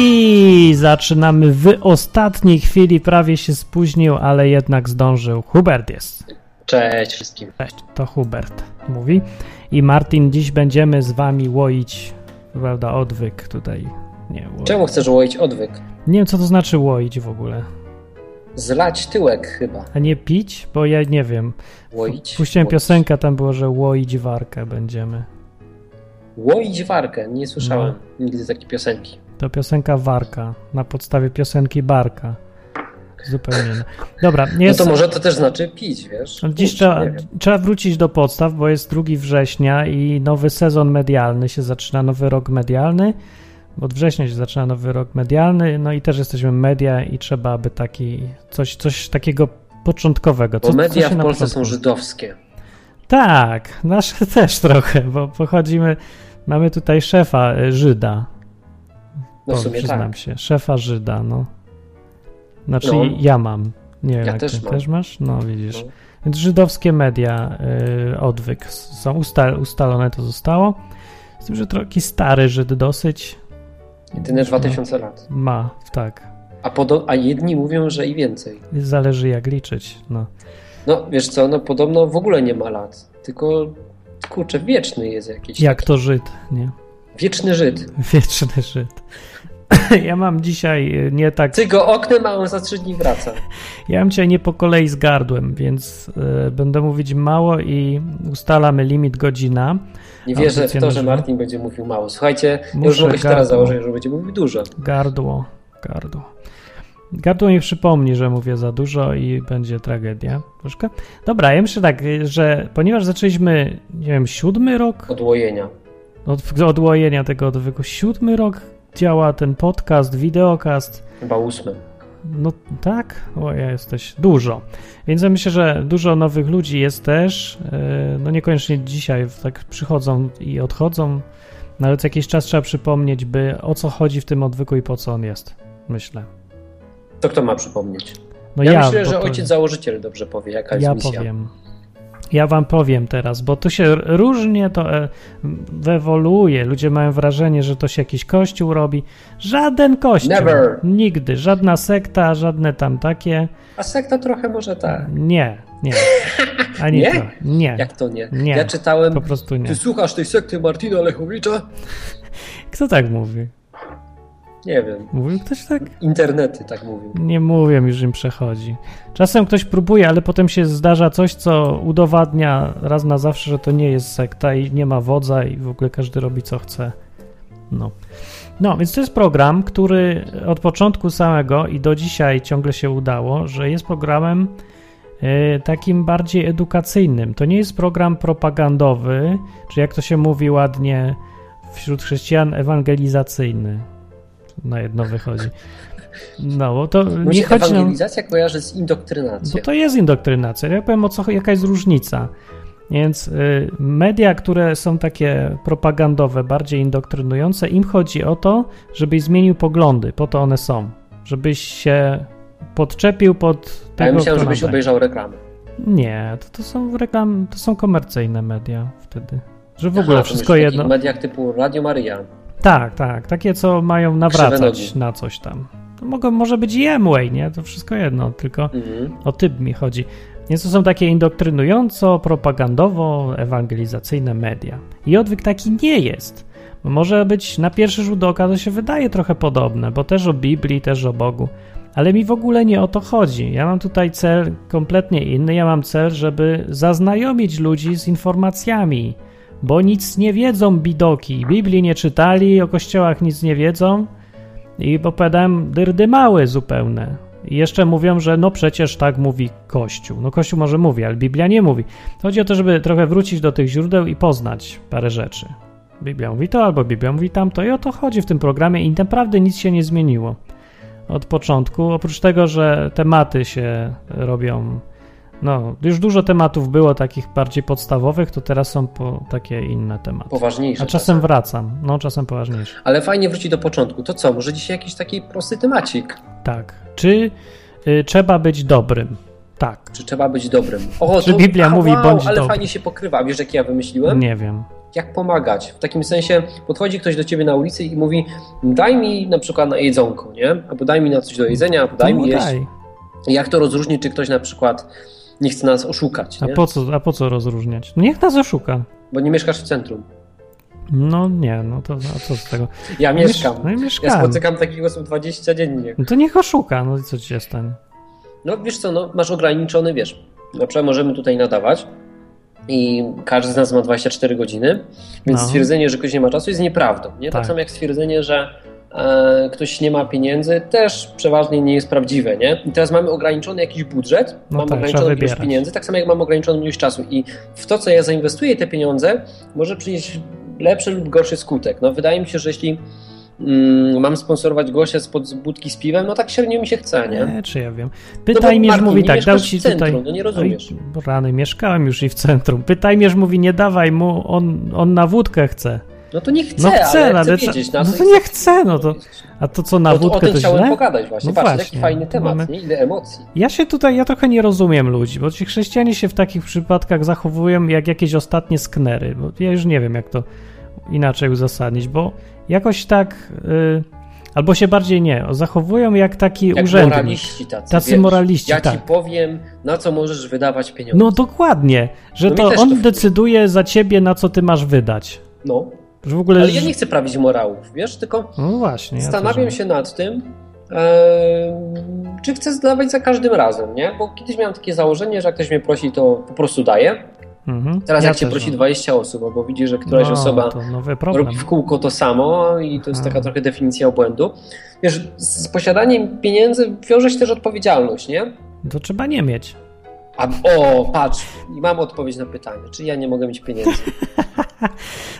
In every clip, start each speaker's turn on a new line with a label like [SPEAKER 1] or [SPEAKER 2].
[SPEAKER 1] I zaczynamy w ostatniej chwili. Prawie się spóźnił, ale jednak zdążył. Hubert jest.
[SPEAKER 2] Cześć wszystkim.
[SPEAKER 1] Cześć, to Hubert mówi. I Martin, dziś będziemy z wami łoić, prawda, odwyk tutaj. Nie, ło...
[SPEAKER 2] Czemu chcesz łoić odwyk?
[SPEAKER 1] nie wiem, co to znaczy łoić w ogóle.
[SPEAKER 2] Zlać tyłek chyba.
[SPEAKER 1] A nie pić? Bo ja nie wiem.
[SPEAKER 2] Łoić.
[SPEAKER 1] Puściłem
[SPEAKER 2] Łoić.
[SPEAKER 1] piosenkę, tam było, że łoić warkę będziemy.
[SPEAKER 2] Łoić warkę. Nie słyszałem
[SPEAKER 1] No.
[SPEAKER 2] nigdy takiej piosenki.
[SPEAKER 1] To piosenka Warka, na podstawie piosenki Barka. Zupełnie. inna. Dobra, jest...
[SPEAKER 2] No to może to też znaczy pić, wiesz?
[SPEAKER 1] Ale Dziś
[SPEAKER 2] Pić,
[SPEAKER 1] No trzeba,
[SPEAKER 2] nie wiem.
[SPEAKER 1] trzeba wrócić do podstaw, bo jest 2 września i nowy sezon medialny się zaczyna, nowy rok medialny. Od września się zaczyna nowy rok medialny, no i też jesteśmy media i trzeba, aby taki coś, coś takiego początkowego.
[SPEAKER 2] Bo media
[SPEAKER 1] się
[SPEAKER 2] w
[SPEAKER 1] na
[SPEAKER 2] Polsce są
[SPEAKER 1] początku-
[SPEAKER 2] żydowskie.
[SPEAKER 1] Tak, nasze też trochę, bo pochodzimy, mamy tutaj szefa y, Żyda.
[SPEAKER 2] No w
[SPEAKER 1] Powiem,
[SPEAKER 2] sumie
[SPEAKER 1] przyznam
[SPEAKER 2] tak.
[SPEAKER 1] się, szefa Żyda, no. Znaczy
[SPEAKER 2] No.
[SPEAKER 1] ja mam. Nie wiem,
[SPEAKER 2] Ja
[SPEAKER 1] jak
[SPEAKER 2] też
[SPEAKER 1] ty
[SPEAKER 2] mam.
[SPEAKER 1] też masz? No widzisz.
[SPEAKER 2] No.
[SPEAKER 1] Więc żydowskie media y, odwyk s- są usta ustalone, to zostało. Z tym, że taki stary Żyd dosyć
[SPEAKER 2] Jedyne
[SPEAKER 1] No.
[SPEAKER 2] 2000 lat.
[SPEAKER 1] ma, tak.
[SPEAKER 2] A, podo- a jedni mówią, że i więcej.
[SPEAKER 1] Zależy jak liczyć, no.
[SPEAKER 2] No wiesz co, no podobno w ogóle nie ma lat. Tylko kurczę, wieczny jest jakiś.
[SPEAKER 1] Jak
[SPEAKER 2] taki.
[SPEAKER 1] to Żyd, nie?
[SPEAKER 2] Wieczny Żyd.
[SPEAKER 1] Wieczny Żyd. Ja mam dzisiaj y, nie tak.
[SPEAKER 2] Ty go oknem, a on za trzy dni wraca.
[SPEAKER 1] Ja mam dzisiaj nie po kolei z gardłem, więc y, będę mówić mało i ustalamy limit godzina.
[SPEAKER 2] Nie wierzę w
[SPEAKER 1] Audycję
[SPEAKER 2] to, że
[SPEAKER 1] nażywo.
[SPEAKER 2] Martin będzie mówił mało. Słuchajcie, ja już
[SPEAKER 1] Muszę
[SPEAKER 2] mogę się teraz
[SPEAKER 1] gardło.
[SPEAKER 2] założyć, że będzie mówił dużo.
[SPEAKER 1] Gardło, gardło. Gardło mi przypomni, że mówię za dużo i będzie tragedia troszkę. Dobra, ja myślę tak, y, że ponieważ zaczęliśmy, nie wiem, siódmy rok
[SPEAKER 2] Odłojenia.
[SPEAKER 1] od odłojenia tego odwyku, siódmy rok działa ten podcast, wideokast,
[SPEAKER 2] Chyba ósmy.
[SPEAKER 1] no tak, o ja jesteś dużo. Więc ja myślę, że dużo nowych ludzi jest też. yy, No niekoniecznie dzisiaj tak przychodzą i odchodzą, no ale co jakiś czas trzeba przypomnieć, by o co chodzi w tym odwyku i po co on jest. Myślę.
[SPEAKER 2] To kto ma przypomnieć?
[SPEAKER 1] No
[SPEAKER 2] ja, myślę,
[SPEAKER 1] bo
[SPEAKER 2] że
[SPEAKER 1] to-
[SPEAKER 2] ojciec założyciel dobrze powie, jaka jest
[SPEAKER 1] ja
[SPEAKER 2] misja.
[SPEAKER 1] powiem. Ja wam powiem teraz, bo tu się r- różnie to e, m, ewoluuje. Ludzie mają wrażenie, że to się jakiś kościół robi. Żaden kościół.
[SPEAKER 2] Never.
[SPEAKER 1] Nigdy. Żadna sekta, żadne tam takie.
[SPEAKER 2] A sekta trochę może tak.
[SPEAKER 1] Nie, nie. Ani
[SPEAKER 2] Nie?
[SPEAKER 1] to. Nie.
[SPEAKER 2] Jak to nie?
[SPEAKER 1] Nie.
[SPEAKER 2] Ja czytałem,
[SPEAKER 1] Po prostu nie.
[SPEAKER 2] ty słuchasz tej sekty Martina Lechowicza?
[SPEAKER 1] Kto tak mówi?
[SPEAKER 2] Nie wiem.
[SPEAKER 1] Mówił ktoś tak?
[SPEAKER 2] Internety tak mówił.
[SPEAKER 1] Nie mówię, już im przechodzi. Czasem ktoś próbuje, ale potem się zdarza coś, co udowadnia raz na zawsze, że to nie jest sekta i nie ma wodza i w ogóle każdy robi co chce. No. No, więc to jest program, który od początku samego i do dzisiaj ciągle się udało, że jest programem y, takim bardziej edukacyjnym. To nie jest program propagandowy, czy jak to się mówi ładnie wśród chrześcijan ewangelizacyjny. Na jedno wychodzi. No, bo to
[SPEAKER 2] Mi
[SPEAKER 1] nie
[SPEAKER 2] się
[SPEAKER 1] chodzi nam...
[SPEAKER 2] ewangelizacja kojarzy z
[SPEAKER 1] Bo
[SPEAKER 2] indoktrynacją.
[SPEAKER 1] to jest indoktrynacja. Ja powiem o co, jaka jest różnica. Więc y, media, które są takie propagandowe, bardziej indoktrynujące, im chodzi o to, żebyś zmienił poglądy. Po to one są. Żebyś się podczepił pod
[SPEAKER 2] A ja
[SPEAKER 1] tego,
[SPEAKER 2] myślałem,
[SPEAKER 1] kto
[SPEAKER 2] żebyś
[SPEAKER 1] nadaje.
[SPEAKER 2] obejrzał reklamę.
[SPEAKER 1] Nie, to, to są reklamy, to są komercyjne media wtedy. Że w
[SPEAKER 2] Aha,
[SPEAKER 1] ogóle
[SPEAKER 2] to
[SPEAKER 1] wszystko
[SPEAKER 2] myślisz, W
[SPEAKER 1] jedno.
[SPEAKER 2] takich mediach typu Radio Maria.
[SPEAKER 1] Tak, tak. Takie, co mają nawracać
[SPEAKER 2] nogi.
[SPEAKER 1] na coś tam. To mogą, może być i Amway, nie? To wszystko jedno, tylko
[SPEAKER 2] Mhm.
[SPEAKER 1] o typ mi chodzi. Więc to są takie indoktrynująco, propagandowo, ewangelizacyjne media. I odwyk taki nie jest. Może być na pierwszy rzut oka to się wydaje trochę podobne, bo też o Biblii, też o Bogu. Ale mi w ogóle nie o to chodzi. Ja mam tutaj cel kompletnie inny. Ja mam cel, żeby zaznajomić ludzi z informacjami, bo nic nie wiedzą bidoki. Biblii nie czytali, o kościołach nic nie wiedzą. I opowiadałem dyrdy małe zupełne. I jeszcze mówią, że no przecież tak mówi Kościół. No Kościół może mówi, ale Biblia nie mówi. Chodzi o to, żeby trochę wrócić do tych źródeł i poznać parę rzeczy. Biblia mówi to, albo Biblia mówi tamto i o to chodzi w tym programie i naprawdę nic się nie zmieniło od początku. Oprócz tego, że tematy się robią, no już dużo tematów było takich bardziej podstawowych, to teraz są po takie inne tematy.
[SPEAKER 2] Poważniejsze.
[SPEAKER 1] A czasem wracam, no czasem poważniejsze.
[SPEAKER 2] Ale fajnie wróci do początku. To co, może dzisiaj jakiś taki prosty temacik?
[SPEAKER 1] Tak. Czy y, trzeba być dobrym? Tak.
[SPEAKER 2] Czy trzeba być dobrym? O,
[SPEAKER 1] Czy
[SPEAKER 2] to-
[SPEAKER 1] Biblia mówi, bądź
[SPEAKER 2] ale
[SPEAKER 1] dobry.
[SPEAKER 2] fajnie się pokrywa. Wiesz, jak ja wymyśliłem?
[SPEAKER 1] Nie wiem.
[SPEAKER 2] jak pomagać. W takim sensie podchodzi ktoś do ciebie na ulicy i mówi daj mi na przykład na jedzonko, nie? Albo daj mi na coś do jedzenia, albo daj
[SPEAKER 1] No,
[SPEAKER 2] mi jeść.
[SPEAKER 1] daj.
[SPEAKER 2] Jak to rozróżnić, czy ktoś na przykład nie chce nas oszukać,
[SPEAKER 1] A
[SPEAKER 2] nie?
[SPEAKER 1] po, co, a po co rozróżniać? No niech nas oszuka.
[SPEAKER 2] Bo nie mieszkasz w centrum.
[SPEAKER 1] No nie, no to a co z tego?
[SPEAKER 2] Ja
[SPEAKER 1] Miesz-
[SPEAKER 2] mieszkam.
[SPEAKER 1] No i
[SPEAKER 2] Ja
[SPEAKER 1] mieszkam.
[SPEAKER 2] spotykam takich osób 20 dziennie.
[SPEAKER 1] No to niech oszuka, no i co ci się stanie?
[SPEAKER 2] No wiesz co, no, masz ograniczony, wiesz, na przykład możemy tutaj nadawać i każdy z nas ma 24 godziny, więc
[SPEAKER 1] No.
[SPEAKER 2] stwierdzenie, że ktoś nie ma czasu jest nieprawdą. Nie? Tak,
[SPEAKER 1] Tak.
[SPEAKER 2] samo jak stwierdzenie, że e, ktoś nie ma pieniędzy też przeważnie nie jest prawdziwe. Nie? I teraz mamy ograniczony jakiś budżet,
[SPEAKER 1] No
[SPEAKER 2] mamy
[SPEAKER 1] tak,
[SPEAKER 2] ograniczoną
[SPEAKER 1] trzeba
[SPEAKER 2] ilość
[SPEAKER 1] wybierać.
[SPEAKER 2] pieniędzy, tak samo jak mam ograniczoną ilość czasu i w to, co ja zainwestuję te pieniądze, może przynieść lepszy lub gorszy skutek. No, wydaje mi się, że jeśli mm, mam sponsorować gościa spod budki z piwem, no tak średnio mi się chce, nie? No
[SPEAKER 1] Nie, czy ja wiem.
[SPEAKER 2] bo
[SPEAKER 1] Pytajmierz
[SPEAKER 2] Martin,
[SPEAKER 1] mówi
[SPEAKER 2] nie
[SPEAKER 1] tak, dał
[SPEAKER 2] mieszkasz
[SPEAKER 1] ci
[SPEAKER 2] w centrum,
[SPEAKER 1] tutaj.
[SPEAKER 2] no nie rozumiesz.
[SPEAKER 1] Oj, Rany, mieszkałem już i w centrum. Pytajmierz mówi, nie dawaj mu, on, on na wódkę chce.
[SPEAKER 2] No to nie chcę,
[SPEAKER 1] No chce,
[SPEAKER 2] ale chcę
[SPEAKER 1] ale co-
[SPEAKER 2] wiedzieć.
[SPEAKER 1] no
[SPEAKER 2] co
[SPEAKER 1] to
[SPEAKER 2] chcę
[SPEAKER 1] nie chce, no to.
[SPEAKER 2] powiedzieć.
[SPEAKER 1] A to co na
[SPEAKER 2] o, o
[SPEAKER 1] wódkę
[SPEAKER 2] tym
[SPEAKER 1] to
[SPEAKER 2] chciałem
[SPEAKER 1] źle?
[SPEAKER 2] pogadać właśnie.
[SPEAKER 1] No
[SPEAKER 2] Patrz, jaki
[SPEAKER 1] właśnie,
[SPEAKER 2] fajny
[SPEAKER 1] tu
[SPEAKER 2] temat,
[SPEAKER 1] mamy-
[SPEAKER 2] nie? ile emocji.
[SPEAKER 1] Ja się tutaj, ja trochę nie rozumiem ludzi, bo ci chrześcijanie się w takich przypadkach zachowują jak jakieś ostatnie sknery. Bo ja już nie wiem, jak to inaczej uzasadnić, bo jakoś tak. y, albo się bardziej nie, zachowują jak taki
[SPEAKER 2] Jak
[SPEAKER 1] urzędnik.
[SPEAKER 2] moraliści tacy,
[SPEAKER 1] Tacy
[SPEAKER 2] wiesz,
[SPEAKER 1] moraliści,
[SPEAKER 2] Ja ci
[SPEAKER 1] tak.
[SPEAKER 2] powiem, na co możesz wydawać pieniądze.
[SPEAKER 1] No dokładnie, że
[SPEAKER 2] No mi
[SPEAKER 1] to
[SPEAKER 2] też
[SPEAKER 1] on
[SPEAKER 2] to wkurza.
[SPEAKER 1] decyduje za ciebie, na co ty masz wydać.
[SPEAKER 2] No,
[SPEAKER 1] Że w ogóle.
[SPEAKER 2] ale ja nie chcę prawić morałów, wiesz, tylko
[SPEAKER 1] No właśnie. ja
[SPEAKER 2] zastanawiam
[SPEAKER 1] też-
[SPEAKER 2] się nad tym, e, czy chcę zdawać za każdym razem, nie? Bo kiedyś miałem takie założenie, że jak ktoś mnie prosi, to po prostu daję.
[SPEAKER 1] Mhm.
[SPEAKER 2] Teraz
[SPEAKER 1] Ja
[SPEAKER 2] jak cię
[SPEAKER 1] też
[SPEAKER 2] prosi
[SPEAKER 1] mam.
[SPEAKER 2] 20 osób, albo widzisz, że któraś
[SPEAKER 1] no,
[SPEAKER 2] osoba
[SPEAKER 1] To nowy problem.
[SPEAKER 2] robi w kółko to samo i to jest
[SPEAKER 1] Aha.
[SPEAKER 2] taka trochę definicja obłędu. Wiesz, z posiadaniem pieniędzy wiąże się też odpowiedzialność, nie?
[SPEAKER 1] To trzeba nie mieć.
[SPEAKER 2] A, o, patrz, i mam odpowiedź na pytanie, czy ja nie mogę mieć pieniędzy.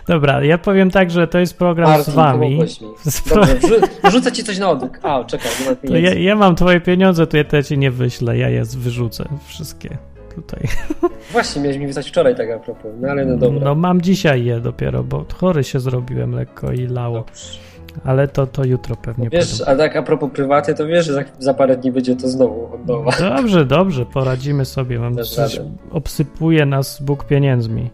[SPEAKER 1] Dobra, ja powiem tak, że to jest program
[SPEAKER 2] Marcin,
[SPEAKER 1] z wami.
[SPEAKER 2] pomogłeś mi.
[SPEAKER 1] Z pro...
[SPEAKER 2] Dobrze, wrzu- rzucę ci coś na odwyk. A, czekaj, nie mam
[SPEAKER 1] to ja,
[SPEAKER 2] pieniędzy.
[SPEAKER 1] ja mam twoje pieniądze, to ja te ci nie wyślę, ja je z- wyrzucę wszystkie tutaj.
[SPEAKER 2] Właśnie, miałeś mi wysłać wczoraj tak a propos, no ale no dobra.
[SPEAKER 1] No mam dzisiaj je dopiero, bo chory się zrobiłem lekko i lało,
[SPEAKER 2] Dobrze.
[SPEAKER 1] ale to, to jutro pewnie
[SPEAKER 2] Wiesz, a tak a propos prywaty, to wiesz, że za, za parę dni będzie to znowu od nowa.
[SPEAKER 1] Dobrze, dobrze, poradzimy sobie. Mam
[SPEAKER 2] Bez
[SPEAKER 1] coś,
[SPEAKER 2] żaden.
[SPEAKER 1] obsypuje nas Bóg pieniędzmi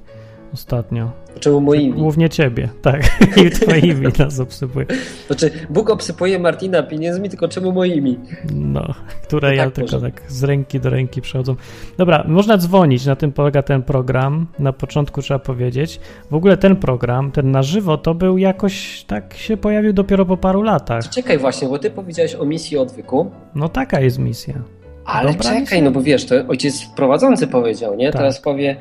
[SPEAKER 1] ostatnio.
[SPEAKER 2] Czemu moimi?
[SPEAKER 1] Głównie ciebie, tak. I twoimi nas obsypuje.
[SPEAKER 2] Znaczy, Bóg obsypuje Martina pieniędzmi, tylko czemu moimi?
[SPEAKER 1] No, które
[SPEAKER 2] No
[SPEAKER 1] ja
[SPEAKER 2] tak,
[SPEAKER 1] tylko
[SPEAKER 2] może.
[SPEAKER 1] tak z ręki do ręki przechodzą. Dobra, można dzwonić, na tym polega ten program. Na początku trzeba powiedzieć. W ogóle ten program, ten na żywo, to był jakoś tak się pojawił dopiero po paru latach.
[SPEAKER 2] Czekaj właśnie, bo ty powiedziałeś o misji odwyku.
[SPEAKER 1] No taka jest misja.
[SPEAKER 2] Ale
[SPEAKER 1] Dobra
[SPEAKER 2] czekaj,
[SPEAKER 1] misja.
[SPEAKER 2] no bo wiesz, to ojciec prowadzący powiedział, nie?
[SPEAKER 1] Tak.
[SPEAKER 2] Teraz powie,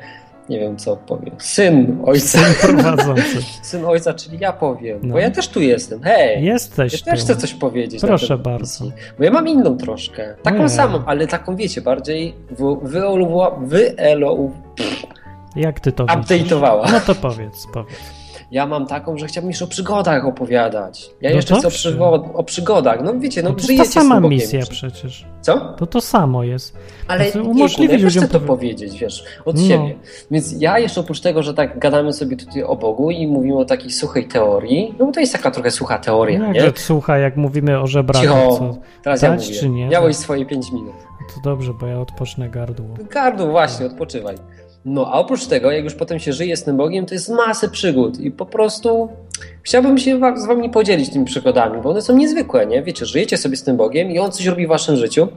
[SPEAKER 2] nie wiem co powie. Syn ojca,
[SPEAKER 1] Jestem prowadzący.
[SPEAKER 2] syn ojca, czyli ja powiem,
[SPEAKER 1] No.
[SPEAKER 2] bo ja też tu jestem. Hej, ja
[SPEAKER 1] Jesteś
[SPEAKER 2] też
[SPEAKER 1] tu.
[SPEAKER 2] chcę coś powiedzieć. na
[SPEAKER 1] Proszę
[SPEAKER 2] temat
[SPEAKER 1] bardzo.
[SPEAKER 2] misji. Bo ja mam inną troszkę, taką
[SPEAKER 1] Nie.
[SPEAKER 2] samą, ale taką wiecie, bardziej w- wyolu- wyelu...
[SPEAKER 1] Jak ty to widzisz?
[SPEAKER 2] update'owała.
[SPEAKER 1] No to powiedz, powiedz.
[SPEAKER 2] Ja mam taką, że chciałbym jeszcze o przygodach opowiadać. Ja
[SPEAKER 1] No
[SPEAKER 2] jeszcze chcę o,
[SPEAKER 1] dobrze.
[SPEAKER 2] przywo- o przygodach. No wiecie, no,
[SPEAKER 1] No to
[SPEAKER 2] żyjecie
[SPEAKER 1] jest ta sama
[SPEAKER 2] z tym
[SPEAKER 1] misja
[SPEAKER 2] Bogiem.
[SPEAKER 1] przecież.
[SPEAKER 2] Co?
[SPEAKER 1] To to samo jest.
[SPEAKER 2] Ale
[SPEAKER 1] Znaczy,
[SPEAKER 2] umożliwi
[SPEAKER 1] umożliwi
[SPEAKER 2] ludziom chcę
[SPEAKER 1] ludziom
[SPEAKER 2] to
[SPEAKER 1] powie-
[SPEAKER 2] powiedzieć, wiesz, od
[SPEAKER 1] No.
[SPEAKER 2] siebie. Więc ja jeszcze oprócz tego, że tak gadamy sobie tutaj o Bogu i mówimy o takiej suchej teorii, no bo to jest taka trochę sucha teoria,
[SPEAKER 1] No
[SPEAKER 2] nie?
[SPEAKER 1] Jakże słucha, jak mówimy o żebraku,
[SPEAKER 2] Cicho.
[SPEAKER 1] co,
[SPEAKER 2] Teraz ja
[SPEAKER 1] dać
[SPEAKER 2] mówię.
[SPEAKER 1] czy nie? tak.
[SPEAKER 2] Miałeś swoje 5 minut.
[SPEAKER 1] to dobrze, bo ja odpocznę gardło.
[SPEAKER 2] Gardło, właśnie, odpoczywaj. No, a oprócz tego, jak już potem się żyje z tym Bogiem, to jest masę przygód i po prostu chciałbym się wa- z wami podzielić tymi przygodami, bo one są niezwykłe, nie? Wiecie, żyjecie sobie z tym Bogiem i On coś robi w waszym życiu.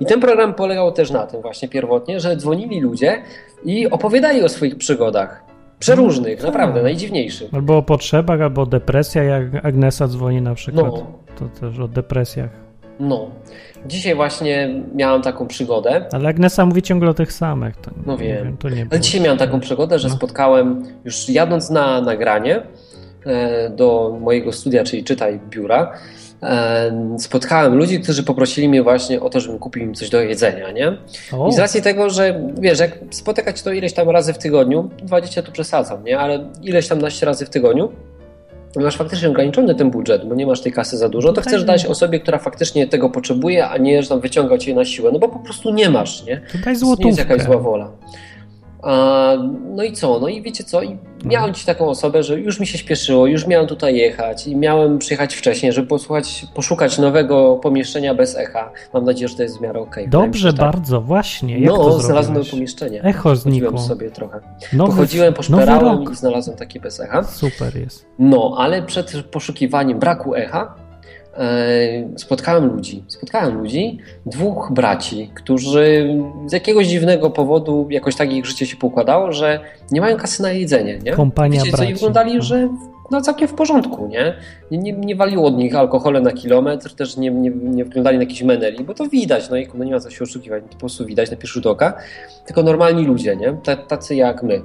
[SPEAKER 2] I ten program polegał też na tym właśnie pierwotnie, że dzwonili ludzie i opowiadali o swoich przygodach. Przeróżnych,
[SPEAKER 1] No,
[SPEAKER 2] naprawdę,
[SPEAKER 1] tak.
[SPEAKER 2] najdziwniejszych.
[SPEAKER 1] Albo o potrzebach, albo o depresjach, jak Agnesa dzwoni na przykład.
[SPEAKER 2] No,
[SPEAKER 1] To też o depresjach.
[SPEAKER 2] no. Dzisiaj właśnie miałem taką przygodę.
[SPEAKER 1] Ale Agnesa mówi ciągle o tych samych. To,
[SPEAKER 2] No
[SPEAKER 1] nie
[SPEAKER 2] wiem.
[SPEAKER 1] to nie
[SPEAKER 2] Ale
[SPEAKER 1] było.
[SPEAKER 2] dzisiaj miałem taką przygodę, że
[SPEAKER 1] No.
[SPEAKER 2] spotkałem, już jadąc na nagranie e, do mojego studia, czyli czytaj biura, e, spotkałem ludzi, którzy poprosili mnie właśnie o to, żebym kupił im coś do jedzenia, nie?
[SPEAKER 1] O,
[SPEAKER 2] I z racji tego, że wiesz, jak spotykać to ileś tam razy w tygodniu, 20 to przesadzam, nie? Ale ileś tam naście razy w tygodniu, to masz faktycznie ograniczony ten budżet, bo nie masz tej kasy za dużo, to
[SPEAKER 1] Tutaj
[SPEAKER 2] chcesz
[SPEAKER 1] nie.
[SPEAKER 2] dać osobie, która faktycznie tego potrzebuje, a nie, że tam wyciągać jej na siłę, no bo po prostu nie masz, nie?
[SPEAKER 1] to daj
[SPEAKER 2] To nie jest
[SPEAKER 1] złotówkę.
[SPEAKER 2] jakaś zła wola. A, no i co? No i wiecie co? I miałem ci taką osobę, że już mi się śpieszyło, już miałem tutaj jechać i miałem przyjechać wcześniej, żeby posłuchać, poszukać nowego pomieszczenia bez echa. Mam nadzieję, że to jest w miarę okej. Wydaje mi się,
[SPEAKER 1] Dobrze,
[SPEAKER 2] że tak.
[SPEAKER 1] bardzo, właśnie. Jak
[SPEAKER 2] No,
[SPEAKER 1] to
[SPEAKER 2] znalazłem
[SPEAKER 1] zrobiłeś?
[SPEAKER 2] nowe pomieszczenie.
[SPEAKER 1] Echo
[SPEAKER 2] Chodziłem
[SPEAKER 1] znikło.
[SPEAKER 2] sobie trochę.
[SPEAKER 1] Nowy-
[SPEAKER 2] Pochodziłem,
[SPEAKER 1] nowy
[SPEAKER 2] poszperałem
[SPEAKER 1] rok.
[SPEAKER 2] i znalazłem takie bez echa.
[SPEAKER 1] Super jest.
[SPEAKER 2] No, ale przed poszukiwaniem braku echa e, spotkałem ludzi. Spotkałem ludzi, dwóch braci, którzy z jakiegoś dziwnego powodu jakoś tak ich życie się poukładało, że nie mają kasy na jedzenie, nie?
[SPEAKER 1] Kompania
[SPEAKER 2] Wiecie, co
[SPEAKER 1] braci.
[SPEAKER 2] i wyglądali,
[SPEAKER 1] No.
[SPEAKER 2] że no całkiem w porządku, nie? Nie, nie, nie waliło od nich alkohole na kilometr, też nie, nie, nie wyglądali na jakichś meneli, bo to widać, no i no nie ma co się oszukiwać, to po prostu widać na pierwszy rzut oka, tylko normalni ludzie, nie? Ta- Tacy jak my.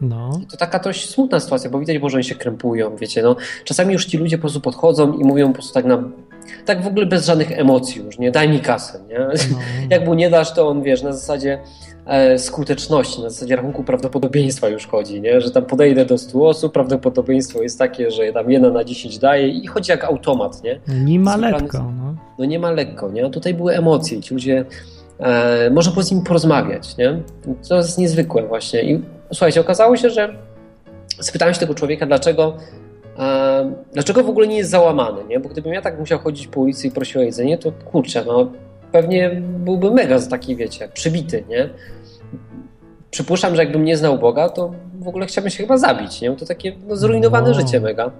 [SPEAKER 1] No.
[SPEAKER 2] To taka dość smutna sytuacja, bo widać było, że oni się krępują, wiecie, no. Czasami już ci ludzie po prostu podchodzą i mówią po prostu tak na... Tak w ogóle bez żadnych emocji już, nie? Daj mi kasę, nie?
[SPEAKER 1] no.
[SPEAKER 2] Jak mu nie dasz, to on, wiesz, na zasadzie e, skuteczności, na zasadzie rachunku prawdopodobieństwa już chodzi, nie? Że tam podejdę do 100 osób, prawdopodobieństwo jest takie, że tam jedna na 10 daje i chodzi jak automat, nie?
[SPEAKER 1] Nima
[SPEAKER 2] Zebrany
[SPEAKER 1] lekko. No.
[SPEAKER 2] No nie ma lekko, nie? A tutaj były emocje, ci ludzie, e, można było z nimi porozmawiać, nie? To jest niezwykłe właśnie. I słuchajcie, okazało się, że spytałem się tego człowieka, dlaczego, e, dlaczego w ogóle nie jest załamany, nie? Bo gdybym ja tak musiał chodzić po ulicy i prosił o jedzenie, to kurczę, no pewnie byłby mega z taki, wiecie, przybity, nie? Przypuszczam, że jakbym nie znał Boga, to w ogóle chciałbym się chyba zabić, nie? To takie no, zrujnowane
[SPEAKER 1] No.
[SPEAKER 2] życie mega.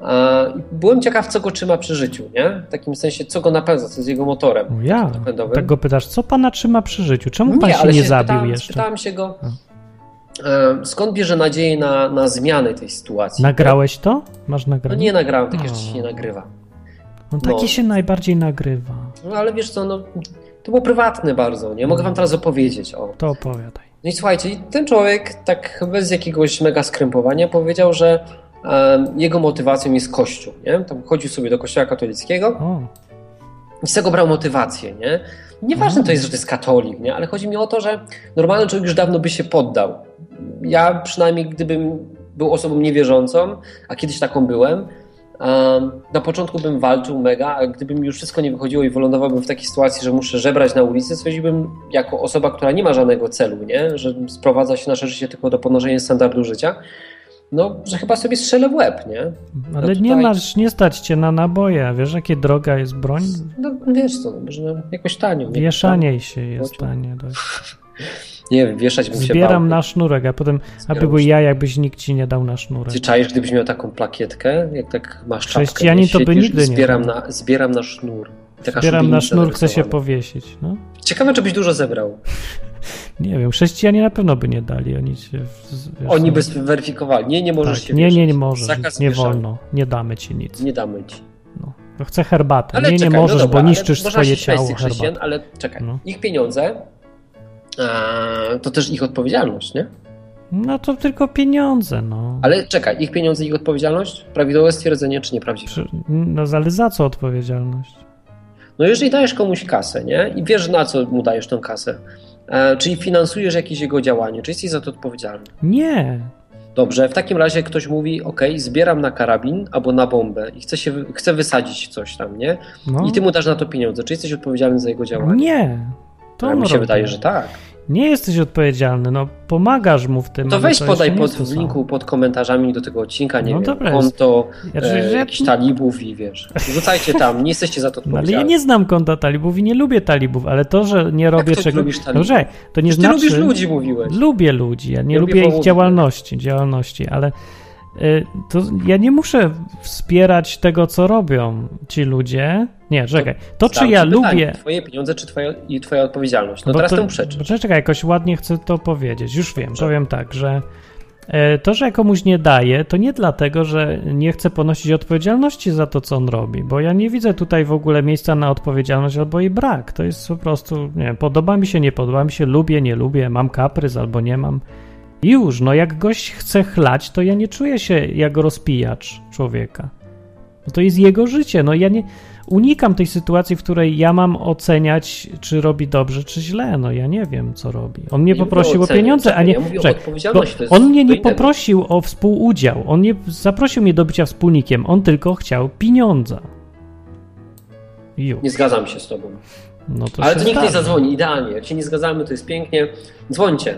[SPEAKER 2] A, i E, byłem ciekaw, co go trzyma przy życiu, nie? W takim sensie, co go napędza, co jest jego motorem.
[SPEAKER 1] O Ja.
[SPEAKER 2] napędowym.
[SPEAKER 1] Tak go pytasz, co pana trzyma przy życiu? Czemu pan się
[SPEAKER 2] ale
[SPEAKER 1] nie zabił
[SPEAKER 2] spytałem,
[SPEAKER 1] jeszcze?
[SPEAKER 2] Spytałem się go, e, skąd bierze nadzieję na, na zmianę tej sytuacji.
[SPEAKER 1] Nagrałeś to? Masz
[SPEAKER 2] No
[SPEAKER 1] nagrane?
[SPEAKER 2] nie nagrałem, takie
[SPEAKER 1] No.
[SPEAKER 2] rzeczy się nie nagrywa.
[SPEAKER 1] No takie
[SPEAKER 2] no.
[SPEAKER 1] się najbardziej nagrywa.
[SPEAKER 2] No ale wiesz co, no, to było prywatne bardzo, nie? Mogę wam teraz opowiedzieć o.
[SPEAKER 1] To opowiadaj.
[SPEAKER 2] No i słuchajcie, i ten człowiek tak bez jakiegoś mega skrępowania powiedział, że e, jego motywacją jest Kościół, nie? Tam chodził sobie do kościoła katolickiego
[SPEAKER 1] O,
[SPEAKER 2] I z tego brał motywację, nie? Nieważne to jest, że to jest katolik, nie? Ale chodzi mi o to, że normalny człowiek już dawno by się poddał. Ja przynajmniej gdybym był osobą niewierzącą, a kiedyś taką byłem, em, na początku bym walczył mega, a gdybym już wszystko nie wychodziło i wylądowałbym w takiej sytuacji, że muszę żebrać na ulicy, stwierdziłbym jako osoba, która nie ma żadnego celu, nie? Że sprowadza się nasze życie tylko do podnoszenia standardu życia, no, że chyba sobie strzelę w łeb, nie?
[SPEAKER 1] ale
[SPEAKER 2] No
[SPEAKER 1] nie
[SPEAKER 2] tutaj-
[SPEAKER 1] masz, nie stać cię na naboje. Wiesz, jakie droga jest broń?
[SPEAKER 2] No, wiesz co, może jakoś tanio. nie?
[SPEAKER 1] Wieszanie się jest
[SPEAKER 2] Chodźmy.
[SPEAKER 1] tanie dość.
[SPEAKER 2] Nie wiem, wieszać bym się bał.
[SPEAKER 1] Zbieram na sznurek, a potem, aby
[SPEAKER 2] Zbieram
[SPEAKER 1] był
[SPEAKER 2] się.
[SPEAKER 1] ja, jakbyś nikt ci nie dał na sznurek.
[SPEAKER 2] Ty czaisz, gdybyś miał taką plakietkę, jak tak masz czapkę.
[SPEAKER 1] Chrześcijanin
[SPEAKER 2] nie?
[SPEAKER 1] to by
[SPEAKER 2] Siedzisz,
[SPEAKER 1] nigdy nie
[SPEAKER 2] zbieram
[SPEAKER 1] był.
[SPEAKER 2] na, zbieram na sznur. I Taka
[SPEAKER 1] Zbieram na
[SPEAKER 2] szubienica
[SPEAKER 1] sznur, chcę się
[SPEAKER 2] narysowana.
[SPEAKER 1] powiesić. No?
[SPEAKER 2] Ciekawe, czy byś dużo zebrał.
[SPEAKER 1] Nie wiem, chrześcijanie na pewno by nie dali. Oni, się, w- wiesz,
[SPEAKER 2] Oni
[SPEAKER 1] no,
[SPEAKER 2] by zweryfikowali. Nie, nie możesz
[SPEAKER 1] tak.
[SPEAKER 2] się
[SPEAKER 1] Nie,
[SPEAKER 2] wieszyć.
[SPEAKER 1] nie, nie możesz.
[SPEAKER 2] Zakaz
[SPEAKER 1] nie
[SPEAKER 2] wieszania.
[SPEAKER 1] wolno. Nie damy ci nic.
[SPEAKER 2] Nie damy ci.
[SPEAKER 1] No. No, Chcę herbatę.
[SPEAKER 2] Ale
[SPEAKER 1] nie,
[SPEAKER 2] czekaj,
[SPEAKER 1] nie możesz,
[SPEAKER 2] no dobra,
[SPEAKER 1] bo niszczysz
[SPEAKER 2] ale
[SPEAKER 1] swoje
[SPEAKER 2] można się śmiać z
[SPEAKER 1] ciało
[SPEAKER 2] tych
[SPEAKER 1] herbatą.
[SPEAKER 2] chrześcijan, ale czekaj.
[SPEAKER 1] No.
[SPEAKER 2] Ich pieniądze a, to też ich odpowiedzialność, nie?
[SPEAKER 1] No to tylko pieniądze, no.
[SPEAKER 2] Ale czekaj, ich pieniądze, ich odpowiedzialność? Prawidłowe stwierdzenie czy nieprawdziwe?
[SPEAKER 1] Przy- No ale za co odpowiedzialność?
[SPEAKER 2] No jeżeli dajesz komuś kasę, nie? I wiesz na co mu dajesz tą kasę, e, czyli finansujesz jakieś jego działanie, czy jesteś za to odpowiedzialny?
[SPEAKER 1] Nie.
[SPEAKER 2] Dobrze, w takim razie ktoś mówi, ok, zbieram na karabin albo na bombę i chce, się, wy- chce wysadzić coś tam, nie?
[SPEAKER 1] No.
[SPEAKER 2] I ty mu dasz na to pieniądze. Czy jesteś odpowiedzialny za jego działanie?
[SPEAKER 1] Nie. To
[SPEAKER 2] A
[SPEAKER 1] on
[SPEAKER 2] mi się
[SPEAKER 1] robi.
[SPEAKER 2] wydaje, że tak.
[SPEAKER 1] Nie jesteś odpowiedzialny, no pomagasz mu w tym.
[SPEAKER 2] To
[SPEAKER 1] ale
[SPEAKER 2] weź podaj
[SPEAKER 1] jeszcze
[SPEAKER 2] pod,
[SPEAKER 1] nie jest
[SPEAKER 2] w
[SPEAKER 1] to
[SPEAKER 2] linku pod komentarzami do tego odcinka, nie
[SPEAKER 1] No
[SPEAKER 2] wiem,
[SPEAKER 1] dobra, jest-
[SPEAKER 2] konto
[SPEAKER 1] samo. Ja,
[SPEAKER 2] e,
[SPEAKER 1] przecież ja,
[SPEAKER 2] jakichś talibów i wiesz, rzucajcie tam, nie jesteście za to
[SPEAKER 1] no, ale ja
[SPEAKER 2] odpowiedzialni.
[SPEAKER 1] nie znam konta talibów i nie lubię talibów, ale to, że nie robię
[SPEAKER 2] to
[SPEAKER 1] czegoś.
[SPEAKER 2] lubisz talibów?
[SPEAKER 1] Dobrze, to nie
[SPEAKER 2] Ty
[SPEAKER 1] znaczy.
[SPEAKER 2] lubisz ludzi, mówiłeś.
[SPEAKER 1] Lubię ludzi, ja nie
[SPEAKER 2] Lubię
[SPEAKER 1] lubię, ich
[SPEAKER 2] wołowinę.
[SPEAKER 1] działalności, działalności, ale y, to ja nie muszę wspierać tego, co robią ci ludzie. Nie, czekaj. To, czy
[SPEAKER 2] Zadam
[SPEAKER 1] ja
[SPEAKER 2] ci pytanie,
[SPEAKER 1] lubię.
[SPEAKER 2] Twoje pieniądze, czy twoja, i twoja odpowiedzialność? No
[SPEAKER 1] Bo
[SPEAKER 2] teraz
[SPEAKER 1] to-
[SPEAKER 2] temu przeczysz.
[SPEAKER 1] Poczekaj, czekaj, jakoś ładnie chcę to powiedzieć. Już wiem,
[SPEAKER 2] Dobrze.
[SPEAKER 1] powiem tak, że e, to, że ja komuś nie daję, to nie dlatego, że nie chcę ponosić odpowiedzialności za to, co on robi, bo ja nie widzę tutaj w ogóle miejsca na odpowiedzialność albo jej brak. To jest po prostu, nie wiem, podoba mi się, nie podoba mi się, lubię, nie lubię, mam kaprys albo nie mam. I Już, no jak gość chce chlać, to ja nie czuję się jak rozpijacz człowieka. No to jest jego życie. No ja nie unikam tej sytuacji, w której ja mam oceniać, czy robi dobrze, czy źle. No ja nie wiem, co robi. On mnie
[SPEAKER 2] Nie mówię
[SPEAKER 1] poprosił
[SPEAKER 2] o
[SPEAKER 1] o
[SPEAKER 2] ocenie,
[SPEAKER 1] pieniądze, a
[SPEAKER 2] czekaj,
[SPEAKER 1] nie.
[SPEAKER 2] ja mówię o
[SPEAKER 1] czekaj,
[SPEAKER 2] odpowiedzialności,
[SPEAKER 1] bo
[SPEAKER 2] to jest
[SPEAKER 1] on mnie
[SPEAKER 2] co
[SPEAKER 1] nie
[SPEAKER 2] innego.
[SPEAKER 1] poprosił o współudział. On nie zaprosił mnie do bycia wspólnikiem. On tylko chciał pieniądza. Ju.
[SPEAKER 2] Nie zgadzam się z tobą.
[SPEAKER 1] No to
[SPEAKER 2] Ale
[SPEAKER 1] się
[SPEAKER 2] to nikt nie
[SPEAKER 1] zdarza.
[SPEAKER 2] zadzwoni, idealnie. Jak się nie zgadzamy, to jest pięknie. Dzwońcie.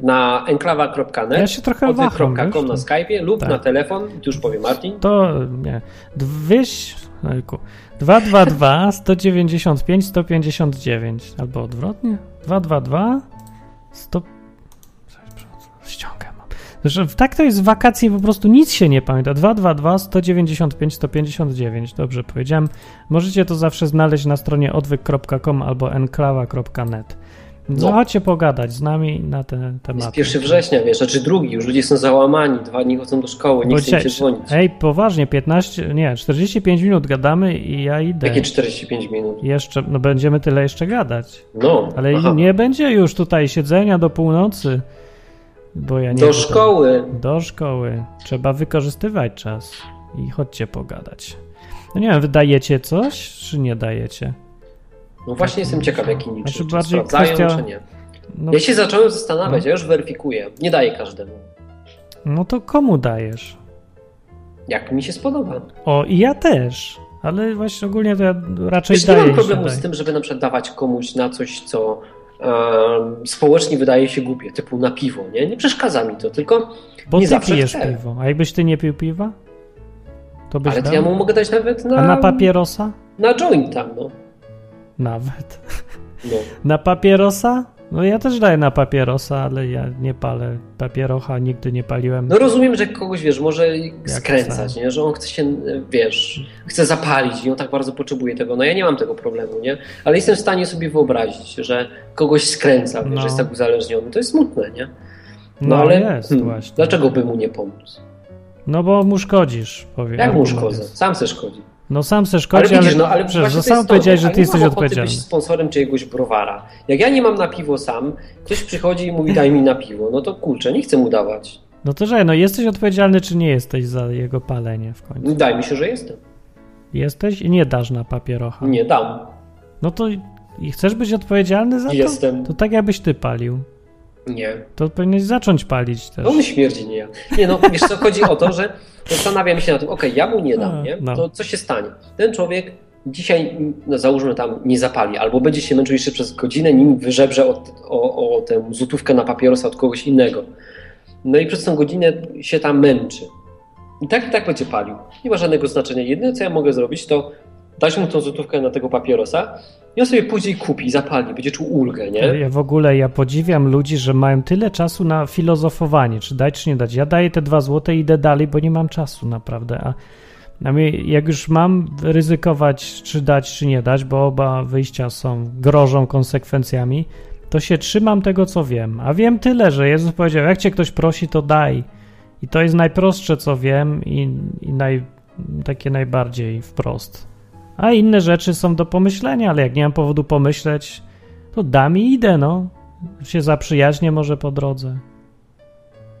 [SPEAKER 2] na enklawa.net,
[SPEAKER 1] Ja się trochę waham,
[SPEAKER 2] odwyk.com
[SPEAKER 1] wiesz,
[SPEAKER 2] na
[SPEAKER 1] to-
[SPEAKER 2] Skype'ie lub
[SPEAKER 1] Tak.
[SPEAKER 2] na telefon, tu już powie Martin,
[SPEAKER 1] To nie. Wyś. 222 195 159 albo odwrotnie. 222 100. Ściągam. Zresztą tak to jest w wakacje, po prostu nic się nie pamięta. 222 195 159. Dobrze powiedziałem. Możecie to zawsze znaleźć na stronie odwyk.com albo enklawa.net. No,
[SPEAKER 2] No.
[SPEAKER 1] chodźcie pogadać z nami na te
[SPEAKER 2] jest
[SPEAKER 1] tematy.
[SPEAKER 2] 1 września, wiesz, czy drugi, już ludzie są załamani, dwa dni chodzą do szkoły, nie
[SPEAKER 1] Bo
[SPEAKER 2] chce im się
[SPEAKER 1] dzisiaj-
[SPEAKER 2] dzwonić.
[SPEAKER 1] Ej, poważnie, 15, nie, 45 minut gadamy i ja idę.
[SPEAKER 2] Jakie 45 minut?
[SPEAKER 1] Jeszcze, no będziemy tyle jeszcze gadać.
[SPEAKER 2] No,
[SPEAKER 1] Ale
[SPEAKER 2] aha.
[SPEAKER 1] nie będzie już tutaj siedzenia do północy, bo ja nie...
[SPEAKER 2] do
[SPEAKER 1] wiem.
[SPEAKER 2] szkoły.
[SPEAKER 1] Do szkoły. Trzeba wykorzystywać czas i chodźcie pogadać. No nie wiem, wydajecie coś, czy nie dajecie?
[SPEAKER 2] No właśnie jestem ciekaw, jak inni
[SPEAKER 1] Znaczy
[SPEAKER 2] czy, czy
[SPEAKER 1] bardziej
[SPEAKER 2] sprawdzają,
[SPEAKER 1] kwestia-
[SPEAKER 2] czy nie.
[SPEAKER 1] No,
[SPEAKER 2] Ja się zacząłem zastanawiać, ja już weryfikuję. Nie daję każdemu.
[SPEAKER 1] no to komu dajesz?
[SPEAKER 2] Jak mi się spodoba.
[SPEAKER 1] O, i ja też. Ale właśnie ogólnie to ja raczej
[SPEAKER 2] Wiesz, nie
[SPEAKER 1] daję
[SPEAKER 2] mam
[SPEAKER 1] się
[SPEAKER 2] problemu
[SPEAKER 1] daję.
[SPEAKER 2] z tym, żeby na przykład dawać komuś na coś, co em, społecznie wydaje się głupie, typu na piwo, nie? Nie przeszkadza mi to, tylko...
[SPEAKER 1] Bo
[SPEAKER 2] Nie
[SPEAKER 1] ty
[SPEAKER 2] zawsze
[SPEAKER 1] pijesz
[SPEAKER 2] chcę.
[SPEAKER 1] piwo. A jakbyś ty nie pił piwa? To byś
[SPEAKER 2] Ale to
[SPEAKER 1] dał?
[SPEAKER 2] ja mu mogę dać nawet na...
[SPEAKER 1] A na papierosa?
[SPEAKER 2] Na joint tam, no.
[SPEAKER 1] Nawet.
[SPEAKER 2] no.
[SPEAKER 1] Na papierosa? No ja też daję na papierosa, ale ja nie palę papierocha, nigdy nie paliłem.
[SPEAKER 2] No rozumiem, że kogoś, wiesz, może skręcać,
[SPEAKER 1] tak.
[SPEAKER 2] nie? Że on chce się, wiesz, chce zapalić i on tak bardzo potrzebuje tego. No ja nie mam tego problemu, nie? Ale jestem w stanie sobie wyobrazić, że kogoś skręca, wiesz,
[SPEAKER 1] No.
[SPEAKER 2] że jest tak uzależniony. To jest smutne, nie?
[SPEAKER 1] No, ale jest
[SPEAKER 2] hmm,
[SPEAKER 1] właśnie.
[SPEAKER 2] Dlaczego by mu nie pomóc?
[SPEAKER 1] No bo mu szkodzisz, powiem.
[SPEAKER 2] Jak mu szkodzę? Sam se szkodzi.
[SPEAKER 1] No sam se szkodzi,
[SPEAKER 2] ale
[SPEAKER 1] ale,
[SPEAKER 2] widzisz, no ale
[SPEAKER 1] przecież
[SPEAKER 2] właśnie
[SPEAKER 1] no,
[SPEAKER 2] to jest
[SPEAKER 1] sam
[SPEAKER 2] to,
[SPEAKER 1] powiedziałeś,
[SPEAKER 2] nie?
[SPEAKER 1] że
[SPEAKER 2] A
[SPEAKER 1] ty jesteś
[SPEAKER 2] nie mam ochoty
[SPEAKER 1] odpowiedzialny.
[SPEAKER 2] być sponsorem czyjegoś browara. Jak ja nie mam na piwo sam, ktoś przychodzi i mówi daj mi na piwo, no to kurczę, nie chcę mu dawać.
[SPEAKER 1] No to że, no jesteś odpowiedzialny, czy nie jesteś za jego palenie w końcu?
[SPEAKER 2] Daj mi się, że jestem.
[SPEAKER 1] Jesteś i nie dasz na papierocha.
[SPEAKER 2] Nie dam.
[SPEAKER 1] No to i- i chcesz być odpowiedzialny za
[SPEAKER 2] Jestem.
[SPEAKER 1] to? To tak jakbyś ty palił.
[SPEAKER 2] Nie.
[SPEAKER 1] To powinieneś zacząć palić też.
[SPEAKER 2] No on śmierdzi, nie ja. Nie no, wiesz co, chodzi o to, że zastanawiam się na tym, okej, ja mu nie dam, nie?
[SPEAKER 1] No.
[SPEAKER 2] To co się stanie? Ten człowiek dzisiaj, no, załóżmy tam, nie zapali, albo będzie się męczył jeszcze przez godzinę, nim wyżebrze od, o, o tę złotówkę na papierosa od kogoś innego. No i przez tą godzinę się tam męczy. I tak i tak będzie palił. Nie ma żadnego znaczenia. Jedyne, co ja mogę zrobić, to dać mu tą złotówkę na tego papierosa i on sobie pójdzie i kupi, zapali, będzie czuł ulgę, nie?
[SPEAKER 1] Ja w ogóle ja podziwiam ludzi, że mają tyle czasu na filozofowanie, czy dać, czy nie dać. Ja daję te dwa złote i idę dalej, bo nie mam czasu naprawdę. A, a mnie, jak już mam ryzykować, czy dać, czy nie dać, bo oba wyjścia są grożą konsekwencjami, to się trzymam tego, co wiem. A wiem tyle, że Jezus powiedział, jak cię ktoś prosi, to daj. I to jest najprostsze, co wiem i, i naj, takie najbardziej wprost. A inne rzeczy są do pomyślenia, ale jak nie mam powodu pomyśleć, to dam i idę, no. Się zaprzyjaźnię może po drodze.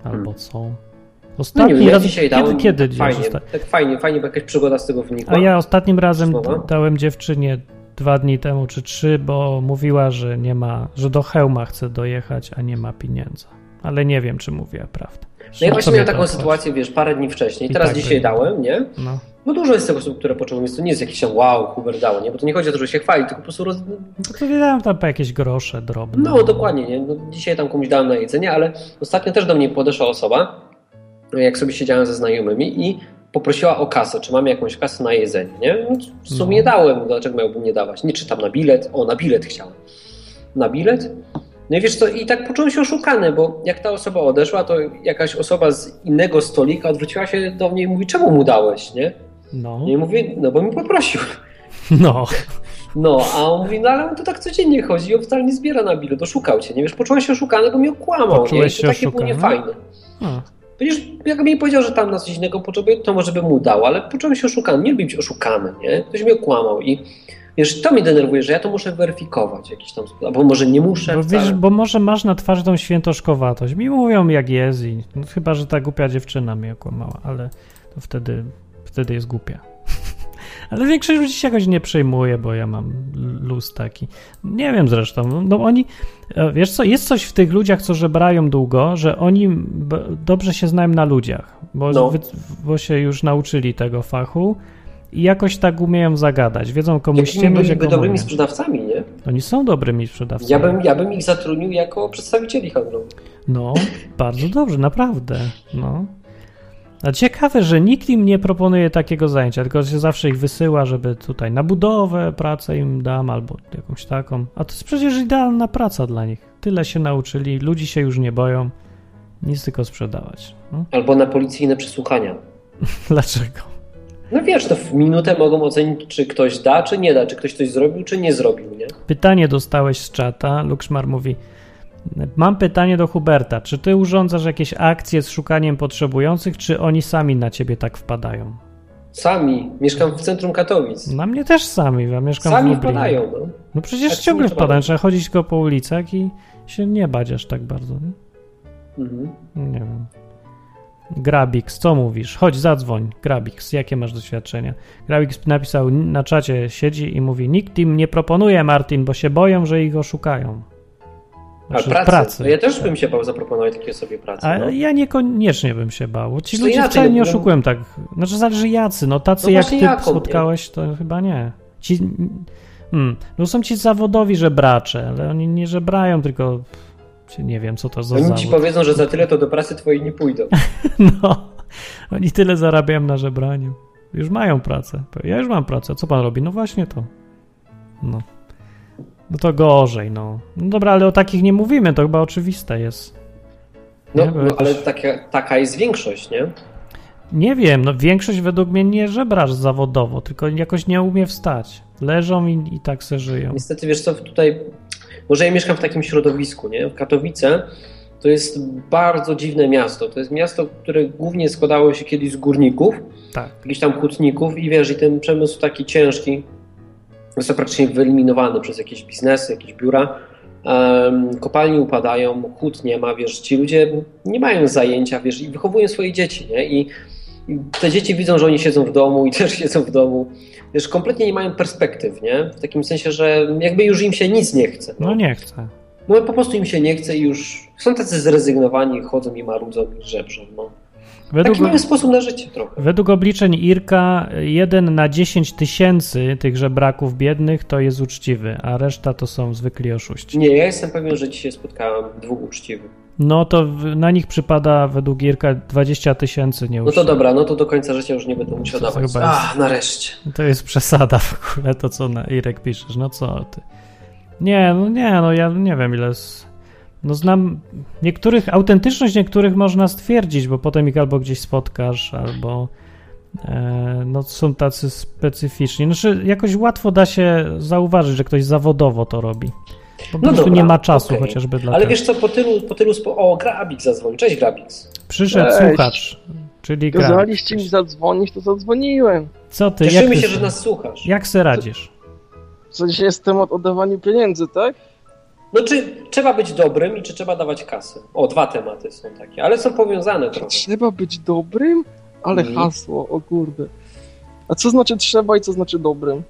[SPEAKER 1] Albo co?
[SPEAKER 2] Hmm. No nie
[SPEAKER 1] Ostatni
[SPEAKER 2] wiem, ja
[SPEAKER 1] Tak, raz,
[SPEAKER 2] dzisiaj
[SPEAKER 1] kiedy,
[SPEAKER 2] dałem.
[SPEAKER 1] kiedy
[SPEAKER 2] tak
[SPEAKER 1] Jezus,
[SPEAKER 2] fajnie,
[SPEAKER 1] tak?
[SPEAKER 2] tak fajnie, fajnie, bo jakaś przygoda z tego wynikła.
[SPEAKER 1] A ja ostatnim razem
[SPEAKER 2] Słowa?
[SPEAKER 1] dałem dziewczynie dwa dni temu czy trzy, bo mówiła, że nie ma, że do hełma chce dojechać, a nie ma pieniędzy. Ale nie wiem, czy mówiła prawdę.
[SPEAKER 2] No ja
[SPEAKER 1] Co
[SPEAKER 2] właśnie
[SPEAKER 1] mnie
[SPEAKER 2] miałem
[SPEAKER 1] to
[SPEAKER 2] taką
[SPEAKER 1] obchodzi?
[SPEAKER 2] sytuację, wiesz, parę dni wcześniej,
[SPEAKER 1] I
[SPEAKER 2] teraz
[SPEAKER 1] tak
[SPEAKER 2] dzisiaj
[SPEAKER 1] było.
[SPEAKER 2] dałem, nie?
[SPEAKER 1] No.
[SPEAKER 2] No dużo jest tych osób, które potrzebują, więc to nie jest jakiś tam wow, Huber dał, nie? Bo to nie chodzi o to, że się chwali, tylko po prostu roz...
[SPEAKER 1] No to wydałem tam po jakieś grosze drobne.
[SPEAKER 2] No dokładnie, nie? No, dzisiaj tam komuś dałem na jedzenie, ale ostatnio też do mnie podeszła osoba, jak sobie siedziałem ze znajomymi i poprosiła o kasę, czy mamy jakąś kasę na jedzenie, nie? No, w sumie
[SPEAKER 1] No.
[SPEAKER 2] dałem, dlaczego miałbym nie dawać? Nie, czy tam na bilet? O, na bilet chciałem. Na bilet? No i wiesz co, i tak poczułem się oszukany, bo jak ta osoba odeszła, to jakaś osoba z innego stolika odwróciła się do mnie i mówi, czemu mu dałeś, nie?
[SPEAKER 1] No.
[SPEAKER 2] I mówię, no bo mi poprosił.
[SPEAKER 1] no.
[SPEAKER 2] No, a on mówi, no ale on to tak codziennie chodzi, on wcale nie zbiera na bilet, oszukał cię, nie wiesz, poczułem się oszukany, bo mnie okłamał, nie? I
[SPEAKER 1] Poczułeś
[SPEAKER 2] to
[SPEAKER 1] się
[SPEAKER 2] takie było
[SPEAKER 1] oszukany?
[SPEAKER 2] niefajne.
[SPEAKER 1] A,
[SPEAKER 2] Przecież jak mi powiedział, że tam na coś innego potrzebuje, to może bym mu dał, ale poczułem się oszukany, nie lubię być oszukany, nie? Ktoś mnie okłamał i wiesz, to mnie denerwuje, że ja to muszę weryfikować w jakiś tam sposób, albo może nie muszę
[SPEAKER 1] Bo, No wiesz,
[SPEAKER 2] wcale.
[SPEAKER 1] bo może masz na twarzy tą świętoszkowatość. Mi mówią jak jest i no, chyba, że ta głupia dziewczyna mnie okłamała, ale to wtedy, wtedy jest głupia. ale większość ludzi się jakoś nie przejmuje, bo ja mam luz taki. Nie wiem zresztą, no oni, e, wiesz co, jest coś w tych ludziach, co żebrają długo, że oni b- dobrze się znają na ludziach, bo,
[SPEAKER 2] No.
[SPEAKER 1] wy, bo się już nauczyli tego fachu i jakoś tak umieją zagadać, wiedzą komu
[SPEAKER 2] Jakimi
[SPEAKER 1] ściemniać,
[SPEAKER 2] byliby
[SPEAKER 1] jak
[SPEAKER 2] dobrymi sprzedawcami, nie?
[SPEAKER 1] Oni są dobrymi sprzedawcami.
[SPEAKER 2] Ja bym, ja bym ich zatrudnił jako przedstawicieli handlowych.
[SPEAKER 1] No, bardzo dobrze, naprawdę. No. A ciekawe, że nikt im nie proponuje takiego zajęcia, tylko się zawsze ich wysyła, żeby tutaj na budowę pracę im dam albo jakąś taką. A to jest przecież idealna praca dla nich. Tyle się nauczyli, ludzi się już nie boją. Nic tylko sprzedawać. No.
[SPEAKER 2] Albo na policyjne przesłuchania.
[SPEAKER 1] Dlaczego?
[SPEAKER 2] No wiesz, to w minutę mogą ocenić, czy ktoś da, czy nie da, czy ktoś coś zrobił, czy nie zrobił, nie?
[SPEAKER 1] Pytanie dostałeś z czata. Lukszmar mówi: Mam pytanie do Huberta. Czy ty urządzasz jakieś akcje z szukaniem potrzebujących, czy oni sami na ciebie tak wpadają?
[SPEAKER 2] Sami. Mieszkam w centrum Katowic.
[SPEAKER 1] Na mnie też sami, ja mieszkam w
[SPEAKER 2] Sami
[SPEAKER 1] Lublinie.
[SPEAKER 2] wpadają, no.
[SPEAKER 1] No przecież
[SPEAKER 2] Tak
[SPEAKER 1] ciągle
[SPEAKER 2] trzeba
[SPEAKER 1] wpadają,
[SPEAKER 2] robić.
[SPEAKER 1] trzeba chodzić go po ulicach i się nie bać aż tak bardzo. Nie,
[SPEAKER 2] Mhm.
[SPEAKER 1] nie wiem. Grabix, co mówisz? Chodź, zadzwoń. Grabix, jakie masz doświadczenia? Grabix napisał na czacie, siedzi i mówi: Nikt im nie proponuje, Martin, bo się boją, że ich oszukają.
[SPEAKER 2] A
[SPEAKER 1] Znaczy
[SPEAKER 2] pracy. No ja też bym się bał zaproponować takiej osobie pracy.
[SPEAKER 1] A
[SPEAKER 2] no.
[SPEAKER 1] ja niekoniecznie bym się bał. Ci
[SPEAKER 2] To
[SPEAKER 1] ludzie
[SPEAKER 2] inaczej,
[SPEAKER 1] wcale nie
[SPEAKER 2] no, no.
[SPEAKER 1] oszukują tak. Znaczy zależy jacy, no tacy
[SPEAKER 2] No
[SPEAKER 1] jak ty
[SPEAKER 2] właśnie jaką, nie?
[SPEAKER 1] spotkałeś, to chyba nie. Ci, mm, no są ci zawodowi żebracze, ale oni nie żebrają, tylko pff, nie wiem co to za
[SPEAKER 2] Oni ci
[SPEAKER 1] zawód.
[SPEAKER 2] powiedzą, że za tyle to do pracy twojej nie pójdą.
[SPEAKER 1] No, oni tyle zarabiają na żebraniu. Już mają pracę. Ja już mam pracę. Co pan robi? No właśnie to. No. No to gorzej, no. No dobra, ale o takich nie mówimy, to chyba oczywiste jest.
[SPEAKER 2] No,
[SPEAKER 1] Nie, bo
[SPEAKER 2] no ale
[SPEAKER 1] też-
[SPEAKER 2] taka, taka jest większość, nie?
[SPEAKER 1] Nie wiem, no większość według mnie nie żebrasz zawodowo, tylko jakoś nie umie wstać. Leżą i, i tak se żyją.
[SPEAKER 2] Niestety, wiesz co, tutaj, może ja mieszkam w takim środowisku, nie? Katowice to jest bardzo dziwne miasto. To jest miasto, które głównie składało się kiedyś z górników,
[SPEAKER 1] Tak.
[SPEAKER 2] jakichś tam hutników i wiesz, i ten przemysł taki ciężki został praktycznie wyeliminowany przez jakieś biznesy, jakieś biura. Em, kopalnie upadają, hut nie ma, wiesz, ci ludzie nie mają zajęcia, wiesz, i wychowują swoje dzieci, nie? I i te dzieci widzą, że oni siedzą w domu i też siedzą w domu. Wiesz, kompletnie nie mają perspektyw, nie? W takim sensie, że jakby już im się nic nie chce.
[SPEAKER 1] No nie chcę.
[SPEAKER 2] No po prostu im się nie chce i już są tacy zrezygnowani, chodzą i marudzą i żebrzą. No.
[SPEAKER 1] Według,
[SPEAKER 2] Taki mały sposób na życie trochę.
[SPEAKER 1] według obliczeń Irka, 1 na 10 tysięcy tych żebraków biednych to jest uczciwy, a reszta to są zwykli oszuści.
[SPEAKER 2] Nie, ja jestem pewien, że dzisiaj spotkałem dwóch uczciwych.
[SPEAKER 1] No to w, na nich przypada według Irka 20 tysięcy
[SPEAKER 2] No to
[SPEAKER 1] nieuczciwych.
[SPEAKER 2] dobra, no to do końca życia już nie będę musiał
[SPEAKER 1] To
[SPEAKER 2] dawać.
[SPEAKER 1] chyba
[SPEAKER 2] A, nareszcie.
[SPEAKER 1] To jest przesada w ogóle to, co na Irek piszesz. No co ty? Nie, no nie, no ja nie wiem ile. Z... No znam niektórych, autentyczność niektórych można stwierdzić, bo potem ich albo gdzieś spotkasz, albo e, no są tacy specyficzni. Znaczy jakoś łatwo da się zauważyć, że ktoś zawodowo to robi. Po
[SPEAKER 2] No
[SPEAKER 1] prostu
[SPEAKER 2] dobra,
[SPEAKER 1] nie ma czasu
[SPEAKER 2] okej.
[SPEAKER 1] chociażby dla
[SPEAKER 2] Ale
[SPEAKER 1] tego.
[SPEAKER 2] wiesz co, po tylu, po tylu spo... O, Grabik zadzwonił. Cześć Grabik.
[SPEAKER 1] Przyszedł
[SPEAKER 3] Cześć.
[SPEAKER 1] słuchacz, czyli gra.
[SPEAKER 3] Kazaliście mi zadzwonić, to zadzwoniłem.
[SPEAKER 1] Co ty, jak,
[SPEAKER 2] Cieszymy
[SPEAKER 1] ty
[SPEAKER 2] się,
[SPEAKER 1] się-
[SPEAKER 2] że nas słuchasz.
[SPEAKER 1] jak se radzisz?
[SPEAKER 3] W sensie jestem od oddawania pieniędzy, tak?
[SPEAKER 2] No czy trzeba być dobrym i czy trzeba dawać kasę? O, dwa tematy są takie, ale są powiązane trochę.
[SPEAKER 3] Trzeba być dobrym, ale
[SPEAKER 2] Mhm.
[SPEAKER 3] hasło, o kurde. A co znaczy trzeba i co znaczy dobrym?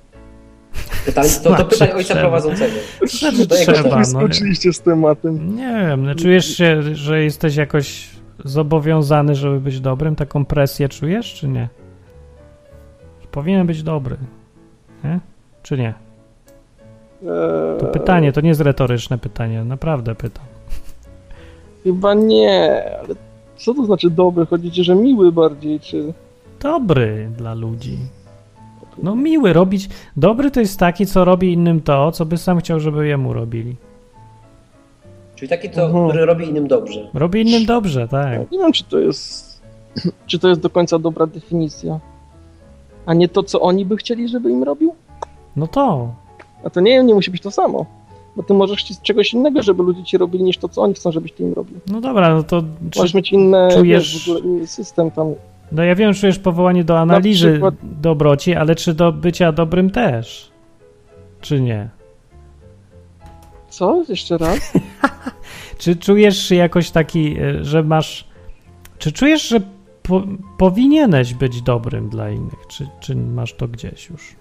[SPEAKER 2] Pytań, to, to
[SPEAKER 1] Znaczy,
[SPEAKER 2] pytań ojca
[SPEAKER 1] trzeba.
[SPEAKER 2] prowadzącego.
[SPEAKER 1] Znaczy
[SPEAKER 2] To jego
[SPEAKER 1] trzeba,
[SPEAKER 2] temat.
[SPEAKER 1] no.
[SPEAKER 3] Wyskoczyliście z tematem.
[SPEAKER 1] Nie wiem, no czujesz się, że jesteś jakoś zobowiązany, żeby być dobrym? Taką presję czujesz, czy nie? Że Powinien być dobry, nie? Czy nie?
[SPEAKER 3] Eee,
[SPEAKER 1] To pytanie, to nie jest retoryczne pytanie, naprawdę pytam.
[SPEAKER 3] Chyba nie, ale co to znaczy dobry? Chodzi ci, że miły bardziej, czy...
[SPEAKER 1] Dobry dla ludzi. No miły robić. Dobry to jest taki, co robi innym to, co by sam chciał, żeby jemu robili.
[SPEAKER 2] Czyli taki to,
[SPEAKER 3] Mhm.
[SPEAKER 2] który robi innym dobrze.
[SPEAKER 1] Robi innym dobrze, tak.
[SPEAKER 3] Nie wiem, czy to jest... Czy to jest do końca dobra definicja. A nie to, co oni by chcieli, żeby im robił?
[SPEAKER 1] No to.
[SPEAKER 3] A to nie, nie musi być to samo. Bo ty możesz chcieć czegoś innego, żeby ludzie ci robili, niż to, co oni chcą, żebyś ty im robił.
[SPEAKER 1] No dobra, no to. Czy,
[SPEAKER 3] Możesz mieć inne,
[SPEAKER 1] czujesz-
[SPEAKER 3] wiesz, w ogóle inny system tam.
[SPEAKER 1] no ja wiem, czujesz powołanie do analizy
[SPEAKER 3] przykład-
[SPEAKER 1] dobroci, ale czy do bycia dobrym też? Czy nie?
[SPEAKER 3] Co? Jeszcze raz?
[SPEAKER 1] Czy czujesz się jakoś taki, y, że masz. Czy czujesz, że po, powinieneś być dobrym dla innych? Czy, czy masz to gdzieś już?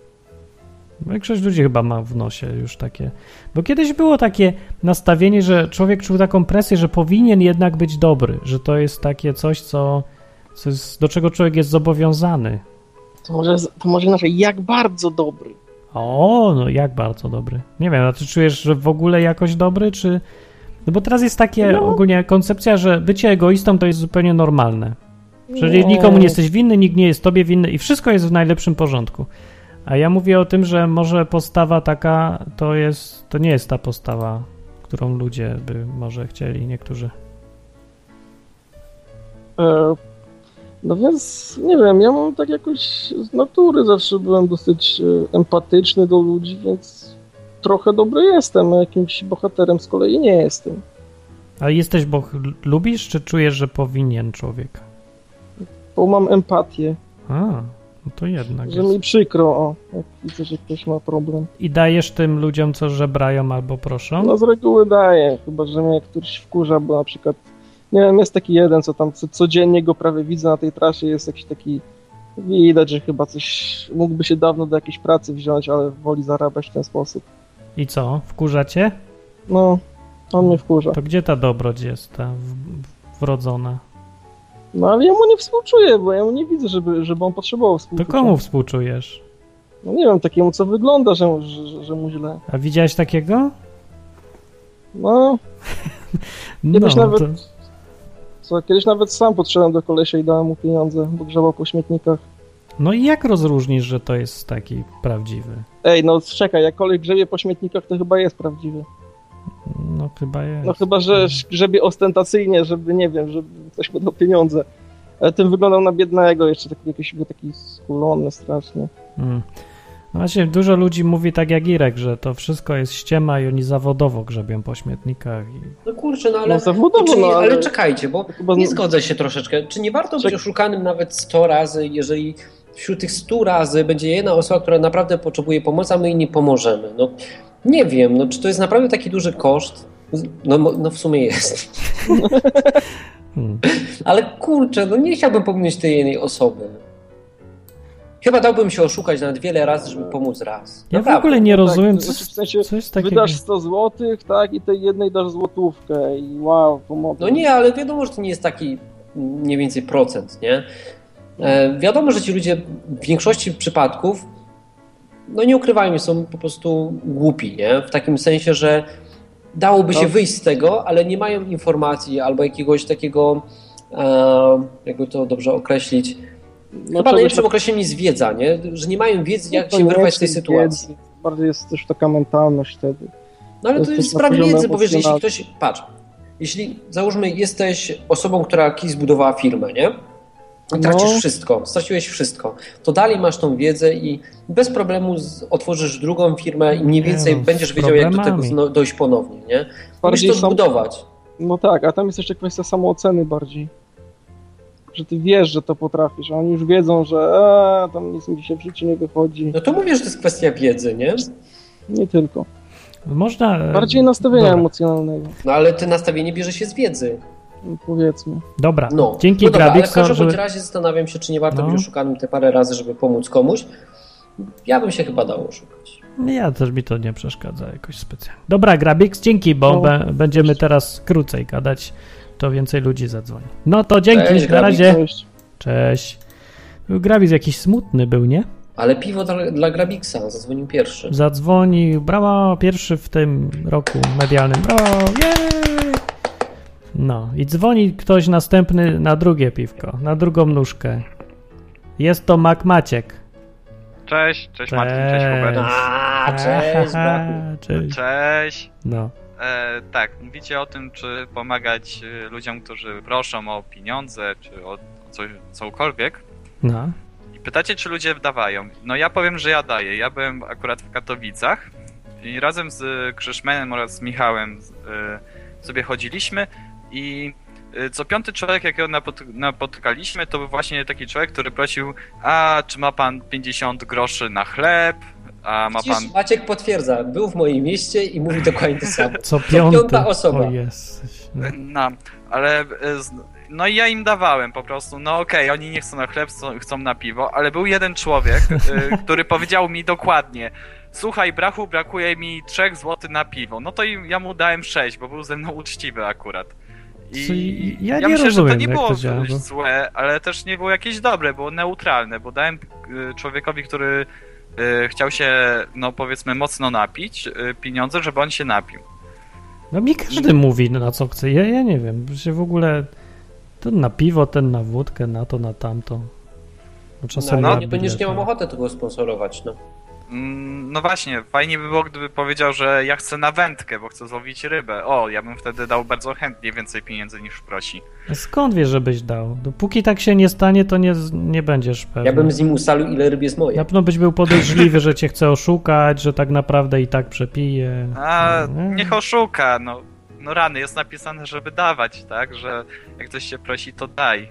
[SPEAKER 1] Większość ludzi chyba ma w nosie już takie. Bo kiedyś było takie nastawienie, że człowiek czuł taką presję, że powinien jednak być dobry, że to jest takie coś, co, co jest, do czego człowiek jest zobowiązany.
[SPEAKER 3] To może, to może inaczej, jak bardzo dobry.
[SPEAKER 1] O, no jak bardzo dobry. Nie wiem, a ty czujesz, że w ogóle jakoś dobry, czy, No bo teraz jest takie
[SPEAKER 3] No.
[SPEAKER 1] ogólnie koncepcja, że bycie egoistą to jest zupełnie normalne. Czyli nikomu nie jesteś winny, nikt nie jest tobie winny i wszystko jest w najlepszym porządku. A ja mówię o tym, że może postawa taka to jest, to nie jest ta postawa, którą ludzie by może chcieli niektórzy.
[SPEAKER 3] E, No więc, nie wiem, ja mam tak jakoś z natury zawsze byłem dosyć e, empatyczny do ludzi, więc trochę dobry jestem, a jakimś bohaterem z kolei nie jestem.
[SPEAKER 1] Ale jesteś, bo ch- lubisz, czy czujesz, że powinien człowiek?
[SPEAKER 3] Bo mam empatię,
[SPEAKER 1] A, no to jednak
[SPEAKER 3] że
[SPEAKER 1] jest.
[SPEAKER 3] mi przykro, o, jak widzę, że ktoś ma problem.
[SPEAKER 1] I dajesz tym ludziom, co żebrają albo proszą?
[SPEAKER 3] No z reguły daję, chyba że mnie któryś wkurza, bo na przykład, nie wiem, jest taki jeden, co tam co, codziennie go prawie widzę na tej trasie, jest jakiś taki, widać, że chyba coś, mógłby się dawno do jakiejś pracy wziąć, ale woli zarabiać w ten sposób.
[SPEAKER 1] I co, wkurzacie?
[SPEAKER 3] No, on mnie wkurza.
[SPEAKER 1] To gdzie ta dobroć jest, ta w- wrodzona?
[SPEAKER 3] No ale ja mu nie współczuję, bo ja mu nie widzę, żeby, żeby on potrzebował
[SPEAKER 1] To
[SPEAKER 3] współczucia.
[SPEAKER 1] komu współczujesz?
[SPEAKER 3] No nie wiem, takiemu co wygląda, że, że, że mu źle.
[SPEAKER 1] A widziałeś takiego?
[SPEAKER 3] No,
[SPEAKER 1] No,
[SPEAKER 3] Kiedyś nawet- co, kiedyś nawet sam podszedłem do kolesia i dałem mu pieniądze, bo grzebał po śmietnikach.
[SPEAKER 1] no i jak rozróżnisz, że to jest taki prawdziwy?
[SPEAKER 3] Ej, no czekaj, jak koleś grzebie po śmietnikach, to chyba jest prawdziwy.
[SPEAKER 1] No chyba jest.
[SPEAKER 3] No chyba, że grzebie ostentacyjnie, żeby, nie wiem, żeby ktoś mu dał pieniądze. Ale ten wyglądał na biednego, jeszcze taki, jakiś był taki skulony strasznie.
[SPEAKER 1] Mm. No właśnie, dużo ludzi mówi tak jak Irek, że to wszystko jest ściema i oni zawodowo grzebią po śmietnikach. I...
[SPEAKER 2] No kurczę, no ale...
[SPEAKER 3] No zawodowo,
[SPEAKER 2] czy nie,
[SPEAKER 3] no
[SPEAKER 2] ale
[SPEAKER 3] ale...
[SPEAKER 2] czekajcie, bo
[SPEAKER 3] Chyba
[SPEAKER 2] nie zgodzę się troszeczkę. Czy nie warto
[SPEAKER 1] Tak.
[SPEAKER 2] być
[SPEAKER 3] Czek-
[SPEAKER 2] oszukanym nawet 100 razy, jeżeli wśród tych 100 razy będzie jedna osoba, która naprawdę potrzebuje pomocy, a my jej nie pomożemy? No nie wiem, no czy to jest naprawdę taki duży koszt? No, mo- no w sumie jest.
[SPEAKER 1] Mm.
[SPEAKER 2] Ale kurczę, no nie chciałbym pominąć tej jednej osoby. Chyba dałbym się oszukać nawet wiele razy, żeby pomóc raz.
[SPEAKER 1] Ja w
[SPEAKER 2] Naprawdę.
[SPEAKER 1] ogóle nie
[SPEAKER 3] tak,
[SPEAKER 1] rozumiem,
[SPEAKER 3] to
[SPEAKER 1] co,
[SPEAKER 3] znaczy w sensie
[SPEAKER 1] co Tak jest takiego.
[SPEAKER 3] Wydasz 100 złotych, tak, i tej jednej dasz złotówkę i wow, pomoc.
[SPEAKER 2] No nie, ale wiadomo, że to nie jest taki mniej więcej procent, nie? E, wiadomo, że ci ludzie w większości przypadków, no nie ukrywajmy, są po prostu głupi, nie? W takim sensie, że dałoby się
[SPEAKER 3] No.
[SPEAKER 2] wyjść z tego, ale nie mają informacji albo jakiegoś takiego, e, jakby to dobrze określić,
[SPEAKER 3] no
[SPEAKER 2] chyba
[SPEAKER 3] czegoś
[SPEAKER 2] najlepszym
[SPEAKER 3] tak-
[SPEAKER 2] określeniem jest wiedza, nie? Że nie mają wiedzy, jak
[SPEAKER 3] to
[SPEAKER 2] się
[SPEAKER 3] nie
[SPEAKER 2] wyrwać
[SPEAKER 3] jest
[SPEAKER 2] z tej
[SPEAKER 3] wiedzy,
[SPEAKER 2] sytuacji.
[SPEAKER 3] Bardziej jest też taka mentalność wtedy.
[SPEAKER 2] No ale
[SPEAKER 3] To
[SPEAKER 2] to,
[SPEAKER 3] jest
[SPEAKER 2] jest
[SPEAKER 3] też na
[SPEAKER 2] sprawiedliwe,
[SPEAKER 3] poziomie
[SPEAKER 2] bo wiesz, jeśli
[SPEAKER 3] emocjonalnym.
[SPEAKER 2] ktoś, patrz, jeśli załóżmy jesteś osobą, która kiedyś zbudowała firmę, nie? I tracisz
[SPEAKER 3] No.
[SPEAKER 2] wszystko, straciłeś wszystko, to dalej masz tą wiedzę i bez problemu z, otworzysz drugą firmę i mniej
[SPEAKER 1] Nie
[SPEAKER 2] więcej
[SPEAKER 1] no,
[SPEAKER 2] będziesz
[SPEAKER 1] z
[SPEAKER 2] wiedział, jak do tego
[SPEAKER 1] problemami.
[SPEAKER 2] zno- dojść ponownie, nie? Musisz
[SPEAKER 3] Bardziej
[SPEAKER 2] to
[SPEAKER 3] są-
[SPEAKER 2] zbudować.
[SPEAKER 3] No tak, a tam jest jeszcze kwestia samooceny bardziej. Że ty wiesz, że to potrafisz, a oni już wiedzą, że a, tam nic mi się w życiu nie wychodzi.
[SPEAKER 2] No to mówię, że to jest kwestia wiedzy, nie?
[SPEAKER 3] Nie tylko.
[SPEAKER 1] Można. e,
[SPEAKER 3] Bardziej nastawienia
[SPEAKER 1] dobra.
[SPEAKER 3] emocjonalnego,
[SPEAKER 2] No ale to nastawienie bierze się z wiedzy.
[SPEAKER 3] powiedzmy.
[SPEAKER 1] Dobra,
[SPEAKER 2] No,
[SPEAKER 1] dzięki
[SPEAKER 2] no dobra, ale w
[SPEAKER 1] Grabikson,
[SPEAKER 2] każdym
[SPEAKER 1] żeby...
[SPEAKER 2] bądź razie zastanawiam się, czy nie warto
[SPEAKER 1] No.
[SPEAKER 2] być oszukanym te parę razy, żeby pomóc komuś. Ja bym się chyba dał oszukać.
[SPEAKER 1] Ja też mi to nie przeszkadza jakoś specjalnie. Dobra, Grabix, dzięki, bo
[SPEAKER 3] No,
[SPEAKER 1] be- będziemy teraz krócej gadać, to więcej ludzi zadzwoni. No to dzięki,
[SPEAKER 2] Cześć,
[SPEAKER 1] na
[SPEAKER 2] Grabik,
[SPEAKER 1] razie.
[SPEAKER 3] Cześć.
[SPEAKER 1] Cześć. Grabix jakiś smutny był, nie?
[SPEAKER 2] Ale piwo dla, dla Grabiksa, zadzwonił pierwszy.
[SPEAKER 1] Zadzwonił, brawo, pierwszy w tym roku medialnym, brawo, jej! No i dzwoni ktoś następny na drugie piwko, na drugą nóżkę. Jest to Mac Maciek.
[SPEAKER 4] Cześć, cześć Martin, cześć Hubert.
[SPEAKER 2] A, cześć, braku.
[SPEAKER 1] Aha, cześć.
[SPEAKER 4] Cześć.
[SPEAKER 1] No.
[SPEAKER 4] E, tak, mówicie o tym, czy pomagać e, ludziom, którzy proszą o pieniądze, czy o coś, cokolwiek.
[SPEAKER 1] No.
[SPEAKER 4] I pytacie, czy ludzie dawają. No ja powiem, że ja daję. Ja byłem akurat w Katowicach i razem z e, Krzyszmanem oraz Michałem z- e, sobie chodziliśmy i e, co piąty człowiek, jakiego napot- napotykaliśmy, to był właśnie taki człowiek, który prosił, a czy ma pan 50 groszy na chleb, a ma pan
[SPEAKER 2] Widzisz, Maciek potwierdza, był w moim mieście i mówi dokładnie to samo.
[SPEAKER 1] Co piąty.
[SPEAKER 2] piąta osoba.
[SPEAKER 1] O jesteś. No.
[SPEAKER 4] No, ale. e, z- No i ja im dawałem po prostu. No okej, oni nie chcą na chleb, chcą- chcą na piwo, ale był jeden człowiek, e, który powiedział mi dokładnie. Słuchaj, brachu, brakuje mi 3 zł na piwo. No to im, ja mu dałem 6, bo był ze mną uczciwy akurat.
[SPEAKER 1] Co, i- ja nie
[SPEAKER 4] myślę, że
[SPEAKER 1] rozumiem,
[SPEAKER 4] to nie
[SPEAKER 1] jak
[SPEAKER 4] było
[SPEAKER 1] to działa, bo-
[SPEAKER 4] złe, ale też nie było jakieś dobre, było neutralne, bo dałem e, człowiekowi, który e, chciał się, no powiedzmy, mocno napić, e, pieniądze, żeby on się napił.
[SPEAKER 1] No mi każdy mówi, no, na co chce. Ja, ja nie wiem, się w ogóle ten na piwo, ten na wódkę, na to, na tamto. No czasem
[SPEAKER 2] no,
[SPEAKER 1] na
[SPEAKER 2] nie, będziesz
[SPEAKER 1] bilety.
[SPEAKER 2] nie mam ochoty tego sponsorować, no.
[SPEAKER 4] Mm, No właśnie, fajnie by było, gdyby powiedział, że ja chcę na wędkę, bo chcę złowić rybę. O, ja bym wtedy dał bardzo chętnie więcej pieniędzy niż prosi.
[SPEAKER 1] No Skąd wiesz, żebyś dał? Dopóki tak się nie stanie, to nie, z- nie będziesz pewny.
[SPEAKER 2] Ja bym z nim ustalił, ile ryb jest
[SPEAKER 1] Na
[SPEAKER 2] moje.
[SPEAKER 1] pewno byś był podejrzliwy, że cię chce oszukać, że tak naprawdę i tak przepije.
[SPEAKER 4] A
[SPEAKER 1] No, nie.
[SPEAKER 4] niech oszuka, no. No rany, jest napisane, żeby dawać, tak? Że jak ktoś się prosi, to daj.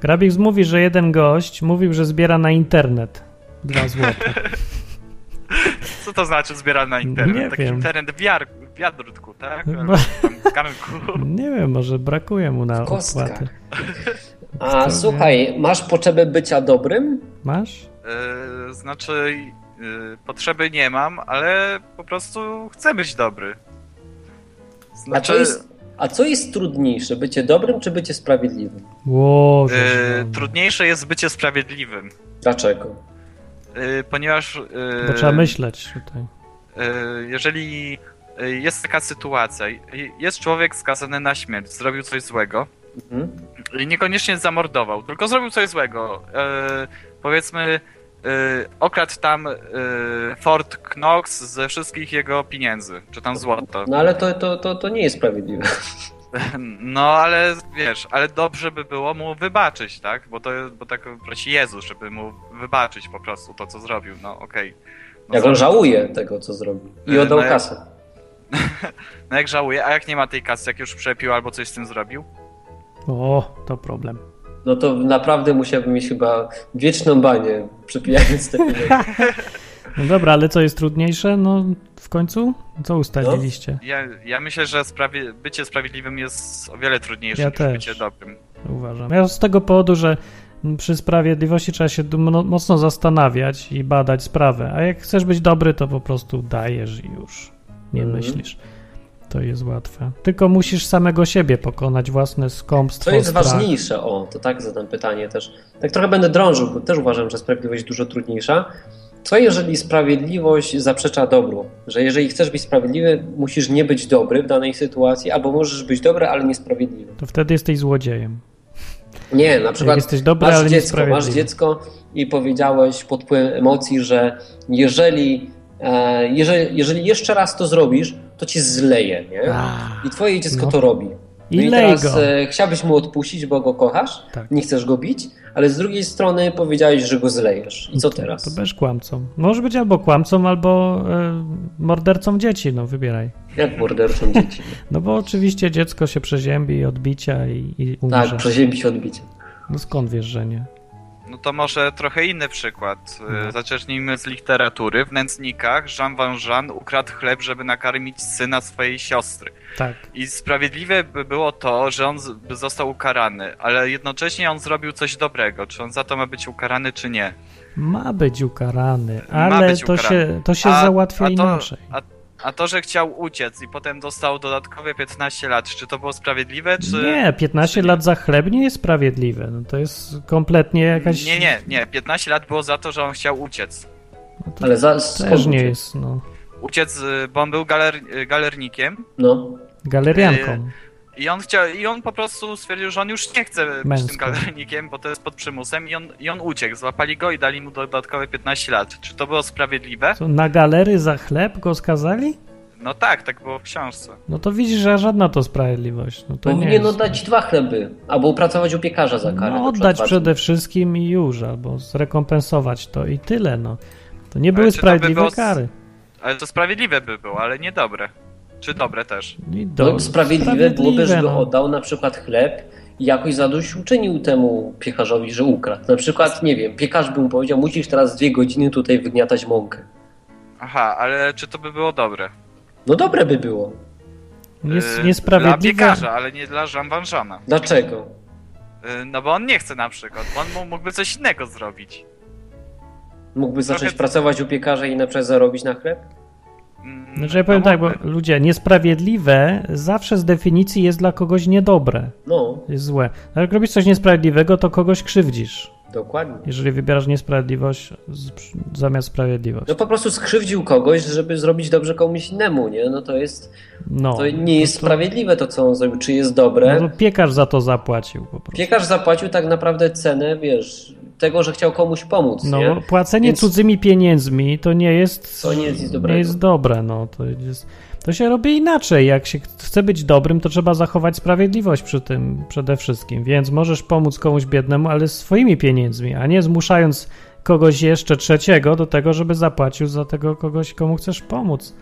[SPEAKER 1] Grabix mówi, że jeden gość mówił, że zbiera na internet. Dwa złote.
[SPEAKER 4] Co to znaczy zbiera na internet?
[SPEAKER 1] Nie
[SPEAKER 4] Taki
[SPEAKER 1] wiem. No.
[SPEAKER 4] internet wiar, wiadrutku, tak?
[SPEAKER 1] Bo-
[SPEAKER 4] Tam w garnku.
[SPEAKER 1] Nie wiem, może brakuje mu na
[SPEAKER 2] W kostkach.
[SPEAKER 1] opłaty.
[SPEAKER 2] A słuchaj, masz potrzebę bycia dobrym?
[SPEAKER 1] Masz?
[SPEAKER 4] Yy, znaczy, yy, potrzeby nie mam, ale po prostu chcę być dobry. Znaczy-
[SPEAKER 2] A co jest, a co jest trudniejsze, bycie dobrym czy bycie sprawiedliwym?
[SPEAKER 1] Ło,
[SPEAKER 4] Yy,
[SPEAKER 1] żeś, no.
[SPEAKER 4] trudniejsze jest bycie sprawiedliwym,
[SPEAKER 2] Dlaczego?
[SPEAKER 4] yy, ponieważ yy,
[SPEAKER 1] Bo trzeba myśleć tutaj.
[SPEAKER 4] yy, jeżeli yy, jest taka sytuacja, i- jest człowiek skazany na śmierć, zrobił coś złego,
[SPEAKER 2] Mhm.
[SPEAKER 4] i niekoniecznie zamordował, tylko zrobił coś złego, yy, powiedzmy yy, okradł tam yy, Fort Knox ze wszystkich jego pieniędzy, czy tam złoto.
[SPEAKER 2] No ale to, to, to, to nie jest sprawiedliwe.
[SPEAKER 4] No, ale wiesz, ale dobrze by było mu wybaczyć, tak? Bo to bo tak prosi Jezus, żeby mu wybaczyć po prostu to, co zrobił. No okej. No,
[SPEAKER 2] Jak
[SPEAKER 4] za-
[SPEAKER 2] on żałuje tego, co zrobił. I
[SPEAKER 4] E,
[SPEAKER 2] oddał
[SPEAKER 4] no ja-
[SPEAKER 2] kasę.
[SPEAKER 4] no jak żałuje, a jak nie ma tej kasy, jak już przepił albo coś z tym zrobił?
[SPEAKER 1] O, to problem.
[SPEAKER 2] No to naprawdę musiałbym mieć chyba wieczną banię, przepijając te pieniądze.
[SPEAKER 1] No dobra, ale co jest trudniejsze? No w końcu? Co ustaliliście?
[SPEAKER 4] Ja, ja myślę, że sprawie, bycie sprawiedliwym jest o wiele trudniejsze
[SPEAKER 1] Ja
[SPEAKER 4] niż
[SPEAKER 1] też.
[SPEAKER 4] bycie dobrym.
[SPEAKER 2] No.
[SPEAKER 1] Uważam. Ja z tego powodu, że przy sprawiedliwości trzeba się dum- no- mocno zastanawiać i badać sprawę. A jak chcesz być dobry, to po prostu dajesz i już. Nie
[SPEAKER 2] Mhm.
[SPEAKER 1] myślisz. To jest łatwe. Tylko musisz samego siebie pokonać, własne skąpstwo.
[SPEAKER 2] Co jest
[SPEAKER 1] strach.
[SPEAKER 2] ważniejsze? O, to tak zadam pytanie też. Tak trochę będę drążył, bo też uważam, że sprawiedliwość jest dużo trudniejsza. Co jeżeli sprawiedliwość zaprzecza dobru? Że jeżeli chcesz być sprawiedliwy, musisz nie być dobry w danej sytuacji, albo możesz być dobry, ale niesprawiedliwy.
[SPEAKER 1] To wtedy jesteś złodziejem.
[SPEAKER 2] Nie, na
[SPEAKER 1] Jak
[SPEAKER 2] przykład
[SPEAKER 1] jesteś dobry, ale
[SPEAKER 2] masz dziecko, masz
[SPEAKER 1] niesprawiedliwy.
[SPEAKER 2] dziecko i powiedziałeś pod wpływem emocji, że jeżeli, e, jeżeli, jeżeli jeszcze raz to zrobisz, to cię zleje, nie?
[SPEAKER 1] A,
[SPEAKER 2] I twoje dziecko
[SPEAKER 1] no.
[SPEAKER 2] to robi. No
[SPEAKER 1] I
[SPEAKER 2] i
[SPEAKER 1] lej
[SPEAKER 2] teraz
[SPEAKER 1] go.
[SPEAKER 2] e, chciałbyś mu odpuścić, bo go kochasz,
[SPEAKER 1] Tak.
[SPEAKER 2] nie chcesz go bić, ale z drugiej strony powiedziałeś, że go zlejesz. I co
[SPEAKER 1] To
[SPEAKER 2] teraz?
[SPEAKER 1] będziesz kłamcą. Możesz być albo kłamcą, albo e, mordercą dzieci, no wybieraj.
[SPEAKER 2] Jak morderczą dzieci?
[SPEAKER 1] No bo oczywiście dziecko się przeziębi, odbicia i, i umrze.
[SPEAKER 2] Tak, przeziębi się odbicie.
[SPEAKER 1] No skąd wiesz, że nie?
[SPEAKER 4] No to może trochę inny przykład.
[SPEAKER 1] No.
[SPEAKER 4] No. Zacznijmy z literatury. W Nędznikach Jean Valjean ukradł chleb, żeby nakarmić syna swojej siostry.
[SPEAKER 1] Tak.
[SPEAKER 4] I sprawiedliwe by było to, że on z- by został ukarany, ale jednocześnie on zrobił coś dobrego. Czy on za to ma być ukarany, czy nie?
[SPEAKER 1] Ma być ukarany,
[SPEAKER 4] Ma
[SPEAKER 1] ale
[SPEAKER 4] być
[SPEAKER 1] to,
[SPEAKER 4] ukarany.
[SPEAKER 1] Się, to się
[SPEAKER 4] A-
[SPEAKER 1] załatwia
[SPEAKER 4] a to-
[SPEAKER 1] inaczej.
[SPEAKER 4] A, a to, że chciał uciec i potem dostał dodatkowe 15 lat, czy to było sprawiedliwe, czy.
[SPEAKER 1] Nie, 15
[SPEAKER 4] czy-
[SPEAKER 1] lat za chleb nie jest sprawiedliwe. No to jest kompletnie jakaś.
[SPEAKER 4] Nie, nie, nie. 15 lat było za to, że on chciał uciec.
[SPEAKER 1] No to
[SPEAKER 2] Ale za,
[SPEAKER 1] też
[SPEAKER 2] skąd
[SPEAKER 1] nie
[SPEAKER 2] uciec?
[SPEAKER 1] jest, no.
[SPEAKER 4] Uciec, y, bo on był galer, y, galernikiem
[SPEAKER 2] No,
[SPEAKER 4] Y-
[SPEAKER 1] Galerianką.
[SPEAKER 4] i on chciał, i on po prostu stwierdził, że on już nie chce być
[SPEAKER 1] Męsko.
[SPEAKER 4] tym galernikiem, bo to jest pod przymusem i on, i on uciekł. Złapali go i dali mu dodatkowe 15 lat. Czy to było sprawiedliwe?
[SPEAKER 1] Co, na galery za chleb go skazali?
[SPEAKER 4] No tak, tak było w książce.
[SPEAKER 1] No to widzisz, że żadna to sprawiedliwość. No to nie,
[SPEAKER 2] powinien
[SPEAKER 1] jest.
[SPEAKER 2] no dać dwa chleby, albo upracować u piekarza za karę.
[SPEAKER 1] No,
[SPEAKER 2] na
[SPEAKER 1] oddać
[SPEAKER 2] przykład.
[SPEAKER 1] przede wszystkim i już, albo zrekompensować to i tyle, no. To nie
[SPEAKER 4] Ale
[SPEAKER 1] były
[SPEAKER 4] czy to by
[SPEAKER 1] sprawiedliwe
[SPEAKER 4] było z-
[SPEAKER 1] kary.
[SPEAKER 4] Ale to sprawiedliwe by było, ale niedobre. Czy dobre też?
[SPEAKER 1] I do-
[SPEAKER 2] No, sprawiedliwe byłoby, żeby
[SPEAKER 1] no.
[SPEAKER 2] oddał na przykład chleb i jakoś zadośćuczynił temu piekarzowi, że ukradł. Na przykład, nie wiem, piekarz by mu powiedział, musisz teraz dwie godziny tutaj wygniatać mąkę.
[SPEAKER 4] Aha, ale czy to by było dobre?
[SPEAKER 2] No dobre by było.
[SPEAKER 1] Nies-
[SPEAKER 4] Y, Dla
[SPEAKER 1] niesprawiedliwe.
[SPEAKER 4] piekarza, ale nie dla Jean Valjeana.
[SPEAKER 2] Dlaczego?
[SPEAKER 4] Y, No bo on nie chce na przykład, bo on mu- mógłby coś innego zrobić.
[SPEAKER 2] Mógłby zacząć
[SPEAKER 4] Trochę-
[SPEAKER 2] pracować u piekarza i na przykład zarobić na chleb?
[SPEAKER 4] Mm,
[SPEAKER 1] Znaczy ja powiem
[SPEAKER 4] no
[SPEAKER 1] tak, bo
[SPEAKER 4] mógłby.
[SPEAKER 1] ludzie, niesprawiedliwe zawsze z definicji jest dla kogoś niedobre,
[SPEAKER 2] No,
[SPEAKER 1] jest złe. No, Jak robisz coś niesprawiedliwego, to kogoś krzywdzisz.
[SPEAKER 2] Dokładnie.
[SPEAKER 1] Jeżeli wybierasz niesprawiedliwość z, zamiast sprawiedliwość.
[SPEAKER 2] No po prostu skrzywdził kogoś, żeby zrobić dobrze komuś innemu, nie? No to jest.
[SPEAKER 1] No,
[SPEAKER 2] To nie jest
[SPEAKER 1] to-
[SPEAKER 2] sprawiedliwe to, co on zrobił, czy jest dobre.
[SPEAKER 1] No to piekarz za to zapłacił po prostu.
[SPEAKER 2] Piekarz zapłacił tak naprawdę cenę, wiesz, tego, że chciał komuś pomóc,
[SPEAKER 1] No,
[SPEAKER 2] nie?
[SPEAKER 1] płacenie
[SPEAKER 2] Więc-
[SPEAKER 1] cudzymi pieniędzmi to nie jest.
[SPEAKER 2] To nie jest nic dobrego.
[SPEAKER 1] Nie jest dobre, no. To, jest, to się robi inaczej. Jak się chce być dobrym, to trzeba zachować sprawiedliwość przy tym przede wszystkim. Więc możesz pomóc komuś biednemu, ale swoimi pieniędzmi, a nie zmuszając kogoś jeszcze trzeciego do tego, żeby zapłacił za tego kogoś, komu chcesz pomóc.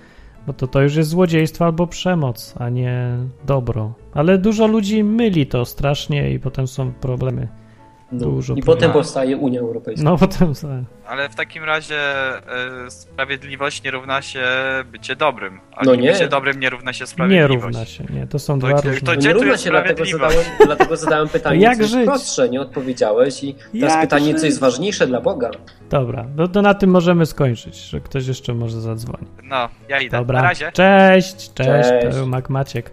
[SPEAKER 1] Bo to, to już jest złodziejstwo albo przemoc, a nie dobro. Ale dużo ludzi myli to strasznie i potem są problemy.
[SPEAKER 2] No.
[SPEAKER 1] Dużo
[SPEAKER 2] I potem
[SPEAKER 1] problemu.
[SPEAKER 2] powstaje Unia Europejska.
[SPEAKER 1] No potem. se-
[SPEAKER 4] Ale w takim razie e, sprawiedliwość nie równa się bycie dobrym. A
[SPEAKER 2] No nie.
[SPEAKER 4] bycie dobrym nie równa się
[SPEAKER 1] Nie
[SPEAKER 4] sprawiedliwość.
[SPEAKER 1] równa się, nie. To są
[SPEAKER 4] To
[SPEAKER 1] dwa
[SPEAKER 4] gdzie-
[SPEAKER 1] różne.
[SPEAKER 4] to
[SPEAKER 2] No
[SPEAKER 4] gdzie
[SPEAKER 2] nie
[SPEAKER 4] tu
[SPEAKER 2] równa
[SPEAKER 4] jest
[SPEAKER 2] się, dlatego
[SPEAKER 4] sprawiedliwość?
[SPEAKER 2] zadałem, dlatego zadałem pytanie,
[SPEAKER 1] Jak
[SPEAKER 2] co jest
[SPEAKER 1] żyć?
[SPEAKER 2] prostsze, nie odpowiedziałeś i teraz
[SPEAKER 1] Jak
[SPEAKER 2] pytanie,
[SPEAKER 1] żyć?
[SPEAKER 2] co jest ważniejsze dla Boga.
[SPEAKER 1] Dobra, no to na tym możemy skończyć, że ktoś jeszcze może zadzwoni.
[SPEAKER 4] No, ja idę.
[SPEAKER 1] Dobra.
[SPEAKER 4] Na razie.
[SPEAKER 1] Cześć, cześć,
[SPEAKER 2] Cześć.
[SPEAKER 1] to był Mac Maciek.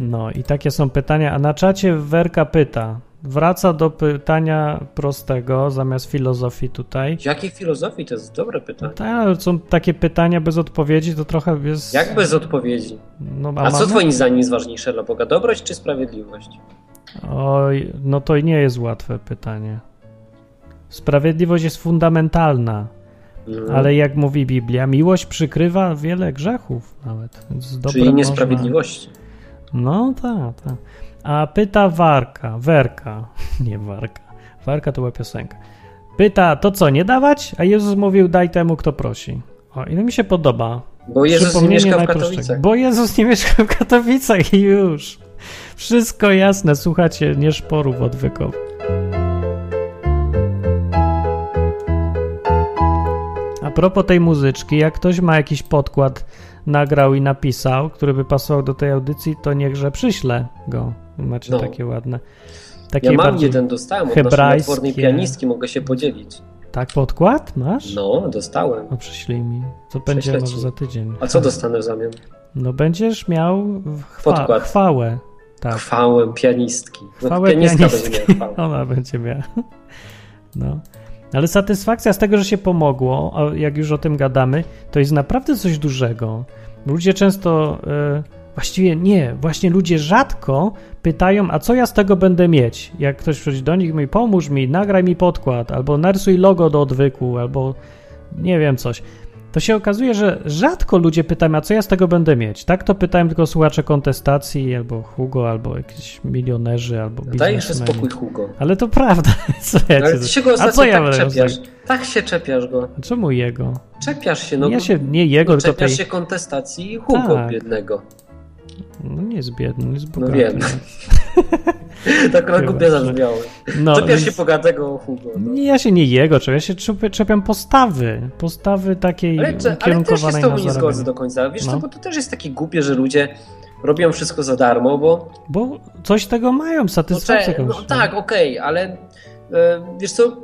[SPEAKER 1] No i takie są pytania, a na czacie Werka pyta. Wraca do pytania prostego zamiast filozofii tutaj.
[SPEAKER 2] Z jakiej filozofii? To jest dobre pytanie.
[SPEAKER 1] Ta, są takie pytania bez odpowiedzi, to trochę jest...
[SPEAKER 2] Jak bez odpowiedzi?
[SPEAKER 1] No,
[SPEAKER 2] A co
[SPEAKER 1] mamy-
[SPEAKER 2] twoim zdaniem jest ważniejsze dla Boga? Dobroć czy sprawiedliwość?
[SPEAKER 1] Oj, no to nie jest łatwe pytanie. Sprawiedliwość jest fundamentalna.
[SPEAKER 2] Mm.
[SPEAKER 1] Ale jak mówi Biblia, miłość przykrywa wiele grzechów nawet. Więc dobre
[SPEAKER 2] Czyli
[SPEAKER 1] można-
[SPEAKER 2] niesprawiedliwości.
[SPEAKER 1] No tak, tak. A pyta Warka, Werka, nie Warka. Warka to była piosenka. Pyta, to co, nie dawać? A Jezus mówił, daj temu, kto prosi. O, i to mi się podoba.
[SPEAKER 2] Bo Jezus nie
[SPEAKER 1] Przypomnienie
[SPEAKER 2] mieszka w
[SPEAKER 1] najprostszego.
[SPEAKER 2] Katowicach.
[SPEAKER 1] Bo Jezus nie mieszka w Katowicach i już. Wszystko jasne, słuchacie, nie szporów odwykowych. A propos tej muzyczki, jak ktoś ma jakiś podkład, nagrał i napisał, który by pasował do tej audycji, to niechże przyśle go. Macie
[SPEAKER 2] No.
[SPEAKER 1] takie ładne.
[SPEAKER 2] Ja mam
[SPEAKER 1] bardziej-
[SPEAKER 2] jeden, dostałem od naszej
[SPEAKER 1] hebrajskie.
[SPEAKER 2] odpornej pianistki, mogę się podzielić.
[SPEAKER 1] Tak, podkład masz?
[SPEAKER 2] No, dostałem.
[SPEAKER 1] No przyślij mi. Co będzie
[SPEAKER 2] Prześlę
[SPEAKER 1] może
[SPEAKER 2] ci.
[SPEAKER 1] za tydzień?
[SPEAKER 2] A co dostanę w zamian?
[SPEAKER 1] No będziesz miał chwa-
[SPEAKER 2] Podkład.
[SPEAKER 1] chwałę. Tak.
[SPEAKER 2] Chwałę pianistki. No,
[SPEAKER 1] Chwałę
[SPEAKER 2] pianistka
[SPEAKER 1] pianistki.
[SPEAKER 2] będzie miała chwałę.
[SPEAKER 1] Ona będzie miała. No. Ale satysfakcja z tego, że się pomogło, a jak już o tym gadamy, to jest naprawdę coś dużego. Ludzie często, y, właściwie nie, właśnie ludzie rzadko pytają, a co ja z tego będę mieć? Jak ktoś przychodzi do nich, mówi, pomóż mi, nagraj mi podkład, albo narysuj logo do odwyku, albo nie wiem coś. To się okazuje, że rzadko ludzie pytają, a co ja z tego będę mieć? Tak to pytałem tylko słuchacze kontestacji, albo Hugo, albo jakiś milionerzy, albo
[SPEAKER 2] No Daj jeszcze
[SPEAKER 1] biznesmeni.
[SPEAKER 2] spokój Hugo. No,
[SPEAKER 1] Ale to prawda. Co ja
[SPEAKER 2] Ale
[SPEAKER 1] ci-
[SPEAKER 2] ty się go
[SPEAKER 1] A
[SPEAKER 2] ostatnio
[SPEAKER 1] co ja
[SPEAKER 2] tak
[SPEAKER 1] będę
[SPEAKER 2] czepiasz.
[SPEAKER 1] robił?
[SPEAKER 2] Tak się czepiasz go.
[SPEAKER 1] A Czemu jego?
[SPEAKER 2] Czepiasz się, no.
[SPEAKER 1] ja się nie jego, tylko tej.
[SPEAKER 2] czepiasz się kontestacji Hugo
[SPEAKER 1] Tak.
[SPEAKER 2] biednego.
[SPEAKER 1] No nie jest biedny, nie jest
[SPEAKER 2] No
[SPEAKER 1] bogaty.
[SPEAKER 2] wiem. tak akurat
[SPEAKER 1] Chyba,
[SPEAKER 2] głupie
[SPEAKER 1] że-
[SPEAKER 2] zabrzmiało.
[SPEAKER 1] No,
[SPEAKER 2] Czepiasz się
[SPEAKER 1] więc-
[SPEAKER 2] bogatego Hugo. No.
[SPEAKER 1] nie, ja się nie jego czepiam, ja się czepię- czepiam postawy. Postawy takiej
[SPEAKER 2] Ale, cze- ale też się z
[SPEAKER 1] ukierunkowanej
[SPEAKER 2] tobą
[SPEAKER 1] na
[SPEAKER 2] nie zgodzę
[SPEAKER 1] zarabianie.
[SPEAKER 2] do końca. Wiesz,
[SPEAKER 1] No.
[SPEAKER 2] no. bo to też jest takie głupie, że ludzie robią wszystko za darmo, bo
[SPEAKER 1] Bo coś tego mają, satysfakcję
[SPEAKER 2] No,
[SPEAKER 1] jakąś.
[SPEAKER 2] cze- no tak, okej, ale e, wiesz co,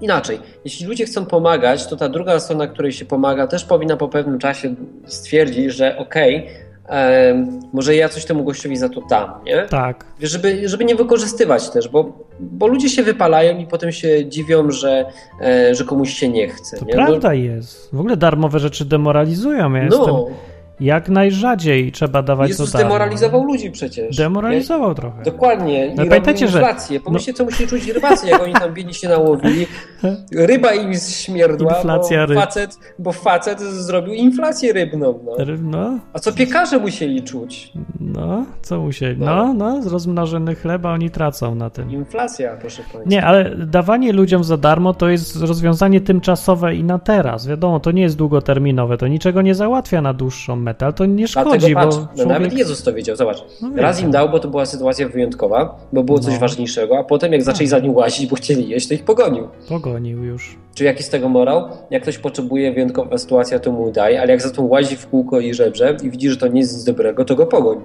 [SPEAKER 2] inaczej. Jeśli ludzie chcą pomagać, to ta druga strona, której się pomaga, też powinna po pewnym czasie stwierdzić, że okej, e, może ja coś temu gościowi za to dam, nie?
[SPEAKER 1] Tak,
[SPEAKER 2] Wiesz, Żeby, żeby nie wykorzystywać też, bo, bo ludzie się wypalają i potem się dziwią, że, e, że komuś się nie chce.
[SPEAKER 1] to
[SPEAKER 2] nie?
[SPEAKER 1] prawda jest. W ogóle darmowe rzeczy demoralizują. Ja
[SPEAKER 2] No,
[SPEAKER 1] jestem
[SPEAKER 2] no
[SPEAKER 1] jak najrzadziej trzeba dawać
[SPEAKER 2] Jezus
[SPEAKER 1] co darmo.
[SPEAKER 2] demoralizował ludzi przecież. nie?
[SPEAKER 1] Demoralizował trochę.
[SPEAKER 2] Dokładnie. I
[SPEAKER 1] No pamiętajcie,
[SPEAKER 2] robią
[SPEAKER 1] że-
[SPEAKER 2] inflację. Pomyślcie, co musieli czuć rybacy, jak oni tam biedni się nałowili. Ryba im śmierdła,
[SPEAKER 1] Inflacja
[SPEAKER 2] bo,
[SPEAKER 1] ryb.
[SPEAKER 2] facet, bo facet zrobił inflację rybną. No.
[SPEAKER 1] No,
[SPEAKER 2] A co piekarze musieli czuć?
[SPEAKER 1] No, co musieli? No,
[SPEAKER 2] No.
[SPEAKER 1] no, z rozmnożony chleba oni tracą na tym.
[SPEAKER 2] Inflacja, proszę Państwa.
[SPEAKER 1] Nie, ale dawanie ludziom za darmo to jest rozwiązanie tymczasowe i na teraz. Wiadomo, to nie jest długoterminowe, to niczego nie załatwia na dłuższą metę, ale to nie
[SPEAKER 2] Dlatego
[SPEAKER 1] szkodzi,
[SPEAKER 2] patrz,
[SPEAKER 1] bo
[SPEAKER 2] no
[SPEAKER 1] człowiek...
[SPEAKER 2] nawet Jezus to wiedział, zobacz.
[SPEAKER 1] No wiem.
[SPEAKER 2] Raz im dał, bo to była sytuacja wyjątkowa, bo było coś
[SPEAKER 1] No.
[SPEAKER 2] ważniejszego, a potem jak zaczęli za nim łazić, bo chcieli jeść, to ich pogonił.
[SPEAKER 1] Pogonił już.
[SPEAKER 2] Czy jaki z tego morał? Jak ktoś potrzebuje wyjątkowa sytuacja, to mu daj, ale jak za to łazi w kółko i żebrze i widzi, że to nie jest nic dobrego, to go pogoń.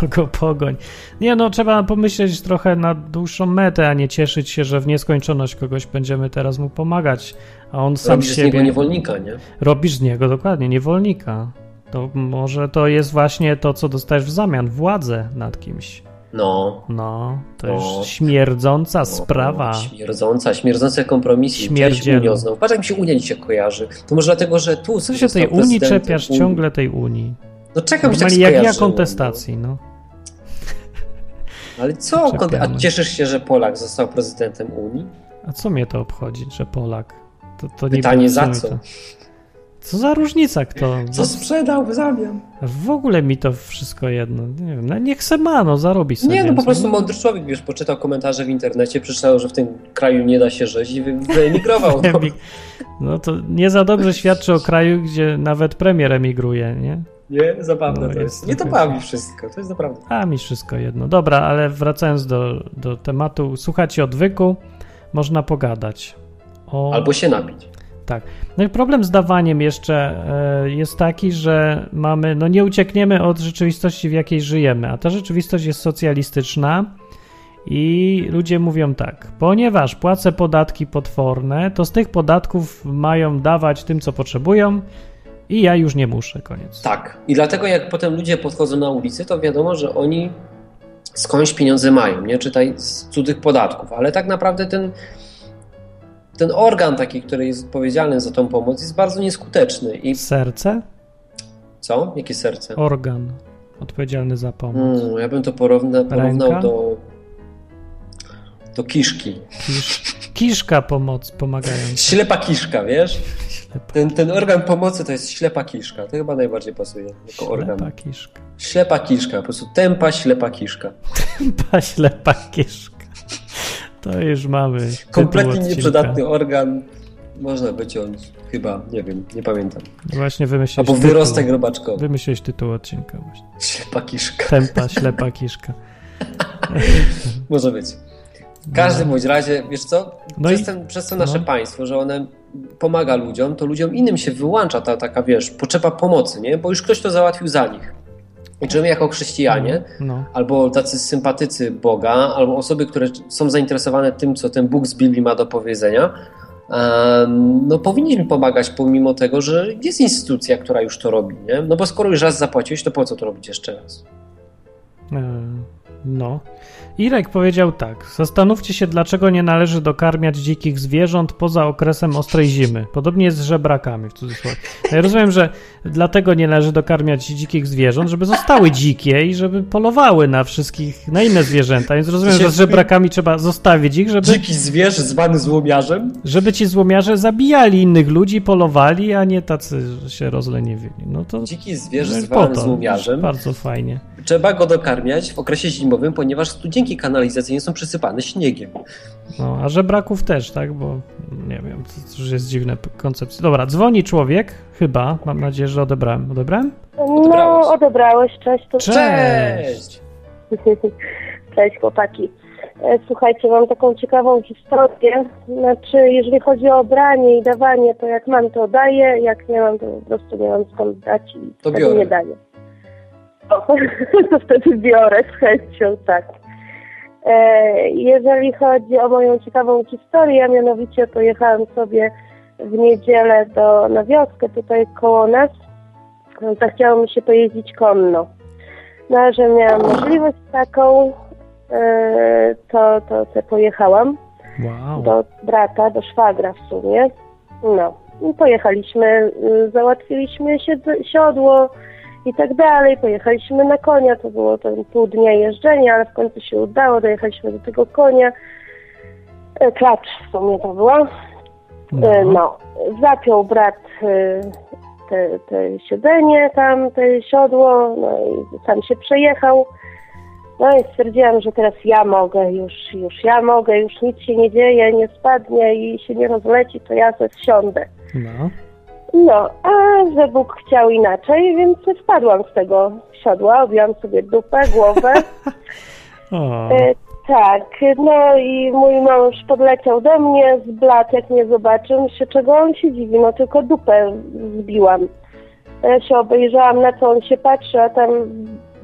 [SPEAKER 1] To go pogoń. Nie no, trzeba pomyśleć trochę na dłuższą metę, a nie cieszyć się, że w nieskończoność kogoś będziemy teraz mu pomagać, a on sam
[SPEAKER 2] Robisz z
[SPEAKER 1] siebie...
[SPEAKER 2] niego niewolnika, nie?
[SPEAKER 1] robisz z niego dokładnie niewolnika. To może to jest właśnie to, co dostajesz w zamian władzę nad kimś.
[SPEAKER 2] No.
[SPEAKER 1] No, to
[SPEAKER 2] No.
[SPEAKER 1] już śmierdząca sprawa.
[SPEAKER 2] Śmierdząca, śmierdzące kompromisy.
[SPEAKER 1] Śmierdziel.
[SPEAKER 2] Śmierdziel. Unią znowu. Patrz, jak mi się Unia dzisiaj kojarzy. To może dlatego, że tu
[SPEAKER 1] Co się tej
[SPEAKER 2] został
[SPEAKER 1] Unii
[SPEAKER 2] prezydentem
[SPEAKER 1] czepiasz
[SPEAKER 2] Unii.
[SPEAKER 1] ciągle tej Unii?
[SPEAKER 2] No czekam, się tak
[SPEAKER 1] Normalnie jak ja
[SPEAKER 2] skojarzyło,
[SPEAKER 1] kontestacji, no.
[SPEAKER 2] no. Ale co?
[SPEAKER 1] Czepiamy.
[SPEAKER 2] Konte- A cieszysz się, że Polak został prezydentem Unii?
[SPEAKER 1] A co mnie to obchodzi, że Polak? To, to
[SPEAKER 2] Pytanie,
[SPEAKER 1] niby-
[SPEAKER 2] za
[SPEAKER 1] mi
[SPEAKER 2] co?
[SPEAKER 1] to- Co za różnica kto?
[SPEAKER 2] Co sprzedał w zamian?
[SPEAKER 1] W ogóle mi to wszystko jedno. Nie wiem, no niech se ma, no zarobi sobie.
[SPEAKER 2] Nie, no po
[SPEAKER 1] więcej.
[SPEAKER 2] prostu mądry człowiek, wiesz, poczytał komentarze w internecie, przeczytał, że w tym kraju nie da się żyć i wy- wyemigrował. No.
[SPEAKER 1] Emig- No to nie za dobrze świadczy o kraju, gdzie nawet premier emigruje, nie?
[SPEAKER 2] Nie, zabawne
[SPEAKER 1] No,
[SPEAKER 2] to
[SPEAKER 1] jest
[SPEAKER 2] jest. Nie to
[SPEAKER 1] trochę-
[SPEAKER 2] bawi wszystko, to jest naprawdę.
[SPEAKER 1] A mi wszystko jedno. Dobra, ale wracając do, do tematu, słuchajcie odwyku, można pogadać. O...
[SPEAKER 2] Albo się napić.
[SPEAKER 1] No i problem z dawaniem jeszcze e, jest taki, że mamy, no nie uciekniemy od rzeczywistości, w jakiej żyjemy, a ta rzeczywistość jest socjalistyczna i ludzie mówią tak, ponieważ płacę podatki potworne, to z tych podatków mają dawać tym, co potrzebują i ja już nie muszę, koniec.
[SPEAKER 2] Tak. I dlatego jak potem ludzie podchodzą na ulicy, to wiadomo, że oni skądś pieniądze mają, nie? Czytaj z cudzych podatków, ale tak naprawdę ten, ten organ taki, który jest odpowiedzialny za tą pomoc, jest bardzo nieskuteczny. I
[SPEAKER 1] Serce,
[SPEAKER 2] co? Jakie serce?
[SPEAKER 1] organ odpowiedzialny za pomoc,
[SPEAKER 2] Mm, ja bym to porówna,
[SPEAKER 1] Ręka?
[SPEAKER 2] porównał do, do kiszki.
[SPEAKER 1] Kisz, kiszka pomoc pomagająca.
[SPEAKER 2] Ślepa kiszka, wiesz? Ten, ten organ pomocy to jest ślepa kiszka. To chyba najbardziej pasuje jako organ.
[SPEAKER 1] Ślepa Tak, kiszka.
[SPEAKER 2] Ślepa kiszka, po prostu tępa ślepa kiszka.
[SPEAKER 1] Ta ślepa kiszka. To już mamy. tytuł
[SPEAKER 2] Kompletnie
[SPEAKER 1] odcinka.
[SPEAKER 2] nieprzydatny organ. Można wyciąć, chyba, nie wiem, nie pamiętam.
[SPEAKER 1] Właśnie wymyśliłeś
[SPEAKER 2] Albo
[SPEAKER 1] tytuł.
[SPEAKER 2] wyrostek robaczkowy.
[SPEAKER 1] Wymyśliłeś tytuł odcinka właśnie.
[SPEAKER 2] Ślepa kiszka,
[SPEAKER 1] Tempa ślepa kiszka.
[SPEAKER 2] może być. W każdym bądź razie, wiesz co,
[SPEAKER 1] No
[SPEAKER 2] przez,
[SPEAKER 1] i-
[SPEAKER 2] ten, przez to nasze
[SPEAKER 1] no.
[SPEAKER 2] państwo, że one pomaga ludziom, to ludziom innym się wyłącza ta taka, wiesz, potrzeba pomocy, nie? Bo już ktoś to załatwił za nich. I czy my jako chrześcijanie,
[SPEAKER 1] No.
[SPEAKER 2] albo tacy sympatycy Boga, albo osoby, które są zainteresowane tym, co ten Bóg z Biblii ma do powiedzenia, em, no powinniśmy pomagać pomimo tego, że jest instytucja, która już to robi, nie? No bo skoro już raz zapłaciłeś, to po co to robić jeszcze raz?
[SPEAKER 1] E, No. Irek powiedział tak. Zastanówcie się, dlaczego nie należy dokarmiać dzikich zwierząt poza okresem ostrej zimy. Podobnie jest z żebrakami w cudzysłowie. No Ja rozumiem, że dlatego nie należy dokarmiać dzikich zwierząt, żeby zostały dzikie i żeby polowały na wszystkich, na inne zwierzęta. Więc rozumiem,
[SPEAKER 2] się
[SPEAKER 1] że z
[SPEAKER 2] mówi-
[SPEAKER 1] żebrakami trzeba zostawić ich, żeby
[SPEAKER 2] Dziki zwierz zwany złomiarzem?
[SPEAKER 1] Żeby ci złomiarze zabijali innych ludzi, polowali, a nie tacy się rozleniwili. No to
[SPEAKER 2] Dziki zwierz
[SPEAKER 1] no i
[SPEAKER 2] zwany
[SPEAKER 1] po to.
[SPEAKER 2] złomiarzem
[SPEAKER 1] Bardzo fajnie.
[SPEAKER 2] trzeba go dokarmiać w okresie zimowym, ponieważ studzienki kanalizacyjne są przysypane śniegiem.
[SPEAKER 1] No, a żebraków też, tak? Bo nie wiem, to, to już jest dziwne p- koncepcje. Dobra, dzwoni człowiek, chyba. Mam nadzieję, że odebrałem. Odebrałem?
[SPEAKER 2] Odebrałeś.
[SPEAKER 5] No, odebrałeś, cześć. To...
[SPEAKER 1] Cześć.
[SPEAKER 5] Cześć, chłopaki. E, Słuchajcie, mam taką ciekawą historię. Znaczy, jeżeli chodzi o branie i dawanie, to jak mam, to daję, jak nie mam, to po prostu nie mam skąd dać i
[SPEAKER 2] To
[SPEAKER 5] wtedy
[SPEAKER 2] biorę.
[SPEAKER 5] nie daję. O, to wtedy biorę z chęcią, tak. E, Jeżeli chodzi o moją ciekawą historię, a mianowicie pojechałam sobie w niedzielę do, na wioskę tutaj koło nas. no, Zachciało mi się pojeździć konno. No, a że miałam możliwość taką, e, to, to, to pojechałam
[SPEAKER 1] Wow.
[SPEAKER 5] do brata, do szwagra w sumie. No i pojechaliśmy, y, załatwiliśmy siedz- siodło i tak dalej, pojechaliśmy na konia, to było tam pół dnia jeżdżenia, ale w końcu się udało, dojechaliśmy do tego konia. E, Klacz w sumie to była. E, No, zapiął brat e, te, te siedzenie tam, te siodło, no i sam się przejechał. No i stwierdziłam, że teraz ja mogę, już, już ja mogę, już nic się nie dzieje, nie spadnie i się nie rozleci, to ja ze wsiądę.
[SPEAKER 1] No.
[SPEAKER 5] No, a że Bóg chciał inaczej, więc spadłam z tego siodła, objęłam sobie dupę, głowę.
[SPEAKER 1] O,
[SPEAKER 5] E, tak, no i mój mąż podleciał do mnie z blat, jak mnie zobaczył, myślę, czego on się dziwi, no tylko dupę zbiłam. Ja się obejrzałam, na co on się patrzy, a tam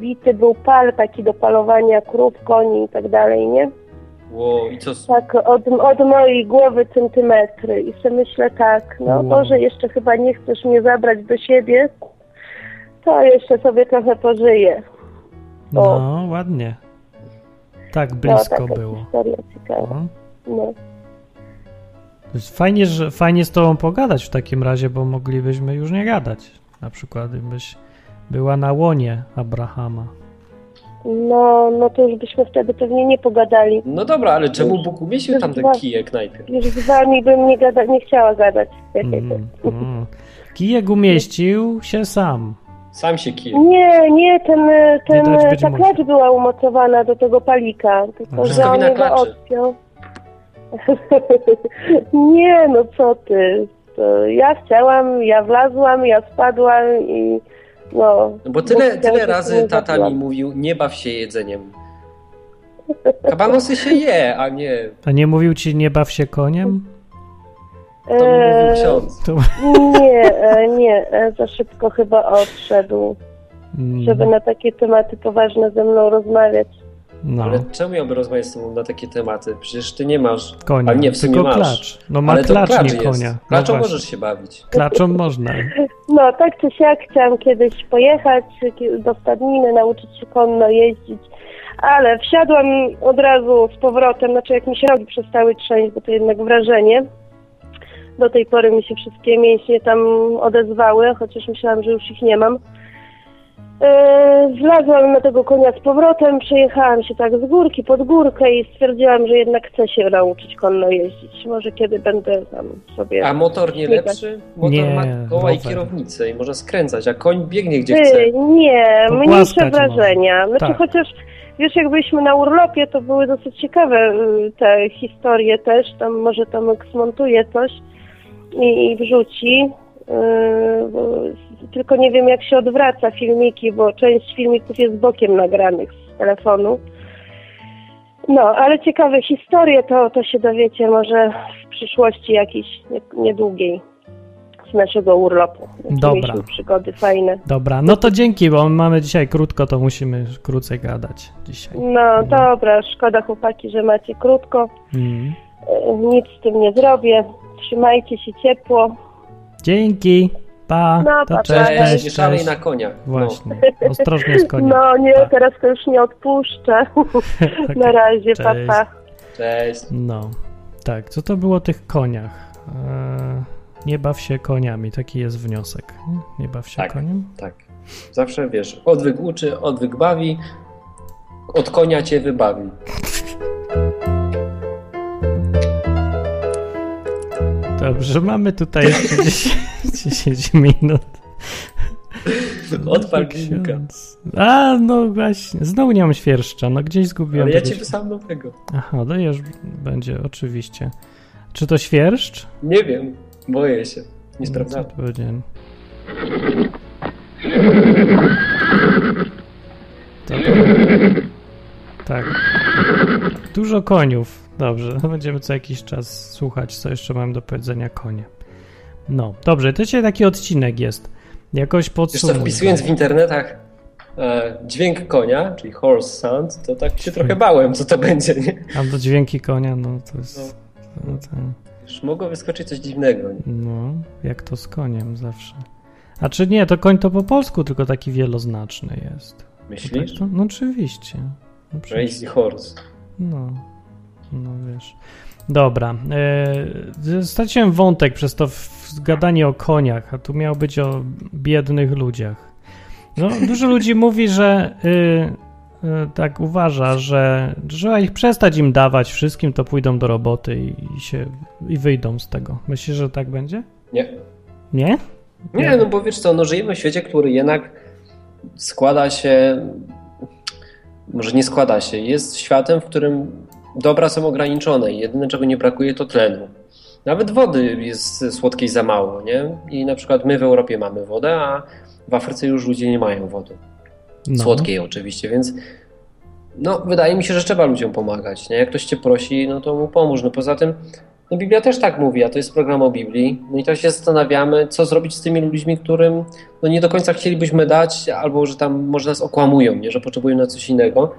[SPEAKER 5] bity był pal, taki do palowania krów, koni i tak dalej, nie?
[SPEAKER 2] Wow, i co? z-
[SPEAKER 5] Tak, od, od mojej głowy centymetry i sobie myślę tak, no
[SPEAKER 1] Wow.
[SPEAKER 5] Boże, jeszcze chyba nie chcesz mnie zabrać do siebie, to jeszcze sobie trochę pożyję.
[SPEAKER 1] no, ładnie. Tak blisko
[SPEAKER 5] no, taka
[SPEAKER 1] było.
[SPEAKER 5] historia ciekawa.
[SPEAKER 1] No.
[SPEAKER 5] No.
[SPEAKER 1] To jest Fajnie, że, fajnie z tobą pogadać w takim razie, bo moglibyśmy już nie gadać. Na przykład byś była na łonie Abrahama.
[SPEAKER 5] No, no to już byśmy wtedy pewnie nie pogadali.
[SPEAKER 2] No dobra, ale czemu Bóg umieścił tam ten kijek najpierw?
[SPEAKER 5] Już z wami bym nie, gada, nie chciała gadać.
[SPEAKER 1] Mm, mm. Kijek umieścił się sam.
[SPEAKER 2] Sam się kijek.
[SPEAKER 5] Nie, nie, ten, e, ten,
[SPEAKER 1] dać
[SPEAKER 5] e,
[SPEAKER 1] być
[SPEAKER 5] ta
[SPEAKER 1] może.
[SPEAKER 5] klacz była umocowana do tego palika, tylko
[SPEAKER 1] Wszystko
[SPEAKER 5] że on
[SPEAKER 2] wina
[SPEAKER 5] jego
[SPEAKER 2] klaczy.
[SPEAKER 5] odpiął. nie, no co ty. To ja chciałam, ja wlazłam, ja spadłam i no...
[SPEAKER 2] No bo tyle,
[SPEAKER 5] Bóg
[SPEAKER 2] tyle
[SPEAKER 5] chciał,
[SPEAKER 2] razy
[SPEAKER 5] żebym
[SPEAKER 2] tata mi
[SPEAKER 5] zabiłam.
[SPEAKER 2] mówił, nie baw się jedzeniem. Kabanosy się je, a nie,
[SPEAKER 1] A nie mówił ci nie baw się koniem?
[SPEAKER 2] to mi mówił
[SPEAKER 5] Eee,
[SPEAKER 2] ksiądz.
[SPEAKER 1] To,
[SPEAKER 5] Nie, e, nie, e, za szybko chyba odszedł,
[SPEAKER 1] Mm,
[SPEAKER 5] żeby na takie tematy poważne ze mną rozmawiać.
[SPEAKER 1] no,
[SPEAKER 2] Ale czemu ja bym rozmawiać z tobą na takie tematy? Przecież ty nie masz.
[SPEAKER 1] konia,
[SPEAKER 2] ale nie, w sumie
[SPEAKER 1] tylko
[SPEAKER 2] masz.
[SPEAKER 1] klacz. No ma
[SPEAKER 2] Ale to
[SPEAKER 1] klacz,
[SPEAKER 2] klacz
[SPEAKER 1] nie
[SPEAKER 2] jest.
[SPEAKER 1] konia. No
[SPEAKER 2] Klaczą
[SPEAKER 1] właśnie.
[SPEAKER 2] możesz się bawić.
[SPEAKER 1] Klaczą można.
[SPEAKER 5] No, tak czy siak chciałam kiedyś pojechać ki- do stadniny, nauczyć się konno jeździć, ale wsiadłam od razu z powrotem, znaczy jak mi się nogi przestały trząść, bo to jednak wrażenie. Do tej pory mi się wszystkie mięśnie tam odezwały, chociaż myślałam, że już ich nie mam. Yy, Wlazłam na tego konia z powrotem, przejechałam się tak z górki pod górkę i stwierdziłam, że jednak chcę się nauczyć konno jeździć. Może kiedy będę tam sobie...
[SPEAKER 2] A motor nie
[SPEAKER 5] Śmigać.
[SPEAKER 2] lepszy? Motor
[SPEAKER 1] Nie,
[SPEAKER 2] ma koła i
[SPEAKER 1] rower.
[SPEAKER 2] kierownicę i może skręcać, a koń biegnie gdzie
[SPEAKER 5] Ty,
[SPEAKER 2] chce.
[SPEAKER 5] Nie,
[SPEAKER 1] Pogłaskać
[SPEAKER 5] mniejsze
[SPEAKER 1] może.
[SPEAKER 5] wrażenia. Znaczy,
[SPEAKER 1] Tak.
[SPEAKER 5] chociaż wiesz, jak byliśmy na urlopie, to były dosyć ciekawe y, te historie też. Tam może Tomek smontuje coś i, i wrzuci. Y, bo- tylko nie wiem, jak się odwraca filmiki, bo część filmików jest bokiem nagranych z telefonu. No, ale ciekawe historie to, to się dowiecie może w przyszłości jakiejś nie- niedługiej z naszego urlopu. Jakie
[SPEAKER 1] Dobra.
[SPEAKER 5] Mieliśmy przygody fajne.
[SPEAKER 1] Dobra, no to dzięki, bo mamy dzisiaj krótko, to musimy krócej gadać dzisiaj.
[SPEAKER 5] No dobra, szkoda chłopaki, że macie krótko.
[SPEAKER 1] Mm.
[SPEAKER 5] E, Nic z tym nie zrobię. Trzymajcie się ciepło.
[SPEAKER 1] Dzięki, pa,
[SPEAKER 5] No,
[SPEAKER 1] to
[SPEAKER 5] pa,
[SPEAKER 1] cześć,
[SPEAKER 5] pa.
[SPEAKER 2] Cześć,
[SPEAKER 1] cześć,
[SPEAKER 2] nie
[SPEAKER 1] cześć.
[SPEAKER 2] szalej na koniach. No.
[SPEAKER 1] Właśnie, ostrożnie z koniem.
[SPEAKER 5] No
[SPEAKER 1] Pa.
[SPEAKER 5] nie, teraz to już nie odpuszczę.
[SPEAKER 1] Okej.
[SPEAKER 5] Na razie, papa.
[SPEAKER 1] Cześć.
[SPEAKER 5] Pa.
[SPEAKER 2] Cześć.
[SPEAKER 1] Tak. No, tak, co to było o tych koniach? Eee, nie baw się koniami, taki jest wniosek. Nie baw się
[SPEAKER 2] Tak.
[SPEAKER 1] koniem?
[SPEAKER 2] Tak. Zawsze wiesz, odwyk uczy, odwyk bawi, od konia cię wybawi.
[SPEAKER 1] Dobrze, mamy tutaj jeszcze 10, 10 minut.
[SPEAKER 2] Od palnika.
[SPEAKER 1] Ksiądz. A, no właśnie, znowu nie mam świerszcza, no gdzieś zgubiłem
[SPEAKER 2] Ale ja
[SPEAKER 1] tego
[SPEAKER 2] cię
[SPEAKER 1] świer-
[SPEAKER 2] wysłałem do tego.
[SPEAKER 1] Aha, to już będzie, oczywiście. Czy to świerszcz?
[SPEAKER 2] Nie wiem, boję się. Nie
[SPEAKER 1] No Co
[SPEAKER 2] sprawdzałem.
[SPEAKER 1] to był dzień? To był- Tak. Dużo koniów. Dobrze, będziemy co jakiś czas słuchać, co jeszcze mam do powiedzenia konie. No, dobrze, to dzisiaj taki odcinek jest. Jakoś
[SPEAKER 2] Wiesz co,
[SPEAKER 1] podsumuję.
[SPEAKER 2] wpisując w internetach e, dźwięk konia, czyli horse sound, to tak się trochę bałem, co to będzie, nie?
[SPEAKER 1] A do dźwięki konia, no to jest... No, to-
[SPEAKER 2] Już mogło wyskoczyć coś dziwnego. Nie?
[SPEAKER 1] no, jak to z koniem zawsze. A czy nie, to koń to po polsku, tylko taki wieloznaczny jest. To tak
[SPEAKER 2] Myślisz?
[SPEAKER 1] to? No oczywiście. No, przecież-
[SPEAKER 2] Crazy horse.
[SPEAKER 1] No, no wiesz. Dobra, e, straciłem wątek przez to w- gadanie o koniach, a tu miało być o biednych ludziach. No, dużo ludzi mówi, że y, y, tak uważa, że trzeba ich przestać im dawać wszystkim, to pójdą do roboty i, i się i wyjdą z tego. Myślisz, że tak będzie?
[SPEAKER 2] Nie.
[SPEAKER 1] Nie?
[SPEAKER 2] Nie, no bo wiesz co, no żyjemy w świecie, który jednak składa się, może nie składa się, jest światem, w którym dobra są ograniczone i jedyne czego nie brakuje to tlenu. Nawet wody jest słodkiej za mało, nie? I na przykład my w Europie mamy wodę, a w Afryce już ludzie nie mają wody.
[SPEAKER 1] No.
[SPEAKER 2] Słodkiej oczywiście, więc no wydaje mi się, że trzeba ludziom pomagać, nie? Jak ktoś cię prosi, no to mu pomóż. No poza tym no Biblia też tak mówi, a to jest program o Biblii. No i teraz się zastanawiamy, co zrobić z tymi ludźmi, którym no nie do końca chcielibyśmy dać, albo że tam może nas okłamują, nie? że potrzebują na coś innego.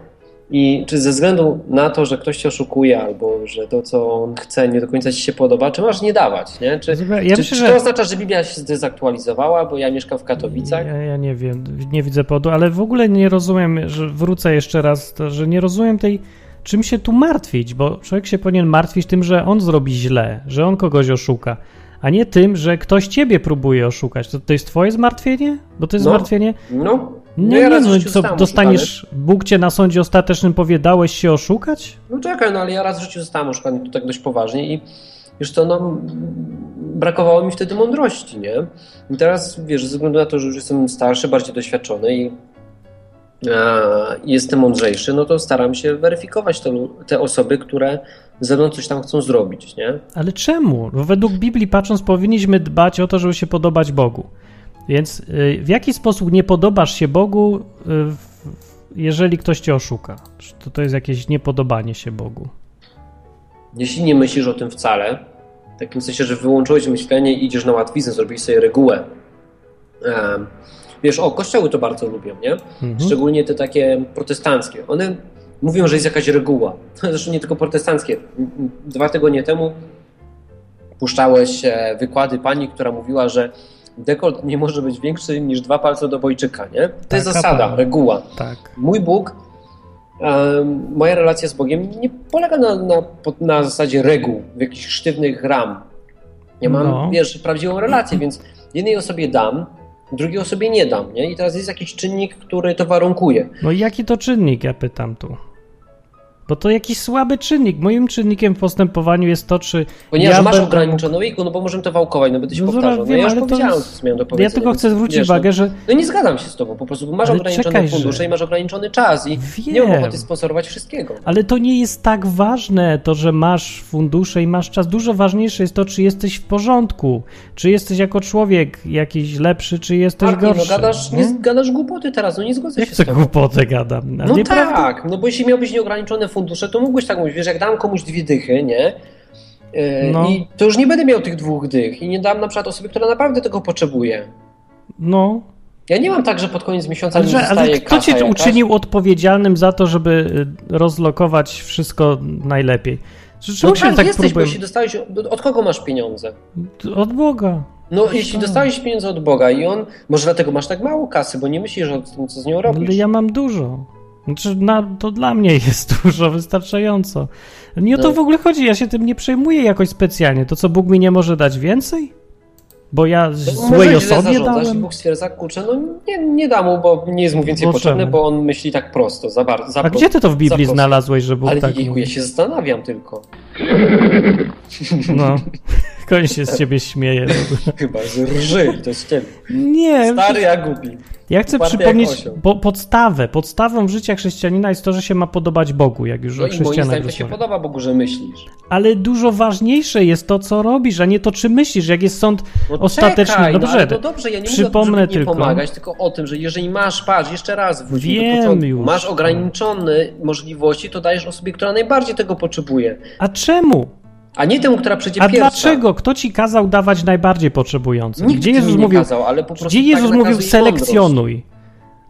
[SPEAKER 2] I czy ze względu na to, że ktoś cię oszukuje, albo że to, co on chce, nie do końca ci się podoba, czy masz nie dawać? Nie? Czy,
[SPEAKER 1] Zobacz, Ja
[SPEAKER 2] czy,
[SPEAKER 1] myślę,
[SPEAKER 2] czy to
[SPEAKER 1] że
[SPEAKER 2] oznacza, że Biblia się zdezaktualizowała, bo ja mieszkam w Katowicach?
[SPEAKER 1] Ja, ja nie wiem, nie widzę powodu, ale w ogóle nie rozumiem, że wrócę jeszcze raz, to, że nie rozumiem tej czym się tu martwić, bo człowiek się powinien martwić tym, że on zrobi źle, że on kogoś oszuka, a nie tym, że ktoś ciebie próbuje oszukać. To, to jest twoje zmartwienie? Bo to jest
[SPEAKER 2] No.
[SPEAKER 1] zmartwienie?
[SPEAKER 2] No,
[SPEAKER 1] Nie,
[SPEAKER 2] ja
[SPEAKER 1] nie,
[SPEAKER 2] raz w
[SPEAKER 1] no,
[SPEAKER 2] życiu
[SPEAKER 1] co,
[SPEAKER 2] zostałem
[SPEAKER 1] dostaniesz, Bóg cię na sądzie ostatecznym powie, dałeś się oszukać?
[SPEAKER 2] No czekaj, no ale ja raz w życiu zostałem oszukany to tak dość poważnie i już to no, m, brakowało mi wtedy mądrości, nie? I teraz, wiesz, ze względu na to, że już jestem starszy, bardziej doświadczony i e, jestem mądrzejszy, no to staram się weryfikować to, lu- te osoby, które ze mną coś tam chcą zrobić, nie?
[SPEAKER 1] Ale czemu? Bo według Biblii patrząc, powinniśmy dbać o to, żeby się podobać Bogu. Więc y, w jaki sposób nie podobasz się Bogu, y, w- w- jeżeli ktoś cię oszuka? Czy To, to jest jakieś niepodobanie się Bogu.
[SPEAKER 2] Jeśli nie myślisz o tym wcale, w takim sensie, że wyłączyłeś myślenie i idziesz na łatwiznę, zrobiłeś sobie regułę. E, wiesz, o, kościoły to bardzo lubią, nie?
[SPEAKER 1] Mhm.
[SPEAKER 2] szczególnie te takie protestanckie. One mówią, że jest jakaś reguła. Zresztą nie tylko protestanckie. Dwa tygodnie temu puszczałeś e, wykłady pani, która mówiła, że dekolt nie może być większy niż dwa palce do bojczyka, nie? To jest
[SPEAKER 1] Taka
[SPEAKER 2] zasada,
[SPEAKER 1] pani.
[SPEAKER 2] reguła.
[SPEAKER 1] Tak.
[SPEAKER 2] Mój Bóg, e, moja relacja z Bogiem nie polega na, na, pod- na zasadzie reguł, w jakichś sztywnych ram. Ja mam,
[SPEAKER 1] No.
[SPEAKER 2] wiesz, prawdziwą relację, więc jednej osobie dam, drugiej osobie nie dam, nie? I teraz jest jakiś czynnik, który to warunkuje.
[SPEAKER 1] No i jaki to czynnik, ja pytam tu? Bo to jakiś słaby czynnik. Moim czynnikiem w postępowaniu jest to, czy
[SPEAKER 2] Ponieważ
[SPEAKER 1] Ja
[SPEAKER 2] masz
[SPEAKER 1] będę
[SPEAKER 2] ograniczoną jego, no bo możemy to wałkować, no będę się
[SPEAKER 1] No zaraz
[SPEAKER 2] powtarzał. No
[SPEAKER 1] wiem,
[SPEAKER 2] ja już
[SPEAKER 1] ale to
[SPEAKER 2] powiedziałem,
[SPEAKER 1] jest-
[SPEAKER 2] co miałem do
[SPEAKER 1] ja
[SPEAKER 2] powiedzenia.
[SPEAKER 1] tylko
[SPEAKER 2] więc
[SPEAKER 1] chcę zwrócić
[SPEAKER 2] wiesz,
[SPEAKER 1] uwagę, że
[SPEAKER 2] No, no nie zgadzam się z tobą, po prostu bo masz
[SPEAKER 1] Ale
[SPEAKER 2] ograniczone
[SPEAKER 1] czekaj,
[SPEAKER 2] fundusze
[SPEAKER 1] że-
[SPEAKER 2] i masz ograniczony czas i nie mam
[SPEAKER 1] Wiem.
[SPEAKER 2] ochoty sponsorować wszystkiego.
[SPEAKER 1] Ale to nie jest tak ważne, to, że masz fundusze i masz czas. Dużo ważniejsze jest to, czy jesteś w porządku, czy jesteś jako człowiek jakiś lepszy, czy jesteś
[SPEAKER 2] Martin,
[SPEAKER 1] gorszy.
[SPEAKER 2] no gadasz,
[SPEAKER 1] nie?
[SPEAKER 2] nie? gadasz głupoty teraz, no nie zgodzę
[SPEAKER 1] Jak
[SPEAKER 2] się
[SPEAKER 1] to
[SPEAKER 2] z tobą.
[SPEAKER 1] głupotę gadam? A
[SPEAKER 2] No
[SPEAKER 1] nieprawda?
[SPEAKER 2] tak, no bo jeśli miałbyś nieograniczone fundusze, to mógłbyś tak mówić, wiesz, jak dam komuś dwie dychy, nie? E,
[SPEAKER 1] No.
[SPEAKER 2] I to już nie będę miał tych dwóch dych i nie dam na przykład osobie, która naprawdę tego potrzebuje.
[SPEAKER 1] No.
[SPEAKER 2] Ja nie mam tak, że pod koniec miesiąca
[SPEAKER 1] Ale,
[SPEAKER 2] mi
[SPEAKER 1] że, ale
[SPEAKER 2] zostaje
[SPEAKER 1] kto cię
[SPEAKER 2] kasa jakaś.
[SPEAKER 1] uczynił odpowiedzialnym za to, żeby y, rozlokować wszystko najlepiej? Czy
[SPEAKER 2] No
[SPEAKER 1] czemu się
[SPEAKER 2] tak,
[SPEAKER 1] tak
[SPEAKER 2] jesteś, bo
[SPEAKER 1] próbuję?
[SPEAKER 2] jeśli dostałeś, od kogo masz pieniądze?
[SPEAKER 1] Od Boga.
[SPEAKER 2] No, jeśli dostałeś pieniądze od Boga i on, może dlatego masz tak mało kasy, bo nie myślisz o tym, co z nią robisz.
[SPEAKER 1] Ale ja mam dużo. Znaczy, na, to dla mnie jest dużo, wystarczająco. Nie o to
[SPEAKER 2] No.
[SPEAKER 1] w ogóle chodzi, ja się tym nie przejmuję jakoś specjalnie. To co, Bóg mi nie może dać więcej? Bo ja
[SPEAKER 2] To
[SPEAKER 1] złej
[SPEAKER 2] No, źle
[SPEAKER 1] osobie
[SPEAKER 2] zarządzasz i
[SPEAKER 1] dałem?
[SPEAKER 2] Bóg stwierdza, kurczę, no nie, nie da mu, bo nie jest mu więcej
[SPEAKER 1] Bo
[SPEAKER 2] potrzebne,
[SPEAKER 1] czemu?
[SPEAKER 2] bo on myśli tak prosto, za bardzo. Za
[SPEAKER 1] no. A gdzie ty to w Biblii
[SPEAKER 2] zaproszę.
[SPEAKER 1] znalazłeś, że Bóg
[SPEAKER 2] Ale
[SPEAKER 1] tak
[SPEAKER 2] jejku, ja
[SPEAKER 1] mówi?
[SPEAKER 2] się zastanawiam tylko.
[SPEAKER 1] No, koń się z ciebie śmieje.
[SPEAKER 2] Chyba, że rży, to jest ciebie.
[SPEAKER 1] Nie,
[SPEAKER 2] Stary Jagubi.
[SPEAKER 1] ja chcę
[SPEAKER 2] uparty jak
[SPEAKER 1] przypomnieć
[SPEAKER 2] osioł.
[SPEAKER 1] po, podstawę. Podstawą życia chrześcijanina jest to, że się ma podobać Bogu, jak już
[SPEAKER 2] No
[SPEAKER 1] o
[SPEAKER 2] i moim
[SPEAKER 1] chrześcijanach
[SPEAKER 2] zdaniem to się
[SPEAKER 1] rozmawiamy.
[SPEAKER 2] podoba Bogu, że myślisz.
[SPEAKER 1] Ale dużo ważniejsze jest to, co robisz, a nie to, czy myślisz. Jak jest sąd
[SPEAKER 2] No
[SPEAKER 1] Ostateczny-
[SPEAKER 2] czekaj,
[SPEAKER 1] dobrze.
[SPEAKER 2] No, ale no dobrze, ja nie
[SPEAKER 1] Przypomnę
[SPEAKER 2] mówię o tym, żeby
[SPEAKER 1] tylko-
[SPEAKER 2] nie pomagać, tylko o tym, że jeżeli masz, patrz, jeszcze raz wróćmy
[SPEAKER 1] Wiem
[SPEAKER 2] do początku,
[SPEAKER 1] już.
[SPEAKER 2] masz ograniczone możliwości, to dajesz osobie, która najbardziej tego potrzebuje,
[SPEAKER 1] A czemu?
[SPEAKER 2] a nie temu, która przyjdzie
[SPEAKER 1] A
[SPEAKER 2] pierwsza.
[SPEAKER 1] dlaczego? Kto ci kazał dawać najbardziej potrzebującym?
[SPEAKER 2] Nikt
[SPEAKER 1] Gdzie
[SPEAKER 2] ci
[SPEAKER 1] Jezus
[SPEAKER 2] nie
[SPEAKER 1] mówił,
[SPEAKER 2] kazał, ale po prostu
[SPEAKER 1] gdzie Jezus
[SPEAKER 2] tak
[SPEAKER 1] mówił
[SPEAKER 2] nakazuje mądrość.
[SPEAKER 1] selekcjonuj?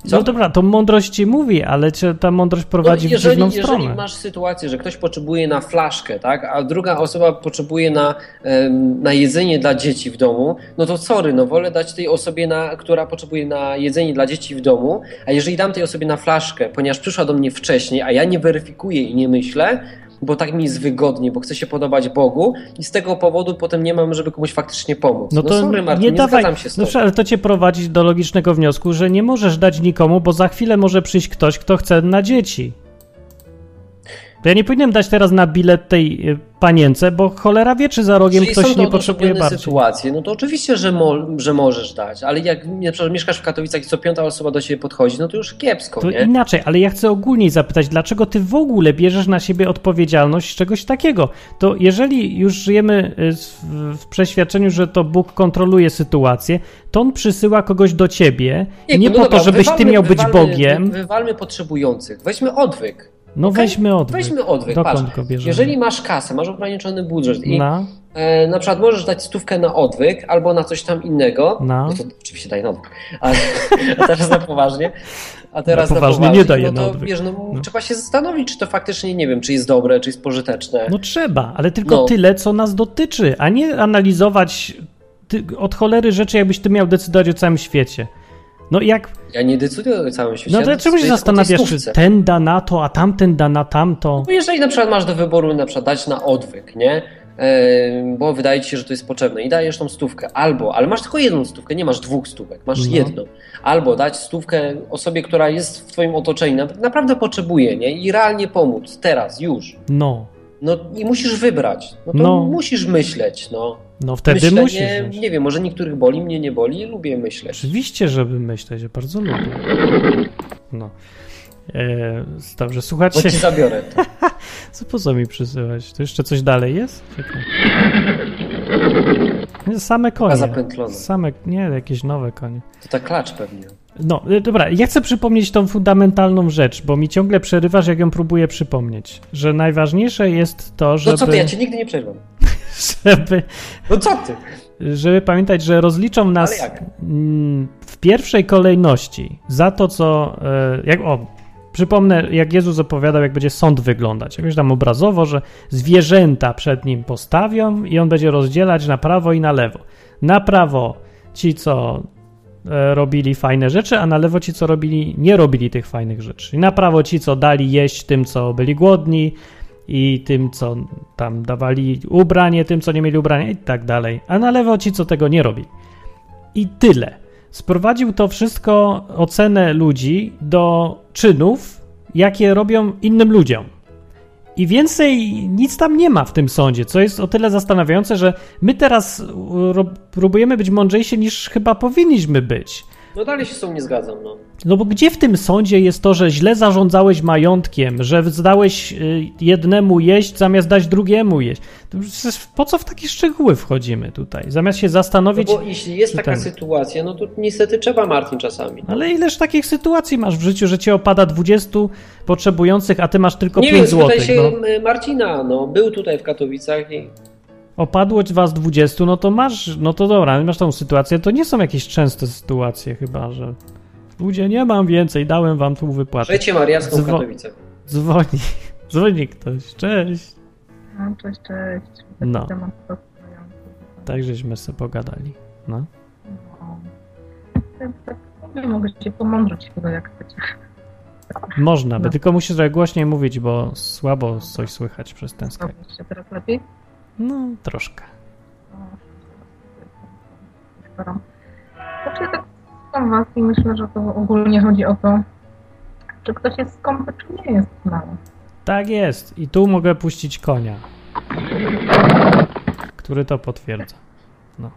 [SPEAKER 2] Co?
[SPEAKER 1] No dobra, to mądrość ci mówi, ale cię ta mądrość prowadzi
[SPEAKER 2] no,
[SPEAKER 1] w
[SPEAKER 2] jeżeli,
[SPEAKER 1] dziwną
[SPEAKER 2] jeżeli
[SPEAKER 1] stronę.
[SPEAKER 2] masz sytuację, że ktoś potrzebuje na flaszkę, tak, a druga osoba potrzebuje na, em, na jedzenie dla dzieci w domu, no to sorry, no wolę dać tej osobie, na, która potrzebuje na jedzenie dla dzieci w domu, a jeżeli dam tej osobie na flaszkę, ponieważ przyszła do mnie wcześniej, a ja nie weryfikuję i nie myślę, bo tak mi jest wygodnie, bo chcę się podobać Bogu i z tego powodu potem nie mam, żeby komuś faktycznie pomóc. No, sorry Martin, nie, zgadzam się z
[SPEAKER 1] no
[SPEAKER 2] tobą.
[SPEAKER 1] przecież, ale to cię prowadzi do logicznego wniosku, że nie możesz dać nikomu, bo za chwilę może przyjść ktoś, kto chce na dzieci. To ja nie powinienem dać teraz na bilet tej y, panience, bo cholera wie, czy za rogiem
[SPEAKER 2] Jeżeli
[SPEAKER 1] ktoś
[SPEAKER 2] są to
[SPEAKER 1] nie potrzebuje
[SPEAKER 2] odosobnione
[SPEAKER 1] bardziej.
[SPEAKER 2] sytuacje, no to oczywiście, że, mo, że możesz dać, ale jak na przykład mieszkasz w Katowicach i co piąta osoba do ciebie podchodzi, no to już kiepsko,
[SPEAKER 1] To
[SPEAKER 2] nie?
[SPEAKER 1] inaczej, ale ja chcę ogólniej zapytać, dlaczego ty w ogóle bierzesz na siebie odpowiedzialność czegoś takiego? To jeżeli już żyjemy y, z- w- w przeświadczeniu, że to Bóg kontroluje sytuację, to on przysyła kogoś do ciebie, nie,
[SPEAKER 2] no
[SPEAKER 1] po
[SPEAKER 2] dobra,
[SPEAKER 1] to, żebyś ty
[SPEAKER 2] wywalmy-
[SPEAKER 1] miał być
[SPEAKER 2] wywalmy-
[SPEAKER 1] Bogiem.
[SPEAKER 2] wy- Wywalmy potrzebujących, weźmy odwyk.
[SPEAKER 1] no
[SPEAKER 2] okej?
[SPEAKER 1] weźmy odwyk.
[SPEAKER 2] Weźmy odwyk,
[SPEAKER 1] Dokąd
[SPEAKER 2] patrz.
[SPEAKER 1] go bierzemy?
[SPEAKER 2] Jeżeli masz kasę, masz ograniczony budżet i
[SPEAKER 1] Na,
[SPEAKER 2] e, na przykład możesz dać stówkę na odwyk albo na coś tam innego,
[SPEAKER 1] No.
[SPEAKER 2] no, to oczywiście daj na odwyk, a, a teraz na poważnie. A teraz
[SPEAKER 1] Na
[SPEAKER 2] na
[SPEAKER 1] poważnie
[SPEAKER 2] poważnie,
[SPEAKER 1] nie daję
[SPEAKER 2] no
[SPEAKER 1] na
[SPEAKER 2] to,
[SPEAKER 1] odwyk.
[SPEAKER 2] Wiesz, no,
[SPEAKER 1] No.
[SPEAKER 2] Trzeba się zastanowić, czy to faktycznie, nie wiem, czy jest dobre, czy jest pożyteczne.
[SPEAKER 1] no trzeba, ale tylko
[SPEAKER 2] No.
[SPEAKER 1] tyle, co nas dotyczy, a nie analizować ty, od cholery rzeczy, jakbyś ty miał decydować o całym świecie. No jak
[SPEAKER 2] Ja nie decyduję o całym świecie.
[SPEAKER 1] No
[SPEAKER 2] ja
[SPEAKER 1] to
[SPEAKER 2] decyduję
[SPEAKER 1] czemu się
[SPEAKER 2] tylko o tej
[SPEAKER 1] zastanawiasz, czy
[SPEAKER 2] stówce.
[SPEAKER 1] ten da na to, a tamten da na tamto?
[SPEAKER 2] Bo jeżeli na przykład masz do wyboru na przykład dać na odwyk, nie? E, Bo wydaje ci się, że to jest potrzebne i dajesz tą stówkę. Albo, ale masz tylko jedną stówkę, nie masz dwóch stówek, masz
[SPEAKER 1] No.
[SPEAKER 2] jedną. Albo dać stówkę osobie, która jest w twoim otoczeniu, na- naprawdę potrzebuje, nie? I realnie pomóc, teraz, już.
[SPEAKER 1] No,
[SPEAKER 2] No i musisz wybrać. No to
[SPEAKER 1] No.
[SPEAKER 2] musisz myśleć, no.
[SPEAKER 1] no wtedy
[SPEAKER 2] Myślenie,
[SPEAKER 1] musisz.
[SPEAKER 2] nie wiem, może niektórych boli, mnie nie boli, lubię myśleć.
[SPEAKER 1] Oczywiście, żeby myśleć, ja bardzo lubię. No. E, dobrze,
[SPEAKER 2] Bo
[SPEAKER 1] słuchajcie,
[SPEAKER 2] ci zabiorę to.
[SPEAKER 1] co po co mi przysyłać? To jeszcze coś dalej jest? Czekaj. Nie, Same
[SPEAKER 2] A
[SPEAKER 1] konie.
[SPEAKER 2] zapętlone.
[SPEAKER 1] Same, nie, jakieś nowe konie.
[SPEAKER 2] To ta klacz pewnie.
[SPEAKER 1] No, y, dobra, ja chcę przypomnieć tą fundamentalną rzecz, bo mi ciągle przerywasz, jak ją próbuję przypomnieć. Że najważniejsze jest to, żeby,
[SPEAKER 2] No co ty, ja cię nigdy nie przerwam.
[SPEAKER 1] żeby,
[SPEAKER 2] No co ty?
[SPEAKER 1] żeby pamiętać, że rozliczą nas
[SPEAKER 2] Ale jak?
[SPEAKER 1] mm, w pierwszej kolejności za to, co. e, Jak, o, przypomnę, jak Jezus opowiadał, jak będzie sąd wyglądać. Jakoś tam obrazowo, że zwierzęta przed nim postawią i on będzie rozdzielać na prawo i na lewo. Na prawo ci, co e, robili fajne rzeczy, a na lewo ci, co robili, nie robili tych fajnych rzeczy. I na prawo ci, co dali jeść tym, co byli głodni i tym, co tam dawali ubranie, tym, co nie mieli ubrania i tak dalej. A na lewo ci, co tego nie robili. I tyle. Sprowadził to wszystko ocenę ludzi do czynów, jakie robią innym ludziom. I więcej nic tam nie ma w tym sądzie, co jest o tyle zastanawiające, że my teraz y, ro- próbujemy być mądrzejsi niż chyba powinniśmy być.
[SPEAKER 2] No dalej się z tą nie zgadzam, no.
[SPEAKER 1] No bo gdzie w tym sądzie jest to, że źle zarządzałeś majątkiem, że zdałeś y, jednemu jeść zamiast dać drugiemu jeść? To przecież Po co w takie szczegóły wchodzimy tutaj? Zamiast się
[SPEAKER 2] No
[SPEAKER 1] zastanowić.
[SPEAKER 2] bo jeśli jest taka
[SPEAKER 1] czytamy.
[SPEAKER 2] sytuacja, no to niestety trzeba Martin czasami.
[SPEAKER 1] Ale ileż takich sytuacji masz w życiu, że cię opada 20 potrzebujących, a ty masz tylko
[SPEAKER 2] nie
[SPEAKER 1] 5
[SPEAKER 2] wiem,
[SPEAKER 1] zł.
[SPEAKER 2] tutaj się
[SPEAKER 1] No.
[SPEAKER 2] y, Marcina, no, był tutaj w Katowicach i
[SPEAKER 1] Opadło ci was 20, no to masz, no to dobra, masz tą sytuację. To nie są jakieś częste sytuacje chyba, że ludzie, nie mam więcej, dałem wam tu wypłatę.
[SPEAKER 2] trzecie mariacką w
[SPEAKER 1] Dzwo-
[SPEAKER 2] Katowicach.
[SPEAKER 1] Dzwoni, dzwoni ktoś, cześć.
[SPEAKER 6] No, cześć, cześć.
[SPEAKER 1] No.
[SPEAKER 6] Temat
[SPEAKER 1] Tak żeśmy sobie pogadali. No.
[SPEAKER 6] no. Ja tak powiem, mogę się pomądrzeć chyba jak chcecie.
[SPEAKER 1] Można by,
[SPEAKER 6] No.
[SPEAKER 1] tylko musisz trochę głośniej mówić, bo słabo coś słychać przez ten Skype.
[SPEAKER 6] Dobrze, się teraz lepiej?
[SPEAKER 1] No, troszkę.
[SPEAKER 6] No, staram. Znaczy, tak słucham was i myślę, że to ogólnie chodzi o to, czy ktoś jest skąpy, czy nie jest mały.
[SPEAKER 1] Tak jest. I tu mogę puścić konia. Który to potwierdza.
[SPEAKER 6] No,